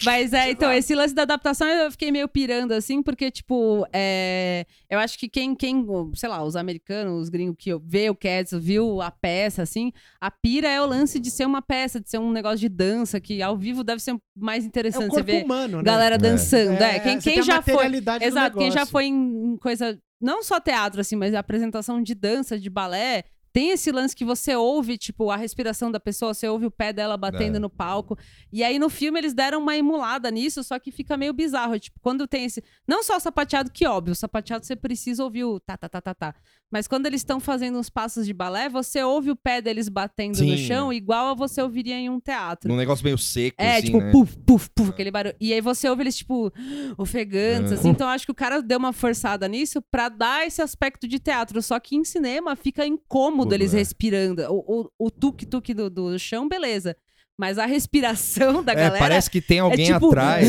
[SPEAKER 3] Mas é, então, esse lance da adaptação eu fiquei meio pirando, assim, porque, tipo, é, eu acho que quem, quem, sei lá, os americanos, os gringos que vê o Cats, viu a peça, assim, a pira é o lance de ser uma peça, de ser um negócio de dança, que ao vivo deve ser mais
[SPEAKER 4] é
[SPEAKER 3] interessante
[SPEAKER 4] o
[SPEAKER 3] você
[SPEAKER 4] corpo
[SPEAKER 3] ver
[SPEAKER 4] humano, né?
[SPEAKER 3] galera
[SPEAKER 1] É.
[SPEAKER 3] dançando. É, quem,
[SPEAKER 4] você tem
[SPEAKER 3] quem
[SPEAKER 4] a
[SPEAKER 3] já foi.
[SPEAKER 4] materialidade do
[SPEAKER 3] Exato, quem já
[SPEAKER 4] negócio.
[SPEAKER 3] foi em em coisa, não só teatro, assim, mas apresentação de dança, de balé. Tem esse lance que você ouve, tipo, a respiração da pessoa, você ouve o pé dela batendo
[SPEAKER 1] É.
[SPEAKER 3] no palco. E aí no filme eles deram uma emulada nisso, só que fica meio bizarro. Tipo, quando tem esse. Não só o sapateado, que óbvio, o sapateado você precisa ouvir o tá, tá, tá, tá, tá. Mas quando eles estão fazendo uns passos de balé, você ouve o pé deles batendo
[SPEAKER 1] Sim,
[SPEAKER 3] no chão, igual a você ouviria em um teatro.
[SPEAKER 1] Num negócio meio seco,
[SPEAKER 3] É,
[SPEAKER 1] assim,
[SPEAKER 3] tipo,
[SPEAKER 1] né?
[SPEAKER 3] puf, puf, puf, aquele barulho. E aí você ouve eles, tipo, ofegantes,
[SPEAKER 1] É.
[SPEAKER 3] assim. Então, eu acho que o cara deu uma forçada nisso pra dar esse aspecto de teatro. Só que em cinema fica incômodo
[SPEAKER 1] Tudo,
[SPEAKER 3] eles
[SPEAKER 1] é.
[SPEAKER 3] respirando. O, o, o tuk-tuk do, do chão, beleza. Mas a respiração da
[SPEAKER 1] É,
[SPEAKER 3] galera.
[SPEAKER 1] parece que tem alguém
[SPEAKER 3] tipo-
[SPEAKER 1] atrás.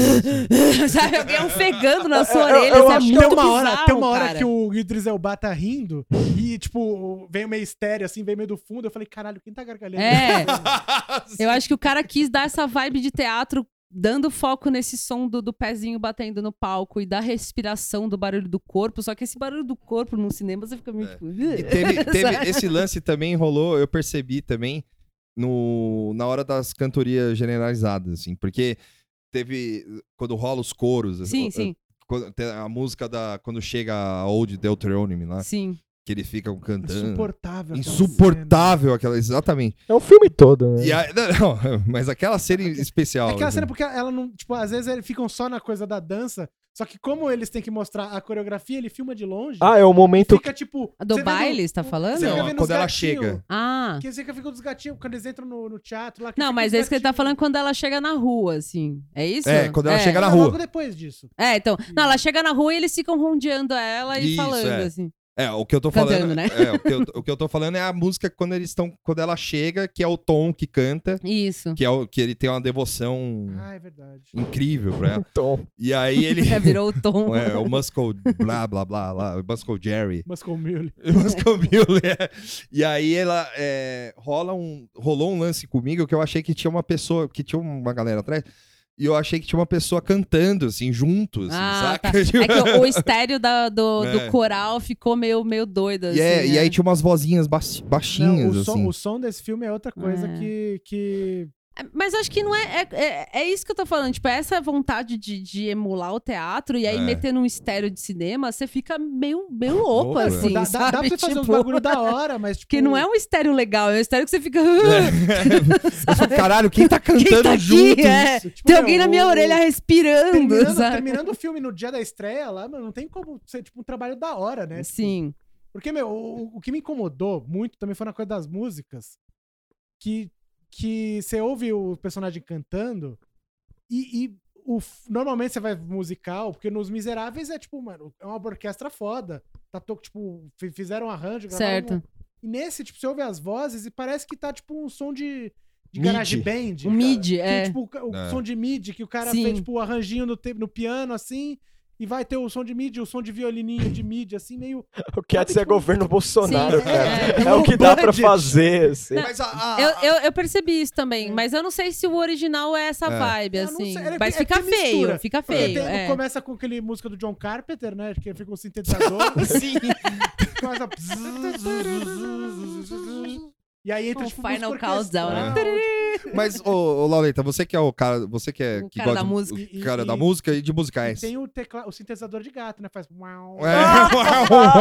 [SPEAKER 3] sabe, alguém ofegando na
[SPEAKER 2] Eu-
[SPEAKER 3] sua
[SPEAKER 2] eu-
[SPEAKER 3] orelha.
[SPEAKER 2] eu
[SPEAKER 3] isso é
[SPEAKER 2] acho que
[SPEAKER 3] muito
[SPEAKER 4] tem uma hora,
[SPEAKER 3] bizarro,
[SPEAKER 4] tem uma hora
[SPEAKER 3] cara.
[SPEAKER 4] que o Idris Elba tá rindo e, tipo, vem meio estéreo, assim, vem meio do fundo. Eu falei, caralho, quem tá gargalhando?
[SPEAKER 3] É. Eu acho que o cara quis dar essa vibe de teatro dando foco nesse som do, do pezinho batendo no palco e da respiração, do barulho do corpo. Só que esse barulho do corpo no cinema você fica meio
[SPEAKER 1] É.
[SPEAKER 3] tipo.
[SPEAKER 1] E teve, teve-
[SPEAKER 3] sabe?
[SPEAKER 1] esse lance também rolou, eu percebi também no, na hora das cantorias generalizadas, assim, porque teve quando rola os coros,
[SPEAKER 3] Sim,
[SPEAKER 1] eh,
[SPEAKER 3] sim,
[SPEAKER 1] quando- tem a música da quando chega a Old Deuteronomy lá,
[SPEAKER 3] sim.
[SPEAKER 1] que eles ficam cantando.
[SPEAKER 4] Insuportável. aquela
[SPEAKER 1] Insuportável aquela, exatamente.
[SPEAKER 2] É o filme todo, né?
[SPEAKER 1] E a- não, mas aquela cena em especial.
[SPEAKER 4] cena. É Aquela
[SPEAKER 1] assim.
[SPEAKER 4] cena porque ela não. Tipo, às vezes eles ficam só na coisa da dança. Só que como eles têm que mostrar a coreografia, ele filma de longe.
[SPEAKER 2] Ah, é o momento
[SPEAKER 4] Fica tipo.
[SPEAKER 3] A do
[SPEAKER 4] você vendo-
[SPEAKER 3] baile, você tá falando?
[SPEAKER 4] você fica
[SPEAKER 1] então Não,
[SPEAKER 4] vendo
[SPEAKER 1] quando
[SPEAKER 4] os
[SPEAKER 1] ela
[SPEAKER 4] gatinhos,
[SPEAKER 1] chega.
[SPEAKER 3] Ah.
[SPEAKER 4] Que você fica dos gatinhos quando eles entram no, no teatro lá.
[SPEAKER 3] Não,
[SPEAKER 4] fica
[SPEAKER 3] mas
[SPEAKER 4] os
[SPEAKER 3] é isso que ele tá
[SPEAKER 4] gatinhos.
[SPEAKER 3] falando quando ela chega na rua, assim. É isso?
[SPEAKER 1] É, quando ela chega na
[SPEAKER 4] Não,
[SPEAKER 1] rua.
[SPEAKER 4] Logo depois disso.
[SPEAKER 3] É, então. Não, ela chega na rua e eles ficam rondeando ela e
[SPEAKER 1] Isso,
[SPEAKER 3] falando,
[SPEAKER 1] é.
[SPEAKER 3] assim.
[SPEAKER 1] É, o que eu tô
[SPEAKER 3] Cantando,
[SPEAKER 1] falando.
[SPEAKER 3] né?
[SPEAKER 1] é, o, que eu, o que eu tô falando é a música quando eles estão. Quando ela chega, que é o Tom que canta,
[SPEAKER 3] Isso.
[SPEAKER 1] que é o, que ele tem uma devoção
[SPEAKER 4] Ah, é verdade.
[SPEAKER 1] Hum. incrível pra ela.
[SPEAKER 2] Tom.
[SPEAKER 1] E aí ele.
[SPEAKER 3] Já virou o tom.
[SPEAKER 1] é, o Muscle blá blá blá lá, o Muscle Jerry.
[SPEAKER 4] Mas com o Mule.
[SPEAKER 1] Muscle Mule, é. E aí ela é, rola um, rolou um lance comigo que eu achei que tinha uma pessoa, que tinha uma galera atrás, e eu achei que tinha uma pessoa cantando, assim, junto, assim,
[SPEAKER 3] Ah,
[SPEAKER 1] saca?
[SPEAKER 3] tá. É que o, o estéreo da- do, do
[SPEAKER 1] É.
[SPEAKER 3] coral ficou meio, meio doido, assim.
[SPEAKER 1] E, é- e
[SPEAKER 3] né?
[SPEAKER 1] aí tinha umas vozinhas baixi-
[SPEAKER 4] Não,
[SPEAKER 1] baixinhas,
[SPEAKER 4] o, som,
[SPEAKER 1] assim.
[SPEAKER 4] o som desse filme é outra coisa
[SPEAKER 3] É.
[SPEAKER 4] que. que...
[SPEAKER 3] Mas acho que não é, é, é. é isso que eu tô falando. Tipo, essa vontade de, de emular o teatro e aí
[SPEAKER 1] É.
[SPEAKER 3] meter num estéreo de cinema, você fica meio, meio louco,
[SPEAKER 1] Louco, é.
[SPEAKER 3] assim.
[SPEAKER 4] Dá, dá- dá
[SPEAKER 3] sabe?
[SPEAKER 4] pra você fazer uns
[SPEAKER 3] Tipo,
[SPEAKER 4] bagulho da hora, mas tipo.
[SPEAKER 3] Que não é um estéreo legal, é um estéreo que você fica.
[SPEAKER 1] Eu falei, caralho, quem tá cantando
[SPEAKER 3] Quem tá aqui?
[SPEAKER 1] junto?
[SPEAKER 3] É.
[SPEAKER 4] isso? Tipo,
[SPEAKER 3] Tem
[SPEAKER 4] meu,
[SPEAKER 3] alguém na minha
[SPEAKER 4] o-
[SPEAKER 3] orelha respirando,
[SPEAKER 4] Terminando,
[SPEAKER 3] sabe?
[SPEAKER 4] terminando o filme no dia da estreia lá, mano, não tem como ser tipo um trabalho da hora, né?
[SPEAKER 3] Sim.
[SPEAKER 4] Porque, meu, o, o que me incomodou muito também foi na coisa das músicas. Que, que você ouve o personagem cantando e, e o, f- normalmente você vai musical, porque nos Miseráveis é tipo, mano, é uma orquestra foda. Tá, to- tipo, fi- fizeram um arranjo, gravaram
[SPEAKER 3] Certo.
[SPEAKER 4] um- E nesse, tipo, você ouve as vozes e parece que tá tipo um som de, de
[SPEAKER 2] Midi.
[SPEAKER 4] garage band.
[SPEAKER 3] O mid,
[SPEAKER 4] Que,
[SPEAKER 3] é.
[SPEAKER 4] tipo, o ca- o
[SPEAKER 1] É.
[SPEAKER 4] som de mid, que o cara
[SPEAKER 3] Sim.
[SPEAKER 4] fez, tipo, o arranjinho no, te- no piano, assim, e vai ter o som de mid, o som de violininho de mid, assim, meio...
[SPEAKER 2] O Cats é governo Bolsonaro,
[SPEAKER 3] Sim, é,
[SPEAKER 2] cara.
[SPEAKER 4] é.
[SPEAKER 2] É, o que dá pra
[SPEAKER 4] Budget.
[SPEAKER 2] fazer, assim.
[SPEAKER 3] Não,
[SPEAKER 1] Mas a- a-
[SPEAKER 3] Eu, eu, eu percebi isso também,
[SPEAKER 4] É.
[SPEAKER 3] mas eu não sei se o original é essa
[SPEAKER 1] É.
[SPEAKER 3] vibe,
[SPEAKER 4] Eu não
[SPEAKER 3] assim.
[SPEAKER 4] sei, é
[SPEAKER 3] mas
[SPEAKER 4] porque- é
[SPEAKER 3] fica
[SPEAKER 4] porque
[SPEAKER 3] feio,
[SPEAKER 4] mistura.
[SPEAKER 3] fica
[SPEAKER 4] Porque
[SPEAKER 3] feio.
[SPEAKER 4] tem-
[SPEAKER 3] é.
[SPEAKER 4] Começa com aquele música do John Carpenter, né? Que fica um sintetizador.
[SPEAKER 1] Sim.
[SPEAKER 4] começa... e aí entra,
[SPEAKER 3] Um
[SPEAKER 4] tipo,
[SPEAKER 3] final
[SPEAKER 4] música É.
[SPEAKER 3] countdown,
[SPEAKER 1] né?
[SPEAKER 4] orquestral,
[SPEAKER 1] Mas, ô, ô Laureta, você que é o cara, você que é
[SPEAKER 3] O
[SPEAKER 1] que
[SPEAKER 3] cara
[SPEAKER 1] gosta
[SPEAKER 3] da
[SPEAKER 1] de-
[SPEAKER 3] música.
[SPEAKER 1] o cara
[SPEAKER 4] E-
[SPEAKER 1] da
[SPEAKER 4] e-
[SPEAKER 1] música e de
[SPEAKER 4] tipo,
[SPEAKER 1] musicais.
[SPEAKER 4] e tem o, tecla... o sintetizador de gato, né? Faz... uau.
[SPEAKER 1] É,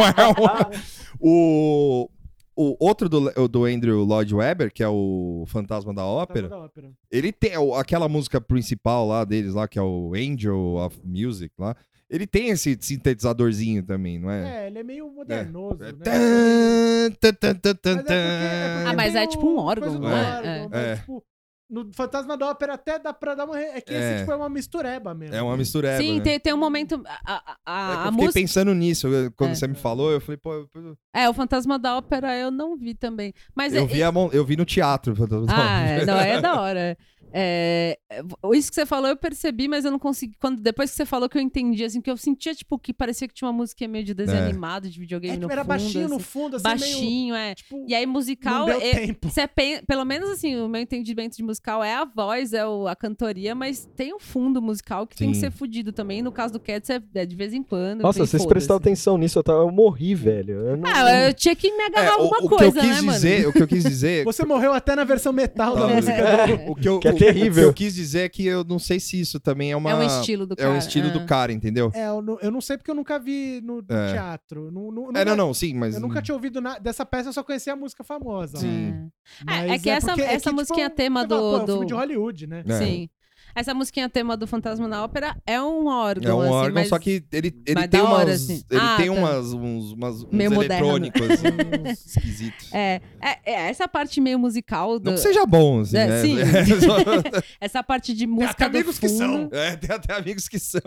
[SPEAKER 1] o, o outro do, do Andrew Lloyd Webber, que é o Fantasma da
[SPEAKER 4] Tá
[SPEAKER 1] Ópera,
[SPEAKER 4] toda a ópera.
[SPEAKER 1] ele tem o- aquela música principal lá deles, lá, que é o Angel of Music lá. Ele tem esse sintetizadorzinho também, não é?
[SPEAKER 4] É, ele é meio modernoso,
[SPEAKER 1] É.
[SPEAKER 4] né?
[SPEAKER 1] Tan, tan, tan, tan,
[SPEAKER 4] Mas é porque- é
[SPEAKER 1] tan,
[SPEAKER 4] porque
[SPEAKER 1] tan.
[SPEAKER 3] Ah, mas
[SPEAKER 4] tem
[SPEAKER 3] é tipo um
[SPEAKER 4] o-
[SPEAKER 3] órgão,
[SPEAKER 4] coisa do
[SPEAKER 1] não é?
[SPEAKER 4] órgão,
[SPEAKER 3] É.
[SPEAKER 4] mas,
[SPEAKER 1] É.
[SPEAKER 4] tipo, no Fantasma da Ópera até dá pra dar uma... re- É que
[SPEAKER 1] É.
[SPEAKER 4] esse tipo, é uma mistureba mesmo.
[SPEAKER 1] É uma mistureba.
[SPEAKER 3] Sim,
[SPEAKER 1] né?
[SPEAKER 3] tem, tem um momento. A, a-
[SPEAKER 1] É que
[SPEAKER 3] a- a
[SPEAKER 1] eu fiquei
[SPEAKER 3] música.
[SPEAKER 1] pensando nisso eu- quando
[SPEAKER 3] É.
[SPEAKER 1] você me falou, eu falei, pô, eu,
[SPEAKER 3] É, o Fantasma da Ópera eu não vi também. Mas
[SPEAKER 1] eu
[SPEAKER 3] é-
[SPEAKER 1] vi, a mon- eu vi no teatro. Fantasma da
[SPEAKER 3] Ah,
[SPEAKER 1] Ópera.
[SPEAKER 3] é, não, é da hora. É, é, isso que você falou eu percebi, mas eu não consegui. Quando, depois que você falou que eu entendi, assim, que eu sentia, tipo, que parecia que tinha uma música meio de desenho
[SPEAKER 1] É.
[SPEAKER 3] animado, de videogame
[SPEAKER 4] É,
[SPEAKER 3] no
[SPEAKER 4] tipo, era
[SPEAKER 3] fundo,
[SPEAKER 4] baixinho no
[SPEAKER 3] assim.
[SPEAKER 4] fundo, assim, meio...
[SPEAKER 3] baixinho, é.
[SPEAKER 4] Tipo,
[SPEAKER 3] E aí, musical,
[SPEAKER 4] não deu
[SPEAKER 3] é-
[SPEAKER 4] tempo.
[SPEAKER 3] Você pen- pelo menos assim, o meu entendimento de musical é a voz, é o- a cantoria, mas tem um fundo musical que tem que
[SPEAKER 1] Sim.
[SPEAKER 3] ser fudido também. No caso do Cats, é, é de vez em quando.
[SPEAKER 2] Nossa,
[SPEAKER 3] tem
[SPEAKER 2] vocês
[SPEAKER 3] foda-se.
[SPEAKER 2] prestaram atenção nisso, eu, tava, eu morri, velho. Eu não-
[SPEAKER 3] Ah, eu tinha que me agarrar
[SPEAKER 1] tipo, É, o,
[SPEAKER 3] a alguma
[SPEAKER 1] o que eu
[SPEAKER 3] coisa,
[SPEAKER 1] quis
[SPEAKER 3] né,
[SPEAKER 1] dizer, o que eu quis dizer,
[SPEAKER 4] Você morreu até na versão metal da
[SPEAKER 3] É.
[SPEAKER 1] Tá,
[SPEAKER 4] música.
[SPEAKER 3] mano?
[SPEAKER 1] o que eu,
[SPEAKER 2] Que é
[SPEAKER 1] o-
[SPEAKER 2] terrível.
[SPEAKER 1] o que eu quis dizer é que eu não sei se isso também é uma
[SPEAKER 3] É um estilo do
[SPEAKER 1] é
[SPEAKER 3] cara.
[SPEAKER 1] um estilo do cara, entendeu?
[SPEAKER 4] É, eu não, eu não sei porque eu nunca vi no, no
[SPEAKER 1] É.
[SPEAKER 4] teatro. Nu- nu-
[SPEAKER 1] É,
[SPEAKER 4] nunca-
[SPEAKER 1] não, não, sim, mas
[SPEAKER 4] Eu nunca tinha ouvido nada dessa peça, eu só conhecia a música famosa.
[SPEAKER 1] Sim.
[SPEAKER 4] Mas
[SPEAKER 3] É, é que essa-
[SPEAKER 4] porque-
[SPEAKER 3] essa musiquinha
[SPEAKER 4] tipo,
[SPEAKER 3] tema
[SPEAKER 4] você fala,
[SPEAKER 3] do-
[SPEAKER 4] Pô, é um
[SPEAKER 3] do-
[SPEAKER 4] filme de Hollywood, né?
[SPEAKER 1] É.
[SPEAKER 3] Sim. Essa musiquinha tema do Fantasma na Ópera é um órgão,
[SPEAKER 1] é um
[SPEAKER 3] assim,
[SPEAKER 1] órgão,
[SPEAKER 3] mas-
[SPEAKER 1] só que ele, ele
[SPEAKER 3] mas
[SPEAKER 1] tem
[SPEAKER 3] da
[SPEAKER 1] umas.
[SPEAKER 3] hora, assim.
[SPEAKER 1] Ele
[SPEAKER 3] Ah,
[SPEAKER 1] tem
[SPEAKER 3] tá.
[SPEAKER 1] umas, uns, umas, uns
[SPEAKER 3] Meio moderno.
[SPEAKER 1] eletrônicos assim, uns esquisitos.
[SPEAKER 3] É, é, é, essa parte meio musical. Do...
[SPEAKER 1] Não que seja bom, assim,
[SPEAKER 3] É,
[SPEAKER 1] né?
[SPEAKER 3] sim.
[SPEAKER 1] É, só-
[SPEAKER 3] Essa parte de música. do fundo-
[SPEAKER 1] É, tem até amigos que são.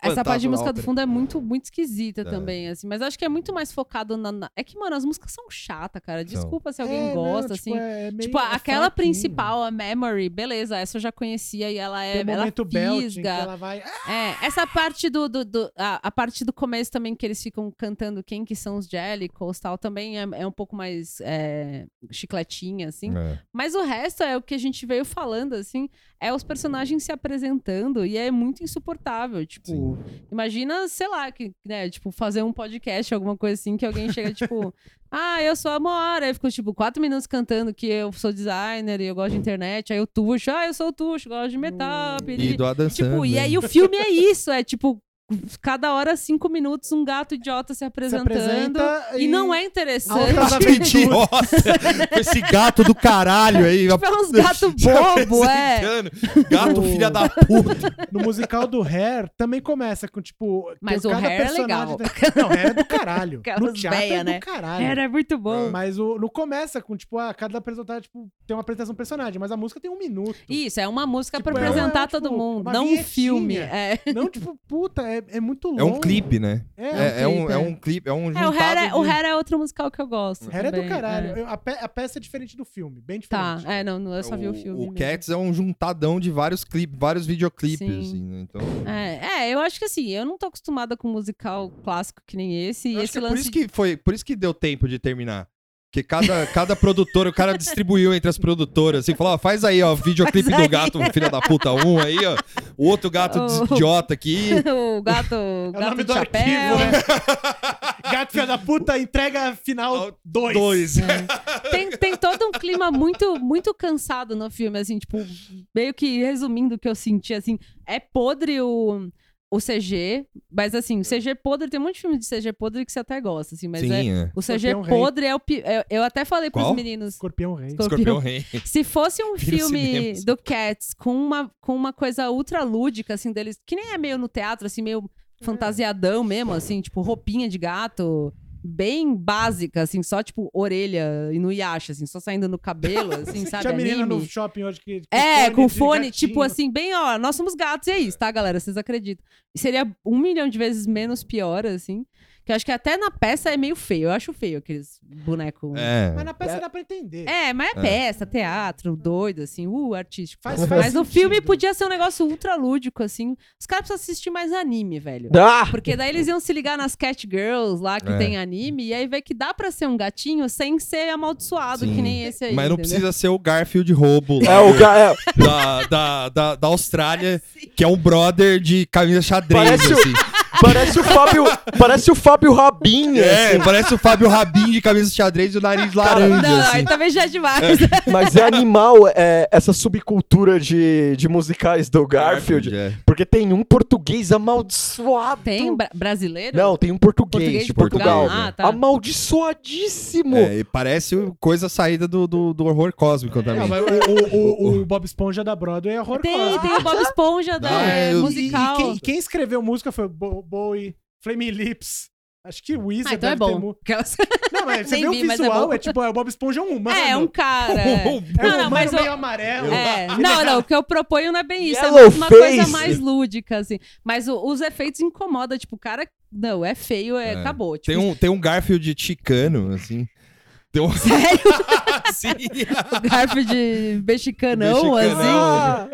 [SPEAKER 3] Essa
[SPEAKER 1] Fantasma
[SPEAKER 3] parte de
[SPEAKER 1] na
[SPEAKER 3] música do
[SPEAKER 1] ópera.
[SPEAKER 3] fundo é muito, muito esquisita
[SPEAKER 1] É.
[SPEAKER 3] também, assim. Mas eu acho que é muito mais focado na, na- É que, mano, as músicas são chatas, cara.
[SPEAKER 1] São.
[SPEAKER 3] Desculpa se
[SPEAKER 4] É,
[SPEAKER 3] alguém
[SPEAKER 4] não,
[SPEAKER 3] gosta,
[SPEAKER 4] tipo,
[SPEAKER 3] assim.
[SPEAKER 4] é meio-
[SPEAKER 3] Tipo,
[SPEAKER 4] é
[SPEAKER 3] aquela
[SPEAKER 4] fraquinho.
[SPEAKER 3] principal, a Memory, beleza, essa eu já conhecia e ela é.
[SPEAKER 4] Tem um
[SPEAKER 3] ela
[SPEAKER 4] momento belting que
[SPEAKER 3] fisga.
[SPEAKER 4] ela vai... Ah,
[SPEAKER 3] É, essa parte do. do, do- a, a parte do começo também que eles ficam cantando quem que são os Jellicles e tal, também é, é um pouco
[SPEAKER 1] É.
[SPEAKER 3] é mais é, chicletinha, assim. Mas o resto é o que a gente veio falando, assim. é os personagens se apresentando e é muito insuportável. Tipo, imagina, sei lá, que, né, tipo, fazer um podcast, alguma coisa assim, que alguém chega, tipo, ah, eu sou a Moara. Aí ficou, tipo, quatro minutos cantando que eu sou designer e eu gosto de internet. Aí o Tuxo, ah, eu sou o Tuxo, gosto de metal. piriri.
[SPEAKER 1] E do Adam
[SPEAKER 3] Tipo, e
[SPEAKER 1] Sandler.
[SPEAKER 3] aí o filme é isso, é tipo, cada hora, cinco minutos, um gato idiota se apresentando.
[SPEAKER 4] apresenta
[SPEAKER 3] e...
[SPEAKER 4] e-
[SPEAKER 3] não é interessante.
[SPEAKER 4] Altas
[SPEAKER 1] Que idiota! Com esse gato do caralho aí.
[SPEAKER 3] Tipo, é uns gato bobo, é.
[SPEAKER 1] apresentando. Gato
[SPEAKER 4] O-
[SPEAKER 1] filha da puta.
[SPEAKER 4] No musical do Hair também começa com, tipo. tem
[SPEAKER 3] Mas o
[SPEAKER 4] cada
[SPEAKER 3] Hair é
[SPEAKER 4] personagem
[SPEAKER 3] legal.
[SPEAKER 4] da- Não, Hair é do caralho.
[SPEAKER 3] Aquelas
[SPEAKER 4] No teatro
[SPEAKER 3] véia,
[SPEAKER 4] é do
[SPEAKER 3] né?
[SPEAKER 4] caralho.
[SPEAKER 3] Era muito bom.
[SPEAKER 4] Mas o, não começa com, tipo, ah, cada personagem tipo, tem uma apresentação do personagem, mas a música tem um minuto.
[SPEAKER 3] Isso, é uma música pra
[SPEAKER 4] Tipo, é,
[SPEAKER 3] apresentar
[SPEAKER 4] é, tipo,
[SPEAKER 3] todo mundo,
[SPEAKER 4] uma
[SPEAKER 3] não um
[SPEAKER 4] vinhetinha.
[SPEAKER 3] filme. É,
[SPEAKER 4] Não, tipo, puta, é, é muito longo.
[SPEAKER 1] É um clipe, né?
[SPEAKER 4] É,
[SPEAKER 1] É, é um,
[SPEAKER 4] clipe,
[SPEAKER 1] é um clipe, é um
[SPEAKER 3] É, o
[SPEAKER 1] juntado
[SPEAKER 3] Hair é, o
[SPEAKER 1] de-
[SPEAKER 3] Hair é outro musical que eu gosto.
[SPEAKER 4] Hair é do
[SPEAKER 3] também,
[SPEAKER 4] caralho.
[SPEAKER 3] é.
[SPEAKER 4] Eu- A, pe- a peça é diferente do filme, bem
[SPEAKER 3] Tá,
[SPEAKER 4] diferente.
[SPEAKER 3] é, não, não, eu só vi o filme. mesmo.
[SPEAKER 1] Cats é um juntadão de vários clipes, vários videoclipes,
[SPEAKER 3] Sim.
[SPEAKER 1] assim, né? Então,
[SPEAKER 3] É, é, eu acho que assim, eu não tô acostumada com musical clássico que nem esse. E
[SPEAKER 1] Eu acho
[SPEAKER 3] esse
[SPEAKER 1] que é por
[SPEAKER 3] lance
[SPEAKER 1] isso que foi, por isso que deu tempo de terminar. Porque cada, cada produtora, o cara distribuiu entre as produtoras, assim, falou, ó, faz aí, ó, videoclipe
[SPEAKER 3] Faz aí.
[SPEAKER 1] do gato, filha da puta, um aí, ó, o outro gato
[SPEAKER 3] Oh.
[SPEAKER 1] idiota aqui,
[SPEAKER 3] o gato, o
[SPEAKER 4] É o
[SPEAKER 3] gato
[SPEAKER 4] nome
[SPEAKER 3] de
[SPEAKER 4] do
[SPEAKER 3] chapéu.
[SPEAKER 4] arquivo, né? Gato filha da puta, entrega final
[SPEAKER 1] Ao-
[SPEAKER 4] 2.
[SPEAKER 1] dois.
[SPEAKER 3] Tem, tem todo um clima muito muito cansado no filme, assim, tipo, meio que resumindo o que eu senti, assim, é podre o, o CG, mas assim, o CG podre, tem um monte de filme de CG podre que você até gosta, assim, mas
[SPEAKER 1] Sim,
[SPEAKER 3] é,
[SPEAKER 1] é.
[SPEAKER 3] o CG
[SPEAKER 4] Escorpião Rei.
[SPEAKER 3] podre é o pi- é- Eu até falei pros
[SPEAKER 1] Qual?
[SPEAKER 3] meninos.
[SPEAKER 4] Escorpião Rei.
[SPEAKER 1] Escorpião
[SPEAKER 3] Escorpião.
[SPEAKER 1] Rei.
[SPEAKER 3] Se fosse um
[SPEAKER 1] Vira
[SPEAKER 3] filme
[SPEAKER 1] cinemas.
[SPEAKER 3] do Cats com uma, com uma coisa ultra lúdica, assim, deles, que nem é meio no teatro, assim, meio
[SPEAKER 4] É.
[SPEAKER 3] fantasiadão mesmo, assim, tipo, roupinha de gato, bem básica, assim, só tipo orelha e no Yasha, assim, só saindo no cabelo, assim, sabe?
[SPEAKER 4] Tinha a menina
[SPEAKER 3] anime.
[SPEAKER 4] no shopping hoje que.
[SPEAKER 3] É, com
[SPEAKER 4] de
[SPEAKER 3] fone,
[SPEAKER 4] gatinho.
[SPEAKER 3] tipo assim, bem, ó, nós somos gatos, e é isso, tá, galera? Vocês acreditam? Seria um milhão de vezes menos pior, assim. Que eu acho que até na peça é meio feio. Eu acho feio aqueles bonecos.
[SPEAKER 1] É.
[SPEAKER 4] Mas na peça dá pra entender.
[SPEAKER 3] É, mas é
[SPEAKER 1] É.
[SPEAKER 3] peça, teatro, doido, assim, uh, artístico.
[SPEAKER 4] Faz-
[SPEAKER 3] Mas
[SPEAKER 4] faz
[SPEAKER 3] o
[SPEAKER 4] sentido.
[SPEAKER 3] filme podia ser um negócio ultra lúdico, assim. Os caras precisam assistir mais anime, velho.
[SPEAKER 2] Ah!
[SPEAKER 3] Porque daí eles iam se ligar nas Cat Girls lá que
[SPEAKER 1] É.
[SPEAKER 3] tem anime, e aí vê que dá pra ser um gatinho sem ser amaldiçoado,
[SPEAKER 1] Sim.
[SPEAKER 3] que nem esse aí.
[SPEAKER 1] Mas não
[SPEAKER 3] entendeu?
[SPEAKER 1] precisa ser o Garfield roubo lá
[SPEAKER 2] É o
[SPEAKER 1] do-
[SPEAKER 2] ga- é-
[SPEAKER 1] da, da, da, da Austrália, que é um brother de camisa xadrez,
[SPEAKER 2] Parece o-
[SPEAKER 1] assim.
[SPEAKER 2] Parece o Fábio, parece o Fábio Rabinha.
[SPEAKER 1] É,
[SPEAKER 2] assim.
[SPEAKER 1] parece o Fábio Rabin de camisa xadrez e o nariz laranja,
[SPEAKER 3] Não,
[SPEAKER 1] assim.
[SPEAKER 3] aí também já é demais.
[SPEAKER 2] Mas é animal é, essa subcultura de, de musicais do Garfield.
[SPEAKER 1] é.
[SPEAKER 2] Porque tem um português amaldiçoado.
[SPEAKER 3] Tem bra- brasileiro?
[SPEAKER 2] Não, tem um português,
[SPEAKER 3] Português
[SPEAKER 2] de Portugal.
[SPEAKER 1] Portugal.
[SPEAKER 3] Ah, tá.
[SPEAKER 2] Amaldiçoadíssimo.
[SPEAKER 1] É, e parece coisa saída do, do, do horror
[SPEAKER 3] É.
[SPEAKER 1] cósmico
[SPEAKER 4] Não,
[SPEAKER 1] também.
[SPEAKER 4] mas o, o- o- o Bob Esponja da Broadway é horror
[SPEAKER 3] Tem, tem o Bob Esponja da
[SPEAKER 1] Não,
[SPEAKER 3] é,
[SPEAKER 1] eu-
[SPEAKER 4] E, e
[SPEAKER 3] musical.
[SPEAKER 4] quem, quem escreveu música foi o Bo- Bowie, Flaming Lips. Acho que o Wizard
[SPEAKER 3] Ah, então é
[SPEAKER 4] deve ter mu-
[SPEAKER 3] bom. Aquelas-
[SPEAKER 4] Não, mas você
[SPEAKER 3] Nem
[SPEAKER 4] vê o
[SPEAKER 3] vi, mas é
[SPEAKER 4] visual,
[SPEAKER 3] bom.
[SPEAKER 4] é, tipo, é o Bob Esponja é um humano.
[SPEAKER 3] É, um cara. é.
[SPEAKER 4] É um
[SPEAKER 3] Não, não,
[SPEAKER 4] humano
[SPEAKER 3] mas eu-
[SPEAKER 4] meio amarelo.
[SPEAKER 3] É, não, não, o que eu proponho não é bem isso, é
[SPEAKER 2] Yellow
[SPEAKER 3] mais uma coisa
[SPEAKER 2] face.
[SPEAKER 3] mais lúdica, assim. Mas o- os efeitos incomodam, tipo, o cara, não, é feio, é,
[SPEAKER 1] É.
[SPEAKER 3] acabou.
[SPEAKER 1] Tem
[SPEAKER 3] Tipo,
[SPEAKER 1] um, tem um Garfield chicano, assim. Tem um...
[SPEAKER 3] Sério?
[SPEAKER 1] Sim.
[SPEAKER 3] O Garfield mexicanão,
[SPEAKER 1] Mexicanão.
[SPEAKER 3] assim.
[SPEAKER 2] Ah,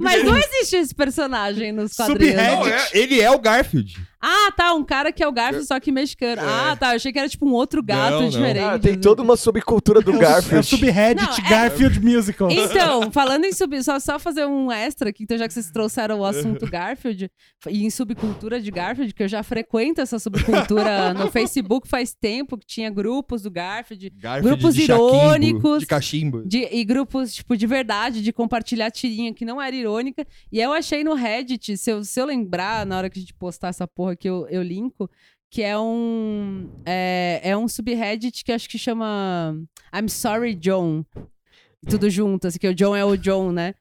[SPEAKER 3] Mas não existe esse personagem nos quadrinhos.
[SPEAKER 4] Subhead.
[SPEAKER 1] Não,
[SPEAKER 3] né?
[SPEAKER 1] é- ele é o Garfield.
[SPEAKER 3] Ah, tá, um cara que é o Garfield, só que mexicano. Ah, tá, eu achei que era tipo um outro gato
[SPEAKER 1] É. Não, não.
[SPEAKER 3] diferente.
[SPEAKER 2] cara, ah, tem
[SPEAKER 3] assim.
[SPEAKER 2] toda uma subcultura
[SPEAKER 3] um
[SPEAKER 2] do
[SPEAKER 4] É o
[SPEAKER 2] Garfield.
[SPEAKER 3] Não,
[SPEAKER 4] subreddit
[SPEAKER 3] é-
[SPEAKER 4] Garfield Musical.
[SPEAKER 3] Então, falando em sub, só, só fazer um extra aqui, então já que vocês trouxeram o assunto Garfield e em subcultura de Garfield, que eu já frequento essa subcultura no Facebook faz tempo, que tinha grupos do Garfield
[SPEAKER 1] Garfield
[SPEAKER 3] Grupos
[SPEAKER 1] de Jaquimbo,
[SPEAKER 3] irônicos.
[SPEAKER 1] De cachimbo.
[SPEAKER 3] de- e grupos tipo de verdade, de compartilhar tirinha que não era irônica. E eu achei no Reddit, se eu, se eu lembrar na hora que a gente postar essa porra que eu, eu linko, que é um é, é um subreddit que acho que chama I'm Sorry John. Tudo junto, assim, que o John é o John, né?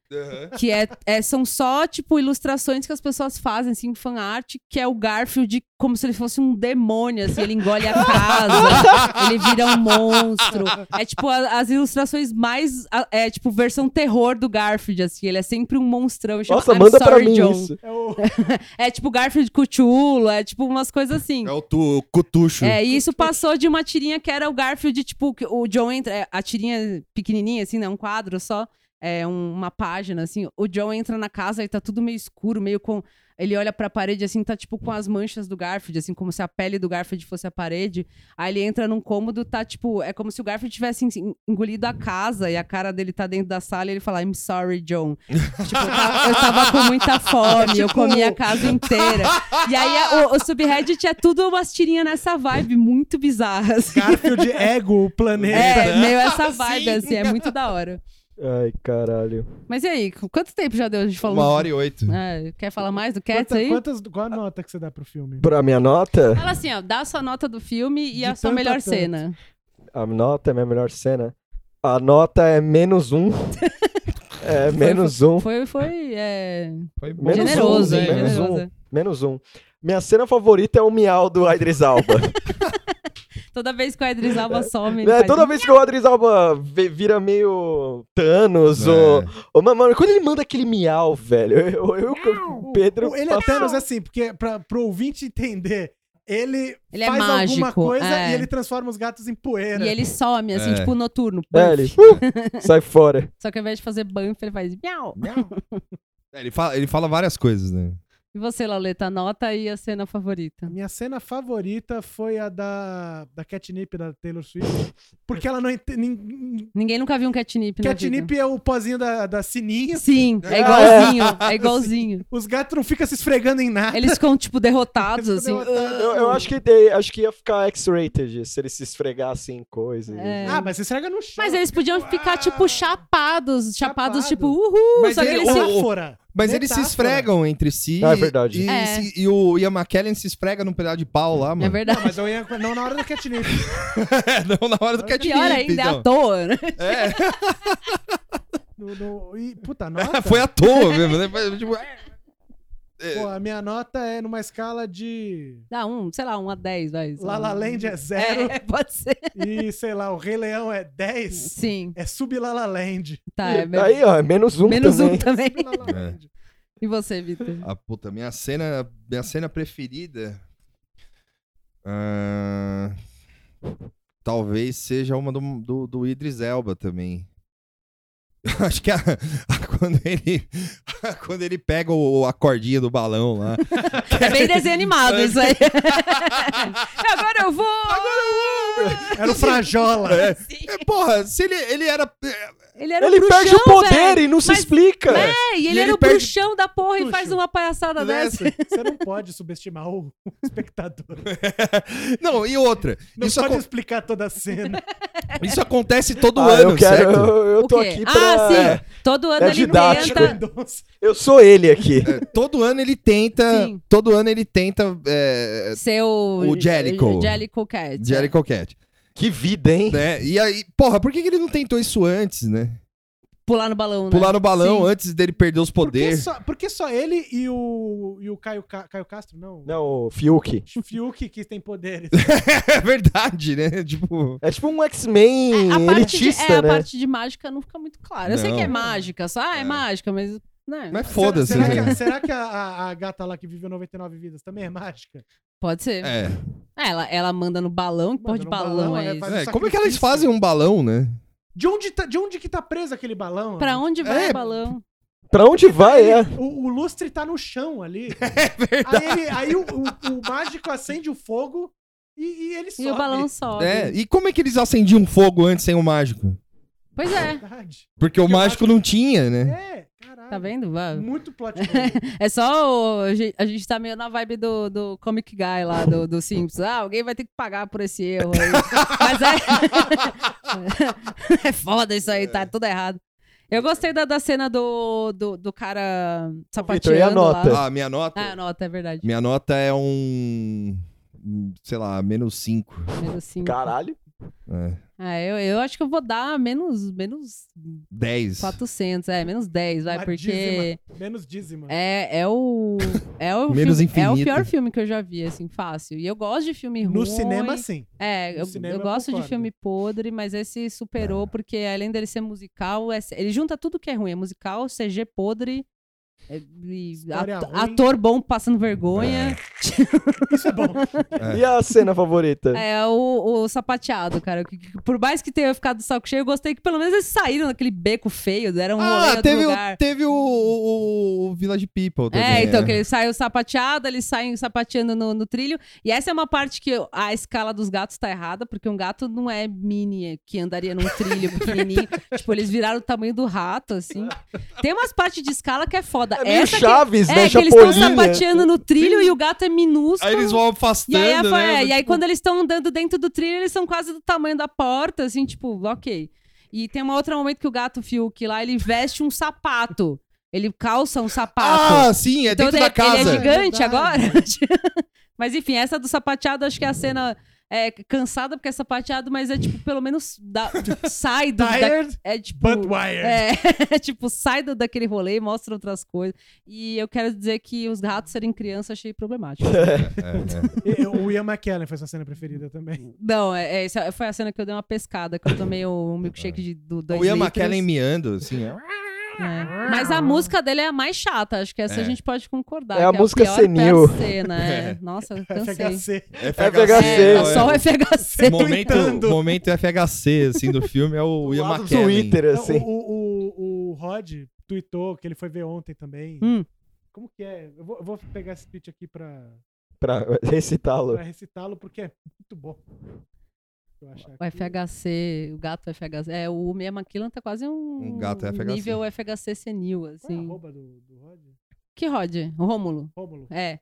[SPEAKER 3] Que é, é- são só, tipo, ilustrações que as pessoas fazem, assim, fanart, que é o Garfield como se ele fosse um demônio, assim, ele engole a casa, ele vira um monstro. É, tipo, a- as ilustrações mais, a- é, tipo, versão terror do Garfield, assim, ele é sempre um monstrão. chama
[SPEAKER 2] Nossa,
[SPEAKER 3] I'm
[SPEAKER 2] manda pra
[SPEAKER 3] Sorry,
[SPEAKER 2] mim
[SPEAKER 3] John.
[SPEAKER 2] isso.
[SPEAKER 4] É o-
[SPEAKER 3] É, tipo, Garfield cutulo, é, tipo, umas coisas assim.
[SPEAKER 1] É o, tu, o cutucho.
[SPEAKER 3] É, e isso passou de uma tirinha que era o Garfield, tipo, que o John entra. é, A tirinha pequenininha, assim, né? Um quadro só. é, um- uma página, assim. O John entra na casa e tá tudo meio escuro, meio com. Ele olha pra parede, assim, tá tipo com as manchas do Garfield, assim, como se a pele do Garfield fosse a parede. Aí ele entra num cômodo, tá tipo. É como se o Garfield tivesse en- engolido a casa e a cara dele tá dentro da sala e ele fala: I'm sorry, John. tipo, eu tava, eu tava com muita fome, eu comi a casa inteira. E aí a- o, o subreddit é tudo umas tirinhas nessa vibe, muito bizarras.
[SPEAKER 4] Garfield ego, o planeta.
[SPEAKER 3] É, meio essa vibe,
[SPEAKER 1] Sim.
[SPEAKER 3] assim, é muito da hora.
[SPEAKER 2] Ai, caralho.
[SPEAKER 3] Mas e aí, qu- quanto tempo já deu? A gente falou.
[SPEAKER 1] Uma hora e oito.
[SPEAKER 3] É, quer falar mais do Cats
[SPEAKER 4] Quanta-
[SPEAKER 3] aí?
[SPEAKER 4] quantas, qual a nota que você dá pro filme?
[SPEAKER 2] Pra minha nota,
[SPEAKER 3] Fala assim, ó, dá a sua nota do filme e
[SPEAKER 4] De
[SPEAKER 3] a sua
[SPEAKER 4] tanto a
[SPEAKER 3] melhor
[SPEAKER 4] tanto.
[SPEAKER 3] cena.
[SPEAKER 2] a nota é minha melhor cena. A nota é menos um. É menos um.
[SPEAKER 3] Foi, foi é,
[SPEAKER 1] Foi bom.
[SPEAKER 2] Menos
[SPEAKER 3] generoso,
[SPEAKER 2] um,
[SPEAKER 3] hein?
[SPEAKER 2] menos
[SPEAKER 3] Generoso.
[SPEAKER 2] Menos um. Minha cena favorita é o miau do Idris Alba.
[SPEAKER 3] Toda vez que o Idris Alba some, ele
[SPEAKER 2] É,
[SPEAKER 3] faz
[SPEAKER 2] toda
[SPEAKER 3] um-
[SPEAKER 2] vez que o Idris Alba vi- vira meio Thanos ou...
[SPEAKER 1] É.
[SPEAKER 2] ou- Mano, mano, quando ele manda aquele miau, velho, eu, eu- eu- o Pedro...
[SPEAKER 4] O-
[SPEAKER 2] tá
[SPEAKER 4] Ele é
[SPEAKER 2] passa-
[SPEAKER 4] Thanos assim, porque pra, pro ouvinte entender, ele,
[SPEAKER 3] Ele é
[SPEAKER 4] faz alguma
[SPEAKER 3] mágico,
[SPEAKER 4] coisa
[SPEAKER 3] é.
[SPEAKER 4] e ele transforma os gatos em poeira.
[SPEAKER 3] E ele some, assim,
[SPEAKER 1] É.
[SPEAKER 3] tipo, noturno.
[SPEAKER 2] né? É,
[SPEAKER 3] Banff.
[SPEAKER 2] ele... uh, sai fora.
[SPEAKER 3] Só que ao invés de fazer banff, ele faz miau.
[SPEAKER 1] É, ele, fala, ele fala várias coisas, né?
[SPEAKER 3] E você, Lauleta, anota aí a cena
[SPEAKER 4] A
[SPEAKER 3] favorita.
[SPEAKER 4] minha cena favorita foi a da, da catnip da Taylor Swift. Porque ela não entende.
[SPEAKER 3] Ninguém nunca viu um catnip, né?
[SPEAKER 4] Catnip é o pozinho da, da sininha.
[SPEAKER 3] Sim, é igualzinho, é igualzinho.
[SPEAKER 4] Os gatos não ficam se esfregando em nada.
[SPEAKER 3] Eles ficam, tipo, derrotados, assim.
[SPEAKER 2] Eu, eu acho, que dei- acho que ia ficar X-rated se ele se esfregasse em coisas.
[SPEAKER 3] É.
[SPEAKER 4] Ah, mas se esfrega no chão.
[SPEAKER 3] Mas eles podiam ficar, tipo, chapados. Chapados,
[SPEAKER 4] Chapado.
[SPEAKER 3] tipo, uhul.
[SPEAKER 1] Mas
[SPEAKER 3] só que
[SPEAKER 1] ele-
[SPEAKER 3] eles se-
[SPEAKER 1] o-
[SPEAKER 4] é Metáfora.
[SPEAKER 1] Mas eles se
[SPEAKER 4] Metáfora.
[SPEAKER 1] esfregam entre si.
[SPEAKER 2] Ah, é verdade.
[SPEAKER 1] E,
[SPEAKER 3] É.
[SPEAKER 1] se- e o, e a McKellen se esfrega num pedaço de pau lá, mano.
[SPEAKER 3] É
[SPEAKER 4] Não,
[SPEAKER 3] verdade.
[SPEAKER 4] Ah, mas eu ia, não na hora da catnip.
[SPEAKER 1] É, não na hora do catnip,
[SPEAKER 3] Pior ainda, é à
[SPEAKER 1] então.
[SPEAKER 3] toa, né?
[SPEAKER 1] É,
[SPEAKER 4] No, no- e, puta, nota.
[SPEAKER 1] foi à toa mesmo, né? Foi, tipo, é.
[SPEAKER 4] Pô, a minha nota é numa escala de.
[SPEAKER 3] Dá um, sei lá, um a 10, vai. sei
[SPEAKER 4] La La Land é zero
[SPEAKER 3] É, pode ser.
[SPEAKER 4] e, sei lá, o Rei Leão é 10.
[SPEAKER 3] Sim,
[SPEAKER 4] É sub-Lala Land.
[SPEAKER 3] tá. É mesmo.
[SPEAKER 2] Aí, ó, é menos um
[SPEAKER 3] Menos
[SPEAKER 2] também.
[SPEAKER 4] tá
[SPEAKER 3] um também.
[SPEAKER 4] Sub-La La
[SPEAKER 1] É.
[SPEAKER 4] Land.
[SPEAKER 3] E você, Vitor? É
[SPEAKER 1] Ah, puta, minha cena, minha cena preferida. ah, talvez seja uma do, do, do Idris Elba também. Acho que a- a- quando, ele, quando ele pega o, a cordinha do balão lá.
[SPEAKER 3] É bem desenho animado isso aí. Agora eu vou! Agora
[SPEAKER 4] Era o Frajola.
[SPEAKER 1] É, é, porra, se ele, ele era.
[SPEAKER 3] Ele era
[SPEAKER 2] Ele
[SPEAKER 3] um
[SPEAKER 2] perde
[SPEAKER 3] bruxão,
[SPEAKER 2] o poder
[SPEAKER 3] velho.
[SPEAKER 2] e não se
[SPEAKER 3] Mas-
[SPEAKER 2] explica.
[SPEAKER 3] É, e ele,
[SPEAKER 1] ele
[SPEAKER 3] era o
[SPEAKER 1] perde-
[SPEAKER 3] bruxão da porra e
[SPEAKER 4] Puxa.
[SPEAKER 3] faz uma palhaçada dessa.
[SPEAKER 1] Dessa.
[SPEAKER 4] Você não pode subestimar o espectador.
[SPEAKER 1] Não, e outra.
[SPEAKER 4] Não
[SPEAKER 1] Isso,
[SPEAKER 4] pode
[SPEAKER 1] acon-
[SPEAKER 4] explicar toda a cena.
[SPEAKER 1] isso acontece todo
[SPEAKER 2] Ah,
[SPEAKER 1] ano,
[SPEAKER 2] eu quero,
[SPEAKER 1] certo?
[SPEAKER 2] eu, eu
[SPEAKER 3] O
[SPEAKER 2] tô
[SPEAKER 3] quê?
[SPEAKER 2] aqui
[SPEAKER 3] Ah,
[SPEAKER 2] pra...
[SPEAKER 3] sim. Todo ano
[SPEAKER 2] É
[SPEAKER 3] ele
[SPEAKER 2] didático.
[SPEAKER 3] tenta.
[SPEAKER 4] Mendonça.
[SPEAKER 2] Eu sou ele aqui.
[SPEAKER 1] É, todo ano ele tenta.
[SPEAKER 3] Sim.
[SPEAKER 1] Todo ano ele tenta. É,
[SPEAKER 3] Ser o.
[SPEAKER 1] O Jellicoe.
[SPEAKER 3] Jellicoe Cat. é.
[SPEAKER 1] Jericho Cat.
[SPEAKER 2] Que vida, hein?
[SPEAKER 1] né? E aí, porra, por que, que ele não tentou isso antes, né?
[SPEAKER 3] Pular no balão, né?
[SPEAKER 1] Pular no balão
[SPEAKER 3] Sim.
[SPEAKER 1] antes dele perder os
[SPEAKER 4] Por que,
[SPEAKER 1] poderes.
[SPEAKER 4] só, por que só ele e o, e o Caio, Ca- Caio Castro? Não.
[SPEAKER 2] Não, o Fiuk.
[SPEAKER 4] O Fiuk que tem poderes.
[SPEAKER 1] É verdade, né? Tipo.
[SPEAKER 2] É tipo um X-Men
[SPEAKER 3] É, a parte de,
[SPEAKER 2] elitista,
[SPEAKER 3] é, a
[SPEAKER 2] né?
[SPEAKER 3] parte de mágica não fica muito clara. Eu sei que é
[SPEAKER 1] Não.
[SPEAKER 3] mágica, só ah, é,
[SPEAKER 1] É.
[SPEAKER 3] mágica, mas. Né?
[SPEAKER 1] Mas foda-se,
[SPEAKER 4] Será, será
[SPEAKER 1] né?
[SPEAKER 4] que, será que a, a- a gata lá que viveu 99 vidas também é mágica?
[SPEAKER 3] Pode ser.
[SPEAKER 1] É.
[SPEAKER 3] Ah, Ela, ela manda no balão, que porra de
[SPEAKER 4] no
[SPEAKER 3] balão,
[SPEAKER 4] balão,
[SPEAKER 3] é
[SPEAKER 4] é,
[SPEAKER 3] isso?
[SPEAKER 4] faz-
[SPEAKER 1] É,
[SPEAKER 4] um
[SPEAKER 1] como é que elas
[SPEAKER 4] sacrifício.
[SPEAKER 1] fazem um balão, né?
[SPEAKER 4] De onde, tá, de onde que tá preso aquele balão?
[SPEAKER 3] Pra onde vai
[SPEAKER 1] É.
[SPEAKER 3] o balão?
[SPEAKER 2] Pra onde vai, é?
[SPEAKER 4] O, o lustre tá no chão ali. Aí, ele- aí o, o- o mágico acende o fogo e, e ele
[SPEAKER 3] E
[SPEAKER 4] sobe.
[SPEAKER 3] o balão sobe.
[SPEAKER 1] É. E como é que eles acendiam fogo antes sem o mágico?
[SPEAKER 3] Pois é.
[SPEAKER 4] Verdade.
[SPEAKER 1] Porque
[SPEAKER 4] Porque
[SPEAKER 1] o
[SPEAKER 4] o
[SPEAKER 1] mágico não tinha, né?
[SPEAKER 4] É, caralho.
[SPEAKER 3] Tá vendo? Vai.
[SPEAKER 4] Muito plot twist.
[SPEAKER 3] É só o- a gente- a gente tá meio na vibe do, do Comic Guy lá, do, do Simpsons. Ah, alguém vai ter que pagar por esse erro aí. Mas é. é foda isso aí, tá tudo errado. Eu gostei da, da cena do, do, do cara sapateando
[SPEAKER 2] nota?
[SPEAKER 3] lá.
[SPEAKER 1] Ah, minha nota.
[SPEAKER 3] Ah, nota, é verdade.
[SPEAKER 1] Minha nota é um. um, Sei lá, menos é. 5.
[SPEAKER 3] Menos cinco.
[SPEAKER 2] Caralho.
[SPEAKER 3] É Ah, eu, eu acho que eu vou dar menos, menos
[SPEAKER 1] 10.
[SPEAKER 3] 400, é, menos 10, vai,
[SPEAKER 4] Uma
[SPEAKER 3] porque
[SPEAKER 4] dízima. Ah, Menos dízima.
[SPEAKER 3] é, é o. É o,
[SPEAKER 1] Menos
[SPEAKER 3] filme- é o
[SPEAKER 1] infinito.
[SPEAKER 3] pior filme que eu já vi, assim, fácil. E eu gosto de filme ruim.
[SPEAKER 4] No cinema, sim.
[SPEAKER 3] É,
[SPEAKER 4] no
[SPEAKER 3] eu,
[SPEAKER 4] cinema
[SPEAKER 3] eu
[SPEAKER 4] eu
[SPEAKER 3] gosto de
[SPEAKER 4] concordo.
[SPEAKER 3] filme podre, mas esse superou, porque além dele ser musical, é- ele junta tudo que é ruim. É musical, CG podre É, e
[SPEAKER 4] História
[SPEAKER 3] ato-
[SPEAKER 4] ruim.
[SPEAKER 3] ator bom passando vergonha.
[SPEAKER 4] Isso é bom.
[SPEAKER 1] É.
[SPEAKER 2] E a cena favorita?
[SPEAKER 3] É, o, o sapateado, cara. Que- que- Por mais que tenha ficado do saco cheio, eu gostei que pelo menos eles saíram daquele beco feio. Era um rolê em
[SPEAKER 1] Ah,
[SPEAKER 3] outro
[SPEAKER 1] teve, o,
[SPEAKER 3] lugar.
[SPEAKER 1] teve o, o- o Village People também.
[SPEAKER 3] É, então,
[SPEAKER 1] né?
[SPEAKER 3] que ele sai o sapateado, eles saem sapateando no, no trilho. E essa é uma parte que eu- a escala dos gatos tá errada, porque um gato não é mini, é, que andaria num trilho pequenininho. tipo, eles viraram o tamanho do rato, assim. Tem umas partes de escala que é foda.
[SPEAKER 2] É meio
[SPEAKER 3] essa que-
[SPEAKER 2] Chaves,
[SPEAKER 3] é,
[SPEAKER 2] né?
[SPEAKER 3] que eles estão
[SPEAKER 2] Chapolin, né?
[SPEAKER 3] sapateando no trilho e o gato é minúsculo.
[SPEAKER 1] Aí eles vão
[SPEAKER 3] E aí,
[SPEAKER 1] afastando,
[SPEAKER 3] a-
[SPEAKER 1] né?
[SPEAKER 3] é, e aí quando eles estão andando dentro do trilho, eles são quase do tamanho da porta, assim, tipo, ok. E tem um outro momento que o gato Fiuk lá, ele veste um sapato. Ele calça um sapato.
[SPEAKER 1] Ah, sim, é
[SPEAKER 3] então
[SPEAKER 1] dentro
[SPEAKER 3] ele,
[SPEAKER 1] da casa.
[SPEAKER 3] ele é gigante
[SPEAKER 4] É
[SPEAKER 3] agora.
[SPEAKER 4] verdade.
[SPEAKER 3] mas enfim, essa do sapateado, acho que é a cena é, cansada, porque é sapateado, mas é tipo, pelo menos da- sai do... da-
[SPEAKER 4] Tired,
[SPEAKER 3] é tipo...
[SPEAKER 4] but wired.
[SPEAKER 3] É, tipo, sai do- daquele rolê e mostra outras coisas. E eu quero dizer que os gatos serem criança achei problemático.
[SPEAKER 2] né?
[SPEAKER 4] E-
[SPEAKER 1] É,
[SPEAKER 4] e O Ian McKellen foi sua cena preferida também.
[SPEAKER 3] Não, é, é, essa foi a cena que eu dei uma pescada, que eu tomei o, um milkshake de, do
[SPEAKER 1] é.
[SPEAKER 3] dois
[SPEAKER 1] O Ian
[SPEAKER 3] litros,
[SPEAKER 1] McKellen miando, assim. é.
[SPEAKER 3] né? Mas a música dele é a mais chata, acho que essa
[SPEAKER 1] É.
[SPEAKER 3] a gente pode concordar.
[SPEAKER 2] É a
[SPEAKER 3] que
[SPEAKER 2] música
[SPEAKER 3] pior
[SPEAKER 2] senil.
[SPEAKER 3] PHC, né? Nossa, eu cansei.
[SPEAKER 4] FHC.
[SPEAKER 2] FHC,
[SPEAKER 3] É,
[SPEAKER 2] É,
[SPEAKER 1] né?
[SPEAKER 3] tá só o FHC.
[SPEAKER 1] momento,
[SPEAKER 4] tweetando.
[SPEAKER 1] momento FHC, assim, do filme é o Ian
[SPEAKER 2] Lá do
[SPEAKER 1] McKellen.
[SPEAKER 2] Twitter,
[SPEAKER 4] Não,
[SPEAKER 2] assim.
[SPEAKER 4] o, o, o, o Rod tweetou que ele foi ver ontem também.
[SPEAKER 3] Hum.
[SPEAKER 4] Como que é? Eu vou, eu vou pegar esse tweet aqui pra,
[SPEAKER 2] Pra recitá-lo.
[SPEAKER 4] pra recitá-lo, porque é muito bom. Deixa eu achar
[SPEAKER 3] O
[SPEAKER 4] aqui.
[SPEAKER 3] FHC, o gato FHC. É, o Mia McKillan tá quase um,
[SPEAKER 1] Um gato FHC.
[SPEAKER 3] nível FHC senil,
[SPEAKER 4] Qual é a
[SPEAKER 3] assim.
[SPEAKER 4] arroba do, do Rod?
[SPEAKER 3] Que Rod? O Rômulo.
[SPEAKER 4] Rômulo.
[SPEAKER 3] É.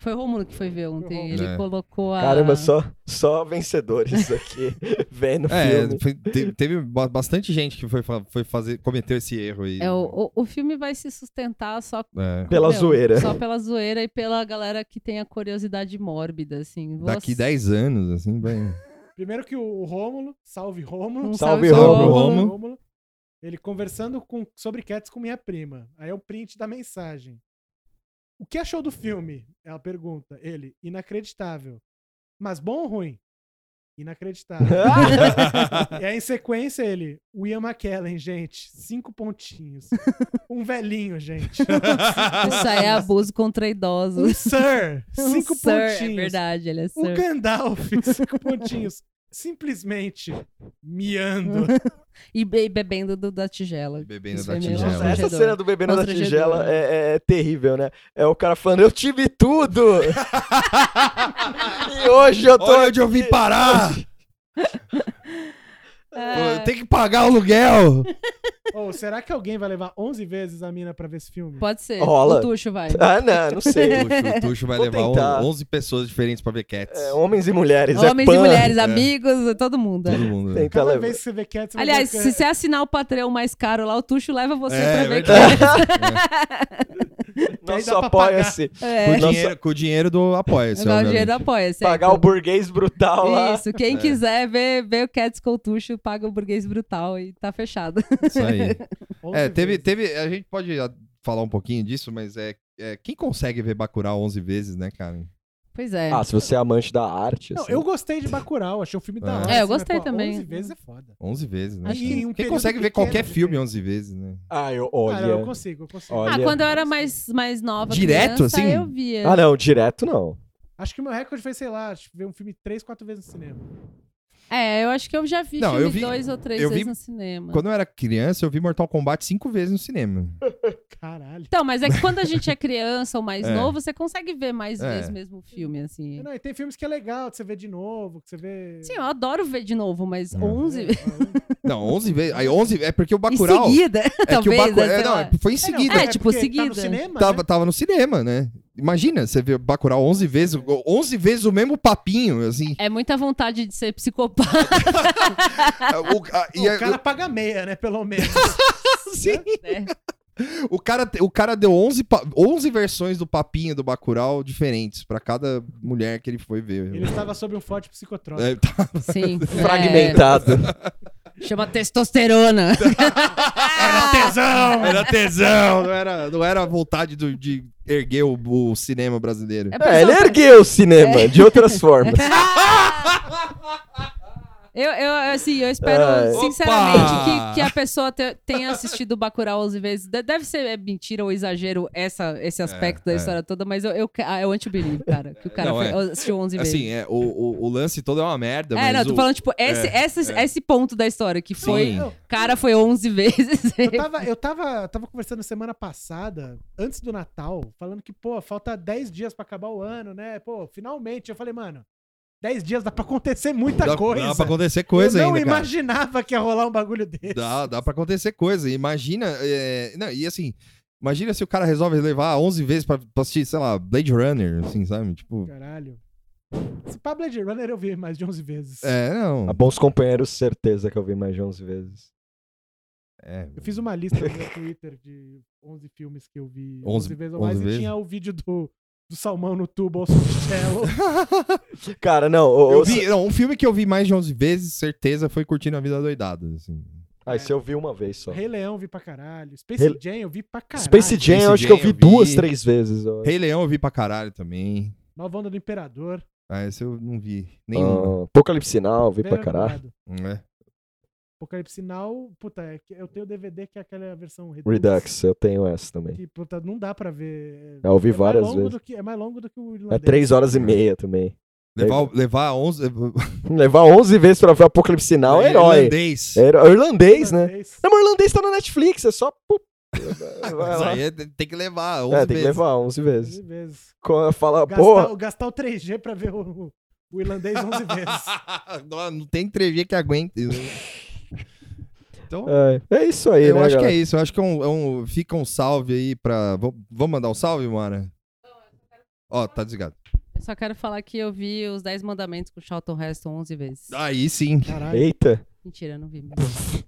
[SPEAKER 3] Foi o Rômulo que foi ver ontem.
[SPEAKER 4] Rômulo.
[SPEAKER 3] Ele
[SPEAKER 1] É.
[SPEAKER 3] colocou a.
[SPEAKER 2] Caramba, só, só vencedores aqui vendo o
[SPEAKER 1] É,
[SPEAKER 2] filme.
[SPEAKER 1] foi- te- teve ba- bastante gente que foi, fa- foi fazer, cometeu esse erro aí.
[SPEAKER 3] É, o, o, o filme vai se sustentar só
[SPEAKER 1] É.
[SPEAKER 2] Pela zoeira.
[SPEAKER 3] Só pela zoeira e pela galera que tem a curiosidade mórbida, assim. Vou
[SPEAKER 1] Daqui
[SPEAKER 3] ass-
[SPEAKER 1] 10 anos, assim, vai.
[SPEAKER 4] Primeiro que o, o Rômulo, salve Rômulo.
[SPEAKER 3] Um
[SPEAKER 2] Salve,
[SPEAKER 1] Rômulo. Rômulo.
[SPEAKER 4] Rômulo. Ele conversando com, sobre Cats com minha prima. Aí é o print da mensagem. O que achou do filme? Ela pergunta. Ele, inacreditável. Mas bom ou ruim? Inacreditável. E aí, em sequência, ele, o Ian McKellen, gente, cinco pontinhos. Um velhinho, gente.
[SPEAKER 3] Isso aí é abuso contra idosos.
[SPEAKER 4] Um Sir, cinco
[SPEAKER 3] Um sir, É
[SPEAKER 4] pontinhos.
[SPEAKER 3] verdade, ele é
[SPEAKER 4] o
[SPEAKER 3] sir.
[SPEAKER 4] Gandalf, cinco pontinhos. Simplesmente miando.
[SPEAKER 3] E, be- bebendo do- da tigela.
[SPEAKER 1] Bebendo
[SPEAKER 3] Isso
[SPEAKER 1] da
[SPEAKER 3] é mesmo.
[SPEAKER 1] tigela.
[SPEAKER 2] Nossa, essa cena do bebê na
[SPEAKER 3] Constrangedor.
[SPEAKER 2] tigela é, é- é terrível, né? É o cara falando, eu tive tudo! e hoje eu tô.
[SPEAKER 1] Olha onde eu vim parar!
[SPEAKER 3] É.
[SPEAKER 1] Pô, Tem que pagar o aluguel!
[SPEAKER 4] Ou Oh, será que alguém vai levar 11 vezes a mina pra ver esse
[SPEAKER 1] Uhum.
[SPEAKER 4] filme?
[SPEAKER 3] Pode ser.
[SPEAKER 2] Rola.
[SPEAKER 3] O Tuxo vai.
[SPEAKER 2] Ah, não, não sei.
[SPEAKER 1] Tuxo, o Tuxo vai
[SPEAKER 2] Vou
[SPEAKER 1] levar on-
[SPEAKER 2] tentar.
[SPEAKER 1] 11 pessoas diferentes pra ver Cats.
[SPEAKER 2] É, homens e mulheres. é Uhum.
[SPEAKER 3] Homens e
[SPEAKER 2] pan.
[SPEAKER 3] mulheres,
[SPEAKER 1] É.
[SPEAKER 3] amigos, todo mundo.
[SPEAKER 1] Todo mundo. né?
[SPEAKER 2] Tenta
[SPEAKER 4] Cada
[SPEAKER 2] levar.
[SPEAKER 4] vez que é você vê Cats, você vai
[SPEAKER 3] Aliás,
[SPEAKER 4] ver-
[SPEAKER 3] se você assinar o Patreon mais caro lá, o Tuxo leva você
[SPEAKER 1] É,
[SPEAKER 3] pra ver.
[SPEAKER 1] verdade.
[SPEAKER 4] Daí
[SPEAKER 2] Nosso
[SPEAKER 4] dá pra pagar.
[SPEAKER 2] apoia-se.
[SPEAKER 3] que-
[SPEAKER 1] Com,
[SPEAKER 3] É.
[SPEAKER 1] o dinheiro, com o dinheiro do Apoia-se,
[SPEAKER 3] Agora o
[SPEAKER 1] obviamente.
[SPEAKER 3] É, dinheiro apoia-se. é,
[SPEAKER 2] Pagar o burguês brutal lá. É.
[SPEAKER 3] Isso, quem quiser ver, ver o Cats com o Tuxo, paga o burguês brutal e tá fechado.
[SPEAKER 1] Isso aí.
[SPEAKER 4] 11
[SPEAKER 1] É, teve,
[SPEAKER 4] vezes.
[SPEAKER 1] teve. A gente pode ah, falar um pouquinho disso, mas é. é, quem consegue ver Bacurau 11 vezes, né, cara?
[SPEAKER 3] Pois é.
[SPEAKER 2] Ah, se você é amante da arte.
[SPEAKER 4] Não,
[SPEAKER 2] assim.
[SPEAKER 4] eu gostei de Bacurau, achei um filme da
[SPEAKER 1] É.
[SPEAKER 4] hora.
[SPEAKER 3] É,
[SPEAKER 4] mas,
[SPEAKER 3] eu gostei
[SPEAKER 4] pô,
[SPEAKER 3] também.
[SPEAKER 4] 11 vezes é foda.
[SPEAKER 1] 11 vezes, né?
[SPEAKER 3] Acho
[SPEAKER 1] cara?
[SPEAKER 4] que em um
[SPEAKER 1] quem
[SPEAKER 4] período
[SPEAKER 1] consegue ver
[SPEAKER 4] pequeno
[SPEAKER 1] qualquer
[SPEAKER 4] de
[SPEAKER 1] filme
[SPEAKER 4] tempo.
[SPEAKER 1] 11 vezes, né?
[SPEAKER 2] Ah, eu
[SPEAKER 4] Cara,
[SPEAKER 2] olha.
[SPEAKER 4] eu consigo, eu consigo.
[SPEAKER 2] Olha.
[SPEAKER 3] Ah, quando eu era mais, mais nova.
[SPEAKER 1] Direto,
[SPEAKER 3] criança,
[SPEAKER 1] assim?
[SPEAKER 3] Eu via.
[SPEAKER 2] Ah, não, direto não.
[SPEAKER 4] Acho que o meu recorde foi, sei lá, acho que ver um filme 3, 4 vezes no cinema.
[SPEAKER 3] É, eu acho que eu já vi
[SPEAKER 1] Não,
[SPEAKER 3] filme
[SPEAKER 1] eu vi-
[SPEAKER 3] dois ou três
[SPEAKER 1] eu
[SPEAKER 3] vezes
[SPEAKER 1] vi-
[SPEAKER 3] no cinema.
[SPEAKER 1] Quando eu era criança, eu vi Mortal Kombat 5 vezes no cinema.
[SPEAKER 4] Caralho.
[SPEAKER 3] Então, mas é que quando a gente é criança ou mais
[SPEAKER 1] É.
[SPEAKER 3] novo, você consegue ver mais
[SPEAKER 1] É.
[SPEAKER 3] vezes mesmo o filme, assim.
[SPEAKER 4] Não, e tem filmes que é legal, que você vê de novo, que você vê... né,
[SPEAKER 3] Sim, eu adoro ver de novo, mas
[SPEAKER 1] É.
[SPEAKER 3] 11
[SPEAKER 4] É,
[SPEAKER 3] vezes.
[SPEAKER 1] Não, 11 vezes. Aí 11 é porque o
[SPEAKER 3] Em
[SPEAKER 1] Bacurau.
[SPEAKER 3] seguida,
[SPEAKER 1] é
[SPEAKER 3] talvez.
[SPEAKER 1] que o Bacurau,
[SPEAKER 3] né,
[SPEAKER 1] é,
[SPEAKER 3] sei
[SPEAKER 1] não,
[SPEAKER 3] lá.
[SPEAKER 1] foi em
[SPEAKER 4] não,
[SPEAKER 1] seguida.
[SPEAKER 3] É, tipo,
[SPEAKER 4] porque Tá
[SPEAKER 3] seguida.
[SPEAKER 4] no cinema,
[SPEAKER 1] Tava,
[SPEAKER 4] né?
[SPEAKER 1] tava no cinema, né? Imagina você ver Bacurau 11 vezes, 11 vezes o mesmo papinho, assim.
[SPEAKER 3] É muita vontade de ser psicopata.
[SPEAKER 1] O, a-
[SPEAKER 4] Pô,
[SPEAKER 1] e é, a-
[SPEAKER 4] o cara paga meia, né? Pelo menos.
[SPEAKER 1] Sim.
[SPEAKER 3] né?
[SPEAKER 1] O cara, te- o cara deu 11, pa- 11 versões do papinho do Bacurau diferentes pra cada mulher que ele foi ver.
[SPEAKER 4] Ele estava sob um forte psicotrópico.
[SPEAKER 1] É, tá-
[SPEAKER 3] Sim.
[SPEAKER 2] Fragmentado.
[SPEAKER 3] é, chama testosterona.
[SPEAKER 1] era tesão! Era tesão! Não era, não era a vontade do- de erguer o, o cinema brasileiro.
[SPEAKER 3] É, por
[SPEAKER 2] É, ele
[SPEAKER 3] exemplo,
[SPEAKER 2] ergueu o cinema de outras formas.
[SPEAKER 3] Eu, eu, assim, eu espero,
[SPEAKER 2] Ai.
[SPEAKER 1] É. Opa!
[SPEAKER 3] sinceramente, que, que a pessoa te- tenha assistido o Bacurau 11 vezes. De- Deve ser é, mentira ou exagero essa, esse aspecto da
[SPEAKER 1] é.
[SPEAKER 3] história toda, mas eu, eu, ca- eu anti-believe, cara. Que o cara
[SPEAKER 1] Não,
[SPEAKER 3] foi-
[SPEAKER 1] é.
[SPEAKER 3] assistiu 11 vezes.
[SPEAKER 1] Assim, é, o, o, o lance todo é uma merda, mas
[SPEAKER 3] é, não, eu tô
[SPEAKER 1] o-
[SPEAKER 3] falando, tipo, esse,
[SPEAKER 1] é,
[SPEAKER 3] esse,
[SPEAKER 1] é.
[SPEAKER 3] esse ponto da história, que foi.
[SPEAKER 1] Sim.
[SPEAKER 4] Eu,
[SPEAKER 3] Cara, foi 11 vezes.
[SPEAKER 4] eu tava, eu tava, tava conversando semana passada, antes do Natal, falando que, pô, falta 10 dias pra acabar o ano, né? Pô, finalmente. Eu falei, mano, 10 dias dá pra acontecer muita
[SPEAKER 1] dá,
[SPEAKER 4] coisa.
[SPEAKER 1] dá pra acontecer coisa
[SPEAKER 4] eu não
[SPEAKER 1] ainda, cara.
[SPEAKER 4] imaginava que ia rolar um bagulho desse.
[SPEAKER 1] Dá, dá pra acontecer coisa. Imagina. é, não, e assim, imagina se o cara resolve levar 11 vezes pra, pra assistir, sei lá, Blade Runner, assim, sabe? Tipo.
[SPEAKER 4] Caralho. Esse Pablo Blade Runner eu vi mais de 11 vezes.
[SPEAKER 1] É,
[SPEAKER 2] A
[SPEAKER 1] não.
[SPEAKER 2] Ah, Bons Companheiros, certeza que eu vi mais de 11 vezes.
[SPEAKER 1] É.
[SPEAKER 4] Eu fiz uma lista no meu Twitter de 11 filmes que eu vi 11,
[SPEAKER 1] 11
[SPEAKER 4] vezes ou mais
[SPEAKER 1] 11
[SPEAKER 4] e
[SPEAKER 1] vezes?
[SPEAKER 4] tinha o vídeo do, do Salmão no tubo ou Cello.
[SPEAKER 2] Cara, não, ô,
[SPEAKER 1] Eu
[SPEAKER 2] ô, se-
[SPEAKER 1] vi, não, um filme que eu vi mais de 11 vezes, certeza, foi Curtindo a Vida Doidada. Assim.
[SPEAKER 2] Ah, esse eu vi uma vez só.
[SPEAKER 4] Rei Leão eu vi pra caralho. Space
[SPEAKER 2] Rei-
[SPEAKER 4] Jam eu vi pra caralho.
[SPEAKER 2] Space Jam,
[SPEAKER 1] Space
[SPEAKER 2] eu acho que eu
[SPEAKER 1] Jam
[SPEAKER 2] vi
[SPEAKER 1] eu vi.
[SPEAKER 2] duas, três vezes. eu acho.
[SPEAKER 1] Rei Leão eu vi pra caralho também.
[SPEAKER 4] Nova Onda do Imperador.
[SPEAKER 1] Ah, esse eu não vi. Nenhum.
[SPEAKER 2] Ah, Apocalipse Sinal, eu vi pra
[SPEAKER 4] Velho
[SPEAKER 2] caralho.
[SPEAKER 4] Namorado.
[SPEAKER 1] né?
[SPEAKER 4] Apocalipse Now, puta, é que eu tenho DVD que é aquela versão Redux.
[SPEAKER 2] Redux, eu tenho essa também.
[SPEAKER 4] Que, puta, não dá pra ver.
[SPEAKER 2] Eu vi
[SPEAKER 4] É mais
[SPEAKER 2] várias
[SPEAKER 4] longo
[SPEAKER 2] vezes.
[SPEAKER 4] do que- é mais longo do que o
[SPEAKER 2] É
[SPEAKER 4] irlandês.
[SPEAKER 2] três horas e meia também.
[SPEAKER 1] Levar, levar 11.
[SPEAKER 2] Levar 11 vezes pra ver Apocalipse Sinal é herói.
[SPEAKER 1] Irlandês.
[SPEAKER 2] É heró- irlandês, né?
[SPEAKER 4] Irlandês.
[SPEAKER 2] Não, mas irlandês tá na Netflix, é só. pô, vai
[SPEAKER 1] Mas
[SPEAKER 2] lá.
[SPEAKER 1] aí é- tem que levar 11
[SPEAKER 2] É, tem que
[SPEAKER 1] vezes.
[SPEAKER 2] levar 11 vezes.
[SPEAKER 4] 11 vezes.
[SPEAKER 2] Co- Fala,
[SPEAKER 4] Gastar,
[SPEAKER 2] porra.
[SPEAKER 4] o- gastar o 3G pra ver o, o irlandês 11 vezes.
[SPEAKER 1] não, não tem entrevista que aguente. né? Então,
[SPEAKER 2] É, é isso aí,
[SPEAKER 1] eu
[SPEAKER 2] né,
[SPEAKER 1] acho
[SPEAKER 2] galera?
[SPEAKER 1] que é isso. Eu acho que é um, é um- fica um salve aí pra. Vou- Vamos mandar um salve, Mara? Ó, tá desligado.
[SPEAKER 3] Eu só quero falar que eu vi os 10 mandamentos com o Charlton Heston 11 vezes.
[SPEAKER 1] Aí sim.
[SPEAKER 4] Caralho.
[SPEAKER 2] Eita.
[SPEAKER 3] Mentira, eu não vi. mesmo.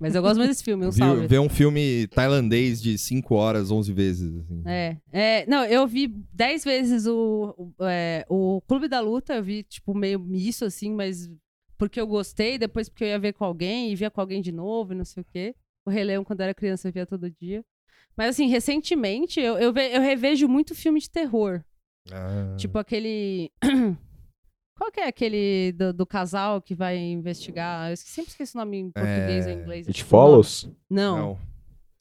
[SPEAKER 3] Mas eu gosto muito desse filme, um
[SPEAKER 1] Viu,
[SPEAKER 3] salve.
[SPEAKER 1] vê um filme tailandês de 5 horas, 11 vezes. assim.
[SPEAKER 3] É, é, não, eu vi dez vezes o, o, é, o Clube da Luta, eu vi, tipo, meio misto, assim, mas porque eu gostei, depois porque eu ia ver com alguém, e via com alguém de novo, e não sei o quê. O Rei Leão, quando era criança, eu via todo dia. Mas, assim, recentemente, eu, eu, ve- eu revejo muito filme de terror.
[SPEAKER 1] Ah,
[SPEAKER 3] Tipo aquele... Qual que é aquele do, do casal que vai investigar? Eu sempre esqueço o nome em português ou
[SPEAKER 1] É,
[SPEAKER 3] em inglês.
[SPEAKER 2] It
[SPEAKER 3] Tipo, o nome-
[SPEAKER 2] follows?
[SPEAKER 3] Não.
[SPEAKER 1] não.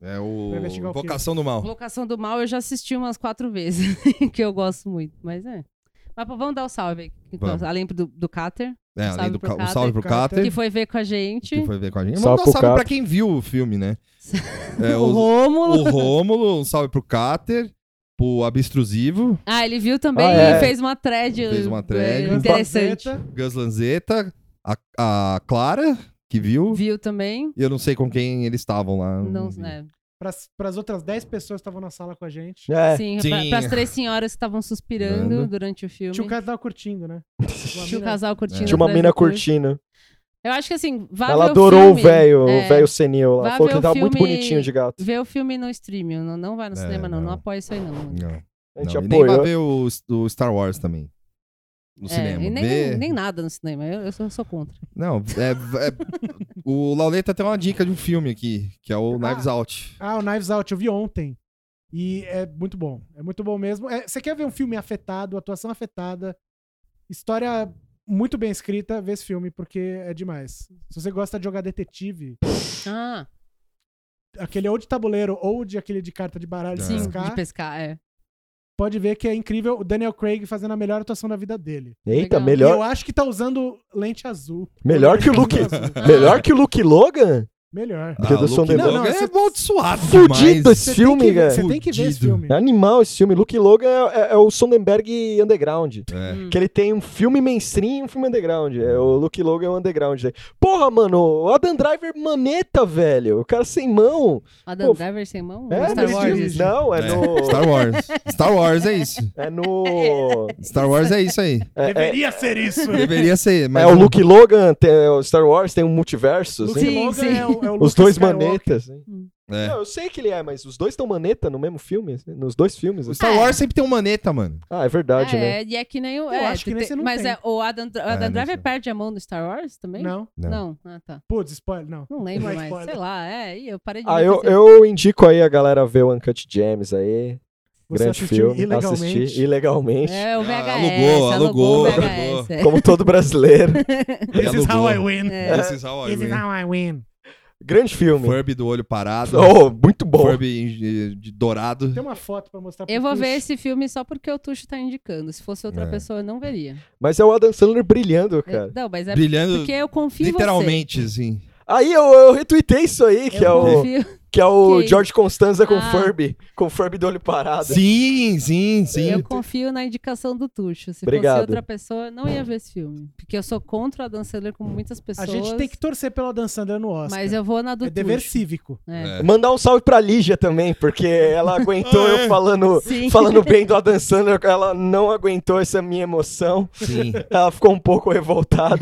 [SPEAKER 1] É o.
[SPEAKER 4] Vai investigar o filme.
[SPEAKER 1] Vocação do Mal.
[SPEAKER 3] Locação do Mal eu já assisti umas quatro vezes, que eu gosto muito, mas é. Mas pô, vamos dar o salve aí. então,
[SPEAKER 1] Vamos.
[SPEAKER 3] além do, do Cater,
[SPEAKER 1] É, além
[SPEAKER 3] salve
[SPEAKER 1] do
[SPEAKER 3] pro
[SPEAKER 1] ca- um
[SPEAKER 3] Cáter.
[SPEAKER 1] salve pro Cáter.
[SPEAKER 3] que foi ver com a gente.
[SPEAKER 1] que foi ver com a gente. Mandar
[SPEAKER 2] Salve
[SPEAKER 1] um
[SPEAKER 2] pro
[SPEAKER 1] salve pra
[SPEAKER 2] Cáter.
[SPEAKER 1] quem viu o filme, né? É,
[SPEAKER 3] o
[SPEAKER 1] o,
[SPEAKER 3] Rômulo.
[SPEAKER 1] o Rômulo, um salve pro Cáter, pro Abstrusivo,
[SPEAKER 3] Ah, ele viu também
[SPEAKER 2] Ah, é.
[SPEAKER 3] e fez uma thread.
[SPEAKER 1] Fez uma
[SPEAKER 3] eh,
[SPEAKER 1] thread.
[SPEAKER 3] Interessante.
[SPEAKER 4] Gazeta.
[SPEAKER 1] Gus Lanzetta, a, a Clara, que viu.
[SPEAKER 3] Viu também.
[SPEAKER 1] E eu não sei com quem eles estavam lá.
[SPEAKER 3] Não,
[SPEAKER 1] vi.
[SPEAKER 3] né?
[SPEAKER 4] Pras, pras outras 10 pessoas que estavam na sala com a gente.
[SPEAKER 2] É.
[SPEAKER 3] Sim,
[SPEAKER 1] Sim.
[SPEAKER 3] Pra, pras três senhoras que estavam suspirando
[SPEAKER 1] Dando.
[SPEAKER 3] durante o filme.
[SPEAKER 4] Tinha um o casal curtindo, né? Uma
[SPEAKER 3] Tinha um o
[SPEAKER 4] mina-
[SPEAKER 3] casal curtindo.
[SPEAKER 2] Tinha uma
[SPEAKER 3] atrás
[SPEAKER 2] mina
[SPEAKER 3] do curso.
[SPEAKER 2] curtindo.
[SPEAKER 3] Eu acho que assim, vá
[SPEAKER 2] Ela
[SPEAKER 3] ver
[SPEAKER 2] adorou o
[SPEAKER 3] filme,
[SPEAKER 2] velho,
[SPEAKER 3] é,
[SPEAKER 2] o velho senil lá.
[SPEAKER 3] Vai
[SPEAKER 2] Falou
[SPEAKER 3] ver
[SPEAKER 2] que ele
[SPEAKER 3] o
[SPEAKER 2] tava muito
[SPEAKER 3] filme-
[SPEAKER 2] bonitinho de gato.
[SPEAKER 3] Vê o filme no streaming. Não, não vai no
[SPEAKER 1] É,
[SPEAKER 3] cinema, não.
[SPEAKER 1] não.
[SPEAKER 3] Não apoia isso aí, não.
[SPEAKER 1] Não.
[SPEAKER 2] A gente
[SPEAKER 1] não. E nem vai
[SPEAKER 2] apoiou.
[SPEAKER 1] ver o, o Star Wars também. No
[SPEAKER 3] É,
[SPEAKER 1] cinema.
[SPEAKER 3] e nem,
[SPEAKER 1] Vê-
[SPEAKER 3] nem nada no cinema. Eu, eu sou, eu sou contra.
[SPEAKER 1] Não, é, é- o Lauleta tem uma dica de um filme aqui, que é o Knives Out.
[SPEAKER 4] Ah, o Knives Out, eu vi ontem. E é muito bom. É muito bom mesmo. É, Você quer ver um filme afetado, atuação afetada, história muito bem escrita, vê esse filme, porque é demais. Se você gosta de jogar detetive,
[SPEAKER 3] Ah,
[SPEAKER 4] aquele ou de tabuleiro ou de aquele de carta de baralho de
[SPEAKER 1] Sim.
[SPEAKER 3] de
[SPEAKER 4] pescar,
[SPEAKER 3] pescar, é.
[SPEAKER 4] pode ver que é incrível o Daniel Craig fazendo a melhor atuação da vida dele.
[SPEAKER 2] Eita,
[SPEAKER 3] Legal.
[SPEAKER 4] E
[SPEAKER 2] melhor,
[SPEAKER 4] Eu acho que tá usando lente azul.
[SPEAKER 2] melhor
[SPEAKER 3] é
[SPEAKER 2] que o Luke.
[SPEAKER 4] Azul.
[SPEAKER 2] Melhor que o Luke Logan?
[SPEAKER 4] Melhor.
[SPEAKER 2] Porque
[SPEAKER 1] Ah,
[SPEAKER 2] do
[SPEAKER 1] o
[SPEAKER 2] som
[SPEAKER 1] Luke
[SPEAKER 2] dele.
[SPEAKER 1] Logan
[SPEAKER 4] Não, não,
[SPEAKER 1] é
[SPEAKER 4] você-
[SPEAKER 1] amaldiçoado
[SPEAKER 2] Fudido
[SPEAKER 1] demais.
[SPEAKER 2] esse filme,
[SPEAKER 4] tem que,
[SPEAKER 2] cara.
[SPEAKER 4] Você tem que ver esse
[SPEAKER 1] Fudido.
[SPEAKER 4] filme.
[SPEAKER 2] É animal esse filme. Luke Logan é, é- é o Sondenberg Underground.
[SPEAKER 1] É.
[SPEAKER 3] Hum.
[SPEAKER 2] Que ele tem um filme mainstream e um filme underground. É, o Luke Logan é o underground. né? Porra, mano, o Adam Driver maneta, velho. O cara sem mão.
[SPEAKER 3] Adam
[SPEAKER 2] Pô,
[SPEAKER 3] Driver sem
[SPEAKER 4] Hum,
[SPEAKER 3] mão?
[SPEAKER 2] É,
[SPEAKER 3] Star
[SPEAKER 2] mas
[SPEAKER 3] Wars.
[SPEAKER 4] dirige.
[SPEAKER 2] Não, é
[SPEAKER 1] É.
[SPEAKER 2] no.
[SPEAKER 1] Star Wars. Star Wars é isso.
[SPEAKER 2] É no.
[SPEAKER 1] Star Wars é isso aí.
[SPEAKER 2] É, é-
[SPEAKER 4] Deveria ser isso.
[SPEAKER 1] Deveria ser, mas
[SPEAKER 2] é o
[SPEAKER 1] não-
[SPEAKER 2] Luke Logan, tem, é o Star Wars tem um multiverso.
[SPEAKER 4] Luke
[SPEAKER 2] assim.
[SPEAKER 3] Sim,
[SPEAKER 4] Logan
[SPEAKER 3] sim.
[SPEAKER 4] é o, é o
[SPEAKER 2] Os
[SPEAKER 4] Lucas
[SPEAKER 2] dois
[SPEAKER 4] Skywalker.
[SPEAKER 2] manetas. né?
[SPEAKER 1] É.
[SPEAKER 2] Não, eu sei que ele é, mas os dois estão maneta no mesmo filme? assim, Nos dois filmes.
[SPEAKER 1] O
[SPEAKER 2] assim.
[SPEAKER 1] Star Wars sempre tem um maneta, mano.
[SPEAKER 2] Ah, é verdade, né?
[SPEAKER 3] É, e é que nem o.
[SPEAKER 4] Eu
[SPEAKER 3] é,
[SPEAKER 4] acho que
[SPEAKER 3] tem-
[SPEAKER 4] nesse não
[SPEAKER 3] Mas
[SPEAKER 4] tem.
[SPEAKER 3] é, o Adam, o Adam
[SPEAKER 1] não
[SPEAKER 3] Driver
[SPEAKER 1] sei.
[SPEAKER 3] perde a mão no Star Wars também?
[SPEAKER 4] Não.
[SPEAKER 1] Não.
[SPEAKER 3] Não, ah, tá.
[SPEAKER 4] Putz, spoiler, não.
[SPEAKER 3] Não lembro
[SPEAKER 4] Não é
[SPEAKER 3] mais.
[SPEAKER 4] spoiler.
[SPEAKER 3] Sei lá, é. Ih, eu parei de
[SPEAKER 2] Ah,
[SPEAKER 3] ver
[SPEAKER 2] eu,
[SPEAKER 3] esse-
[SPEAKER 2] eu indico aí a galera ver o Uncut Gems aí.
[SPEAKER 4] Você
[SPEAKER 2] Grande
[SPEAKER 4] assistiu
[SPEAKER 2] filme.
[SPEAKER 4] ilegalmente.
[SPEAKER 2] Assisti ilegalmente.
[SPEAKER 3] É, o VHS.
[SPEAKER 1] alugou, alugou, alugou.
[SPEAKER 3] o VHS.
[SPEAKER 2] Como todo brasileiro.
[SPEAKER 4] This is how I win.
[SPEAKER 3] É.
[SPEAKER 1] This is how I
[SPEAKER 4] This is
[SPEAKER 1] win.
[SPEAKER 4] how I win.
[SPEAKER 2] Grande filme.
[SPEAKER 1] Furby do olho parado.
[SPEAKER 2] Oh, muito bom.
[SPEAKER 1] Furby de- de dourado.
[SPEAKER 4] Tem uma foto pra mostrar pro
[SPEAKER 3] Eu vou
[SPEAKER 4] Tuxo.
[SPEAKER 3] ver esse filme só porque o Tuxo tá indicando. Se fosse outra
[SPEAKER 1] É.
[SPEAKER 3] pessoa, eu não veria.
[SPEAKER 2] Mas é o Adam Sandler brilhando, cara.
[SPEAKER 3] Não, mas é
[SPEAKER 1] Brilhando
[SPEAKER 3] porque eu confio em você.
[SPEAKER 1] literalmente, assim.
[SPEAKER 2] Aí eu, eu retuitei isso aí, que é
[SPEAKER 3] Eu
[SPEAKER 2] o,
[SPEAKER 3] confio,
[SPEAKER 2] que é o
[SPEAKER 3] Ok.
[SPEAKER 2] George Constanza com
[SPEAKER 3] Ah.
[SPEAKER 2] Furby. Com Furby do olho parado.
[SPEAKER 1] Sim, sim, sim.
[SPEAKER 3] eu confio na indicação do Tuxo. Se
[SPEAKER 2] Obrigado.
[SPEAKER 3] fosse outra pessoa, eu não ia ver esse filme. Porque eu sou contra a Dan Sandler como muitas
[SPEAKER 4] A
[SPEAKER 3] pessoas.
[SPEAKER 4] gente tem que torcer pelo Adam Sandler no Oscar.
[SPEAKER 3] Mas eu vou na do
[SPEAKER 4] É dever
[SPEAKER 3] Tuxo.
[SPEAKER 4] cívico.
[SPEAKER 3] É.
[SPEAKER 1] É.
[SPEAKER 2] Mandar um salve pra Lígia também, porque ela aguentou
[SPEAKER 1] Ah, é?
[SPEAKER 2] eu falando,
[SPEAKER 3] Sim.
[SPEAKER 2] falando bem do Adam Sandler, ela não aguentou essa minha emoção.
[SPEAKER 1] Sim.
[SPEAKER 2] Ela ficou um pouco revoltada.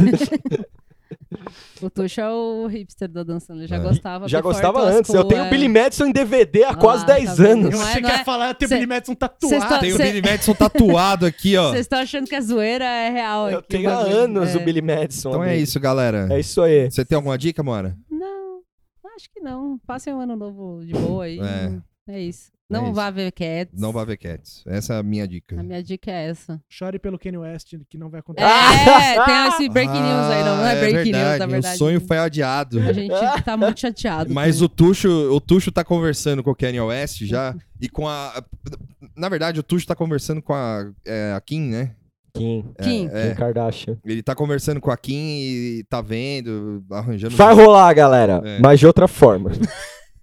[SPEAKER 3] O Tuxo é o hipster da Dan Sandler. Já
[SPEAKER 1] É.
[SPEAKER 3] gostava.
[SPEAKER 2] Já
[SPEAKER 3] Before
[SPEAKER 2] gostava
[SPEAKER 3] It Was
[SPEAKER 2] antes. Eu
[SPEAKER 3] Cool,
[SPEAKER 2] tenho
[SPEAKER 3] é.
[SPEAKER 2] o Billy Madison em DVD há
[SPEAKER 3] Ah,
[SPEAKER 2] quase
[SPEAKER 3] tá
[SPEAKER 2] 10
[SPEAKER 3] vendo?
[SPEAKER 2] anos.
[SPEAKER 4] Eu
[SPEAKER 3] Não é-
[SPEAKER 4] achei que
[SPEAKER 3] não
[SPEAKER 4] ia
[SPEAKER 3] é-
[SPEAKER 4] falar ter o
[SPEAKER 3] Cê- tá
[SPEAKER 4] Billy Madison tá
[SPEAKER 3] Cês tão-
[SPEAKER 4] tatuado.
[SPEAKER 1] Ah, Tem o
[SPEAKER 3] Cê-
[SPEAKER 1] Billy Madison tatuado aqui, ó.
[SPEAKER 3] Vocês estão achando que é zoeira, é real.
[SPEAKER 2] Eu
[SPEAKER 3] aqui,
[SPEAKER 2] tenho há
[SPEAKER 3] bagulho.
[SPEAKER 2] anos
[SPEAKER 3] É.
[SPEAKER 2] o Billy Madison.
[SPEAKER 1] Então é
[SPEAKER 2] amigo.
[SPEAKER 1] isso, galera.
[SPEAKER 2] É isso aí.
[SPEAKER 1] Você tem alguma dica, Mora?
[SPEAKER 3] Não, acho que não. Passem um ano novo de boa aí.
[SPEAKER 1] É.
[SPEAKER 3] É, isso. Não
[SPEAKER 1] isso.
[SPEAKER 3] vá ver Cats.
[SPEAKER 1] Não vá ver Cats. Essa é a minha dica.
[SPEAKER 3] A minha dica é essa.
[SPEAKER 4] Chore pelo Kanye West, que não vai
[SPEAKER 3] É,
[SPEAKER 4] acontecer.
[SPEAKER 2] Ah!
[SPEAKER 3] tem esse breaking é news aí, não, não é,
[SPEAKER 1] Ah,
[SPEAKER 3] breaking news,
[SPEAKER 1] verdade.
[SPEAKER 3] na verdade.
[SPEAKER 1] O sonho foi adiado.
[SPEAKER 3] A gente tá muito chateado.
[SPEAKER 1] Mas
[SPEAKER 3] com
[SPEAKER 1] o Tuxo, o Tuxo tá conversando com o Kanye West já. e com a. Na verdade, o Tuxo tá conversando com a, é, a Kim, né?
[SPEAKER 2] Kim,
[SPEAKER 3] isso. Kim,
[SPEAKER 1] É.
[SPEAKER 2] Kim Kardashian.
[SPEAKER 1] Ele tá conversando com a Kim e tá vendo, arranjando. um-
[SPEAKER 2] Vai rolar, galera.
[SPEAKER 1] É.
[SPEAKER 2] Mas de outra forma.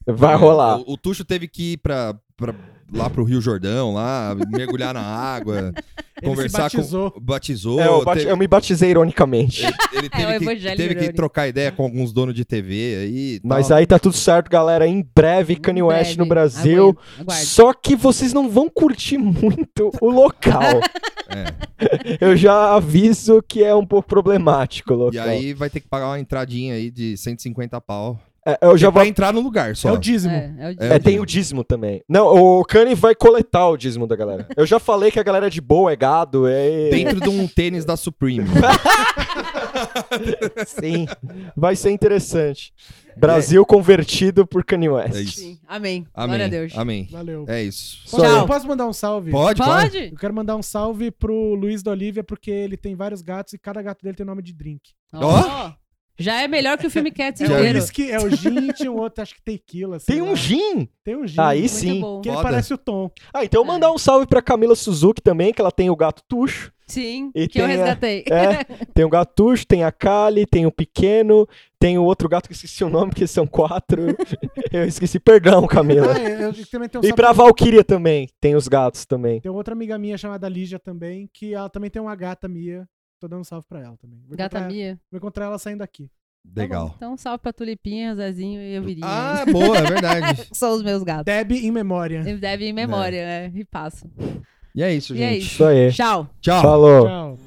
[SPEAKER 2] Vai rolar.
[SPEAKER 1] O, o Tuxo teve que ir pra, pra- lá pro Rio Jordão, lá, mergulhar na água,
[SPEAKER 4] Ele se
[SPEAKER 1] conversar
[SPEAKER 4] batizou.
[SPEAKER 1] com. Batizou.
[SPEAKER 2] É, eu, bat-
[SPEAKER 1] teve-
[SPEAKER 2] eu me batizei ironicamente.
[SPEAKER 1] Ele
[SPEAKER 3] É,
[SPEAKER 1] teve,
[SPEAKER 3] o
[SPEAKER 1] que,
[SPEAKER 3] evangelho
[SPEAKER 1] teve que
[SPEAKER 3] irônico.
[SPEAKER 1] trocar ideia com alguns donos de TV aí. e
[SPEAKER 2] Mas
[SPEAKER 1] tal.
[SPEAKER 2] aí tá tudo certo, galera. Em breve,
[SPEAKER 3] Em
[SPEAKER 2] Kanye West
[SPEAKER 3] breve.
[SPEAKER 2] no Brasil.
[SPEAKER 3] Aguarde, aguarde.
[SPEAKER 2] Só que vocês não vão curtir muito o local.
[SPEAKER 1] É.
[SPEAKER 2] Eu já aviso que é um pouco problemático o
[SPEAKER 1] E
[SPEAKER 2] local.
[SPEAKER 1] aí vai ter que pagar uma entradinha aí de 150 pau.
[SPEAKER 2] É, eu já
[SPEAKER 1] Já
[SPEAKER 2] vou...
[SPEAKER 1] vai entrar no lugar
[SPEAKER 4] É
[SPEAKER 1] só.
[SPEAKER 4] o dízimo.
[SPEAKER 3] É, é o
[SPEAKER 1] É
[SPEAKER 2] É, tem o dízimo também. Não, o Kanye vai coletar o dízimo da galera. Eu já falei que a galera é de boa é gado, é.
[SPEAKER 1] Dentro de um tênis da Supreme.
[SPEAKER 2] Sim. Vai ser interessante. Brasil convertido por Kanye West.
[SPEAKER 1] É isso.
[SPEAKER 3] Sim. Amém. Glória a
[SPEAKER 1] Amém.
[SPEAKER 3] Deus.
[SPEAKER 1] Amém.
[SPEAKER 4] Valeu.
[SPEAKER 1] É isso.
[SPEAKER 2] Só
[SPEAKER 4] Posso,
[SPEAKER 3] Tchau.
[SPEAKER 4] eu posso mandar um salve?
[SPEAKER 1] Pode, pode.
[SPEAKER 3] Pode?
[SPEAKER 4] Eu quero mandar um salve pro Luiz da Olivia, porque ele tem vários gatos e cada gato dele tem nome de drink.
[SPEAKER 1] Ó.
[SPEAKER 3] Ó. Já é melhor que o filme Cats
[SPEAKER 4] É
[SPEAKER 1] Já-
[SPEAKER 4] o
[SPEAKER 3] inteiro.
[SPEAKER 4] whisky, é o gin, tinha um outro, acho que tequila. sei
[SPEAKER 2] Tem
[SPEAKER 4] lá.
[SPEAKER 2] um gin? Ah,
[SPEAKER 4] Tem um gin.
[SPEAKER 2] Aí
[SPEAKER 3] Muito
[SPEAKER 2] sim.
[SPEAKER 3] bom.
[SPEAKER 4] Que ele
[SPEAKER 1] Foda.
[SPEAKER 4] parece o Tom.
[SPEAKER 2] Ah, então mandar um salve pra Camila Suzuki também, que ela tem o gato tuxo.
[SPEAKER 3] Sim,
[SPEAKER 2] E
[SPEAKER 3] que
[SPEAKER 2] tem
[SPEAKER 3] eu
[SPEAKER 2] a-
[SPEAKER 3] resgatei.
[SPEAKER 2] É, tem o gatucho, tem a Kali, tem o pequeno, tem o outro gato que eu esqueci o nome, porque são quatro. eu esqueci, perdão, Camila.
[SPEAKER 4] Ah, eu, eu também tenho um
[SPEAKER 2] E
[SPEAKER 4] salve
[SPEAKER 2] pra Valkyria também, tem os gatos também.
[SPEAKER 4] Tem outra amiga minha chamada Lígia também, que ela também tem uma gata minha. Tô dando um salve pra ela também. Vou
[SPEAKER 3] Gata
[SPEAKER 4] encontrar,
[SPEAKER 3] Mia.
[SPEAKER 4] Vou encontrar ela saindo aqui.
[SPEAKER 3] Tá bom,
[SPEAKER 1] Legal.
[SPEAKER 3] Então, salve pra Tulipinha, Zezinho e eu viria.
[SPEAKER 1] Ah, boa, é verdade.
[SPEAKER 3] São os meus gatos.
[SPEAKER 4] Deb em memória.
[SPEAKER 3] Deve em memória, né? E passo.
[SPEAKER 1] E é isso,
[SPEAKER 3] E é
[SPEAKER 1] gente.
[SPEAKER 3] isso.
[SPEAKER 2] Isso aí.
[SPEAKER 3] Tchau.
[SPEAKER 1] Tchau.
[SPEAKER 2] Falou.
[SPEAKER 4] Tchau.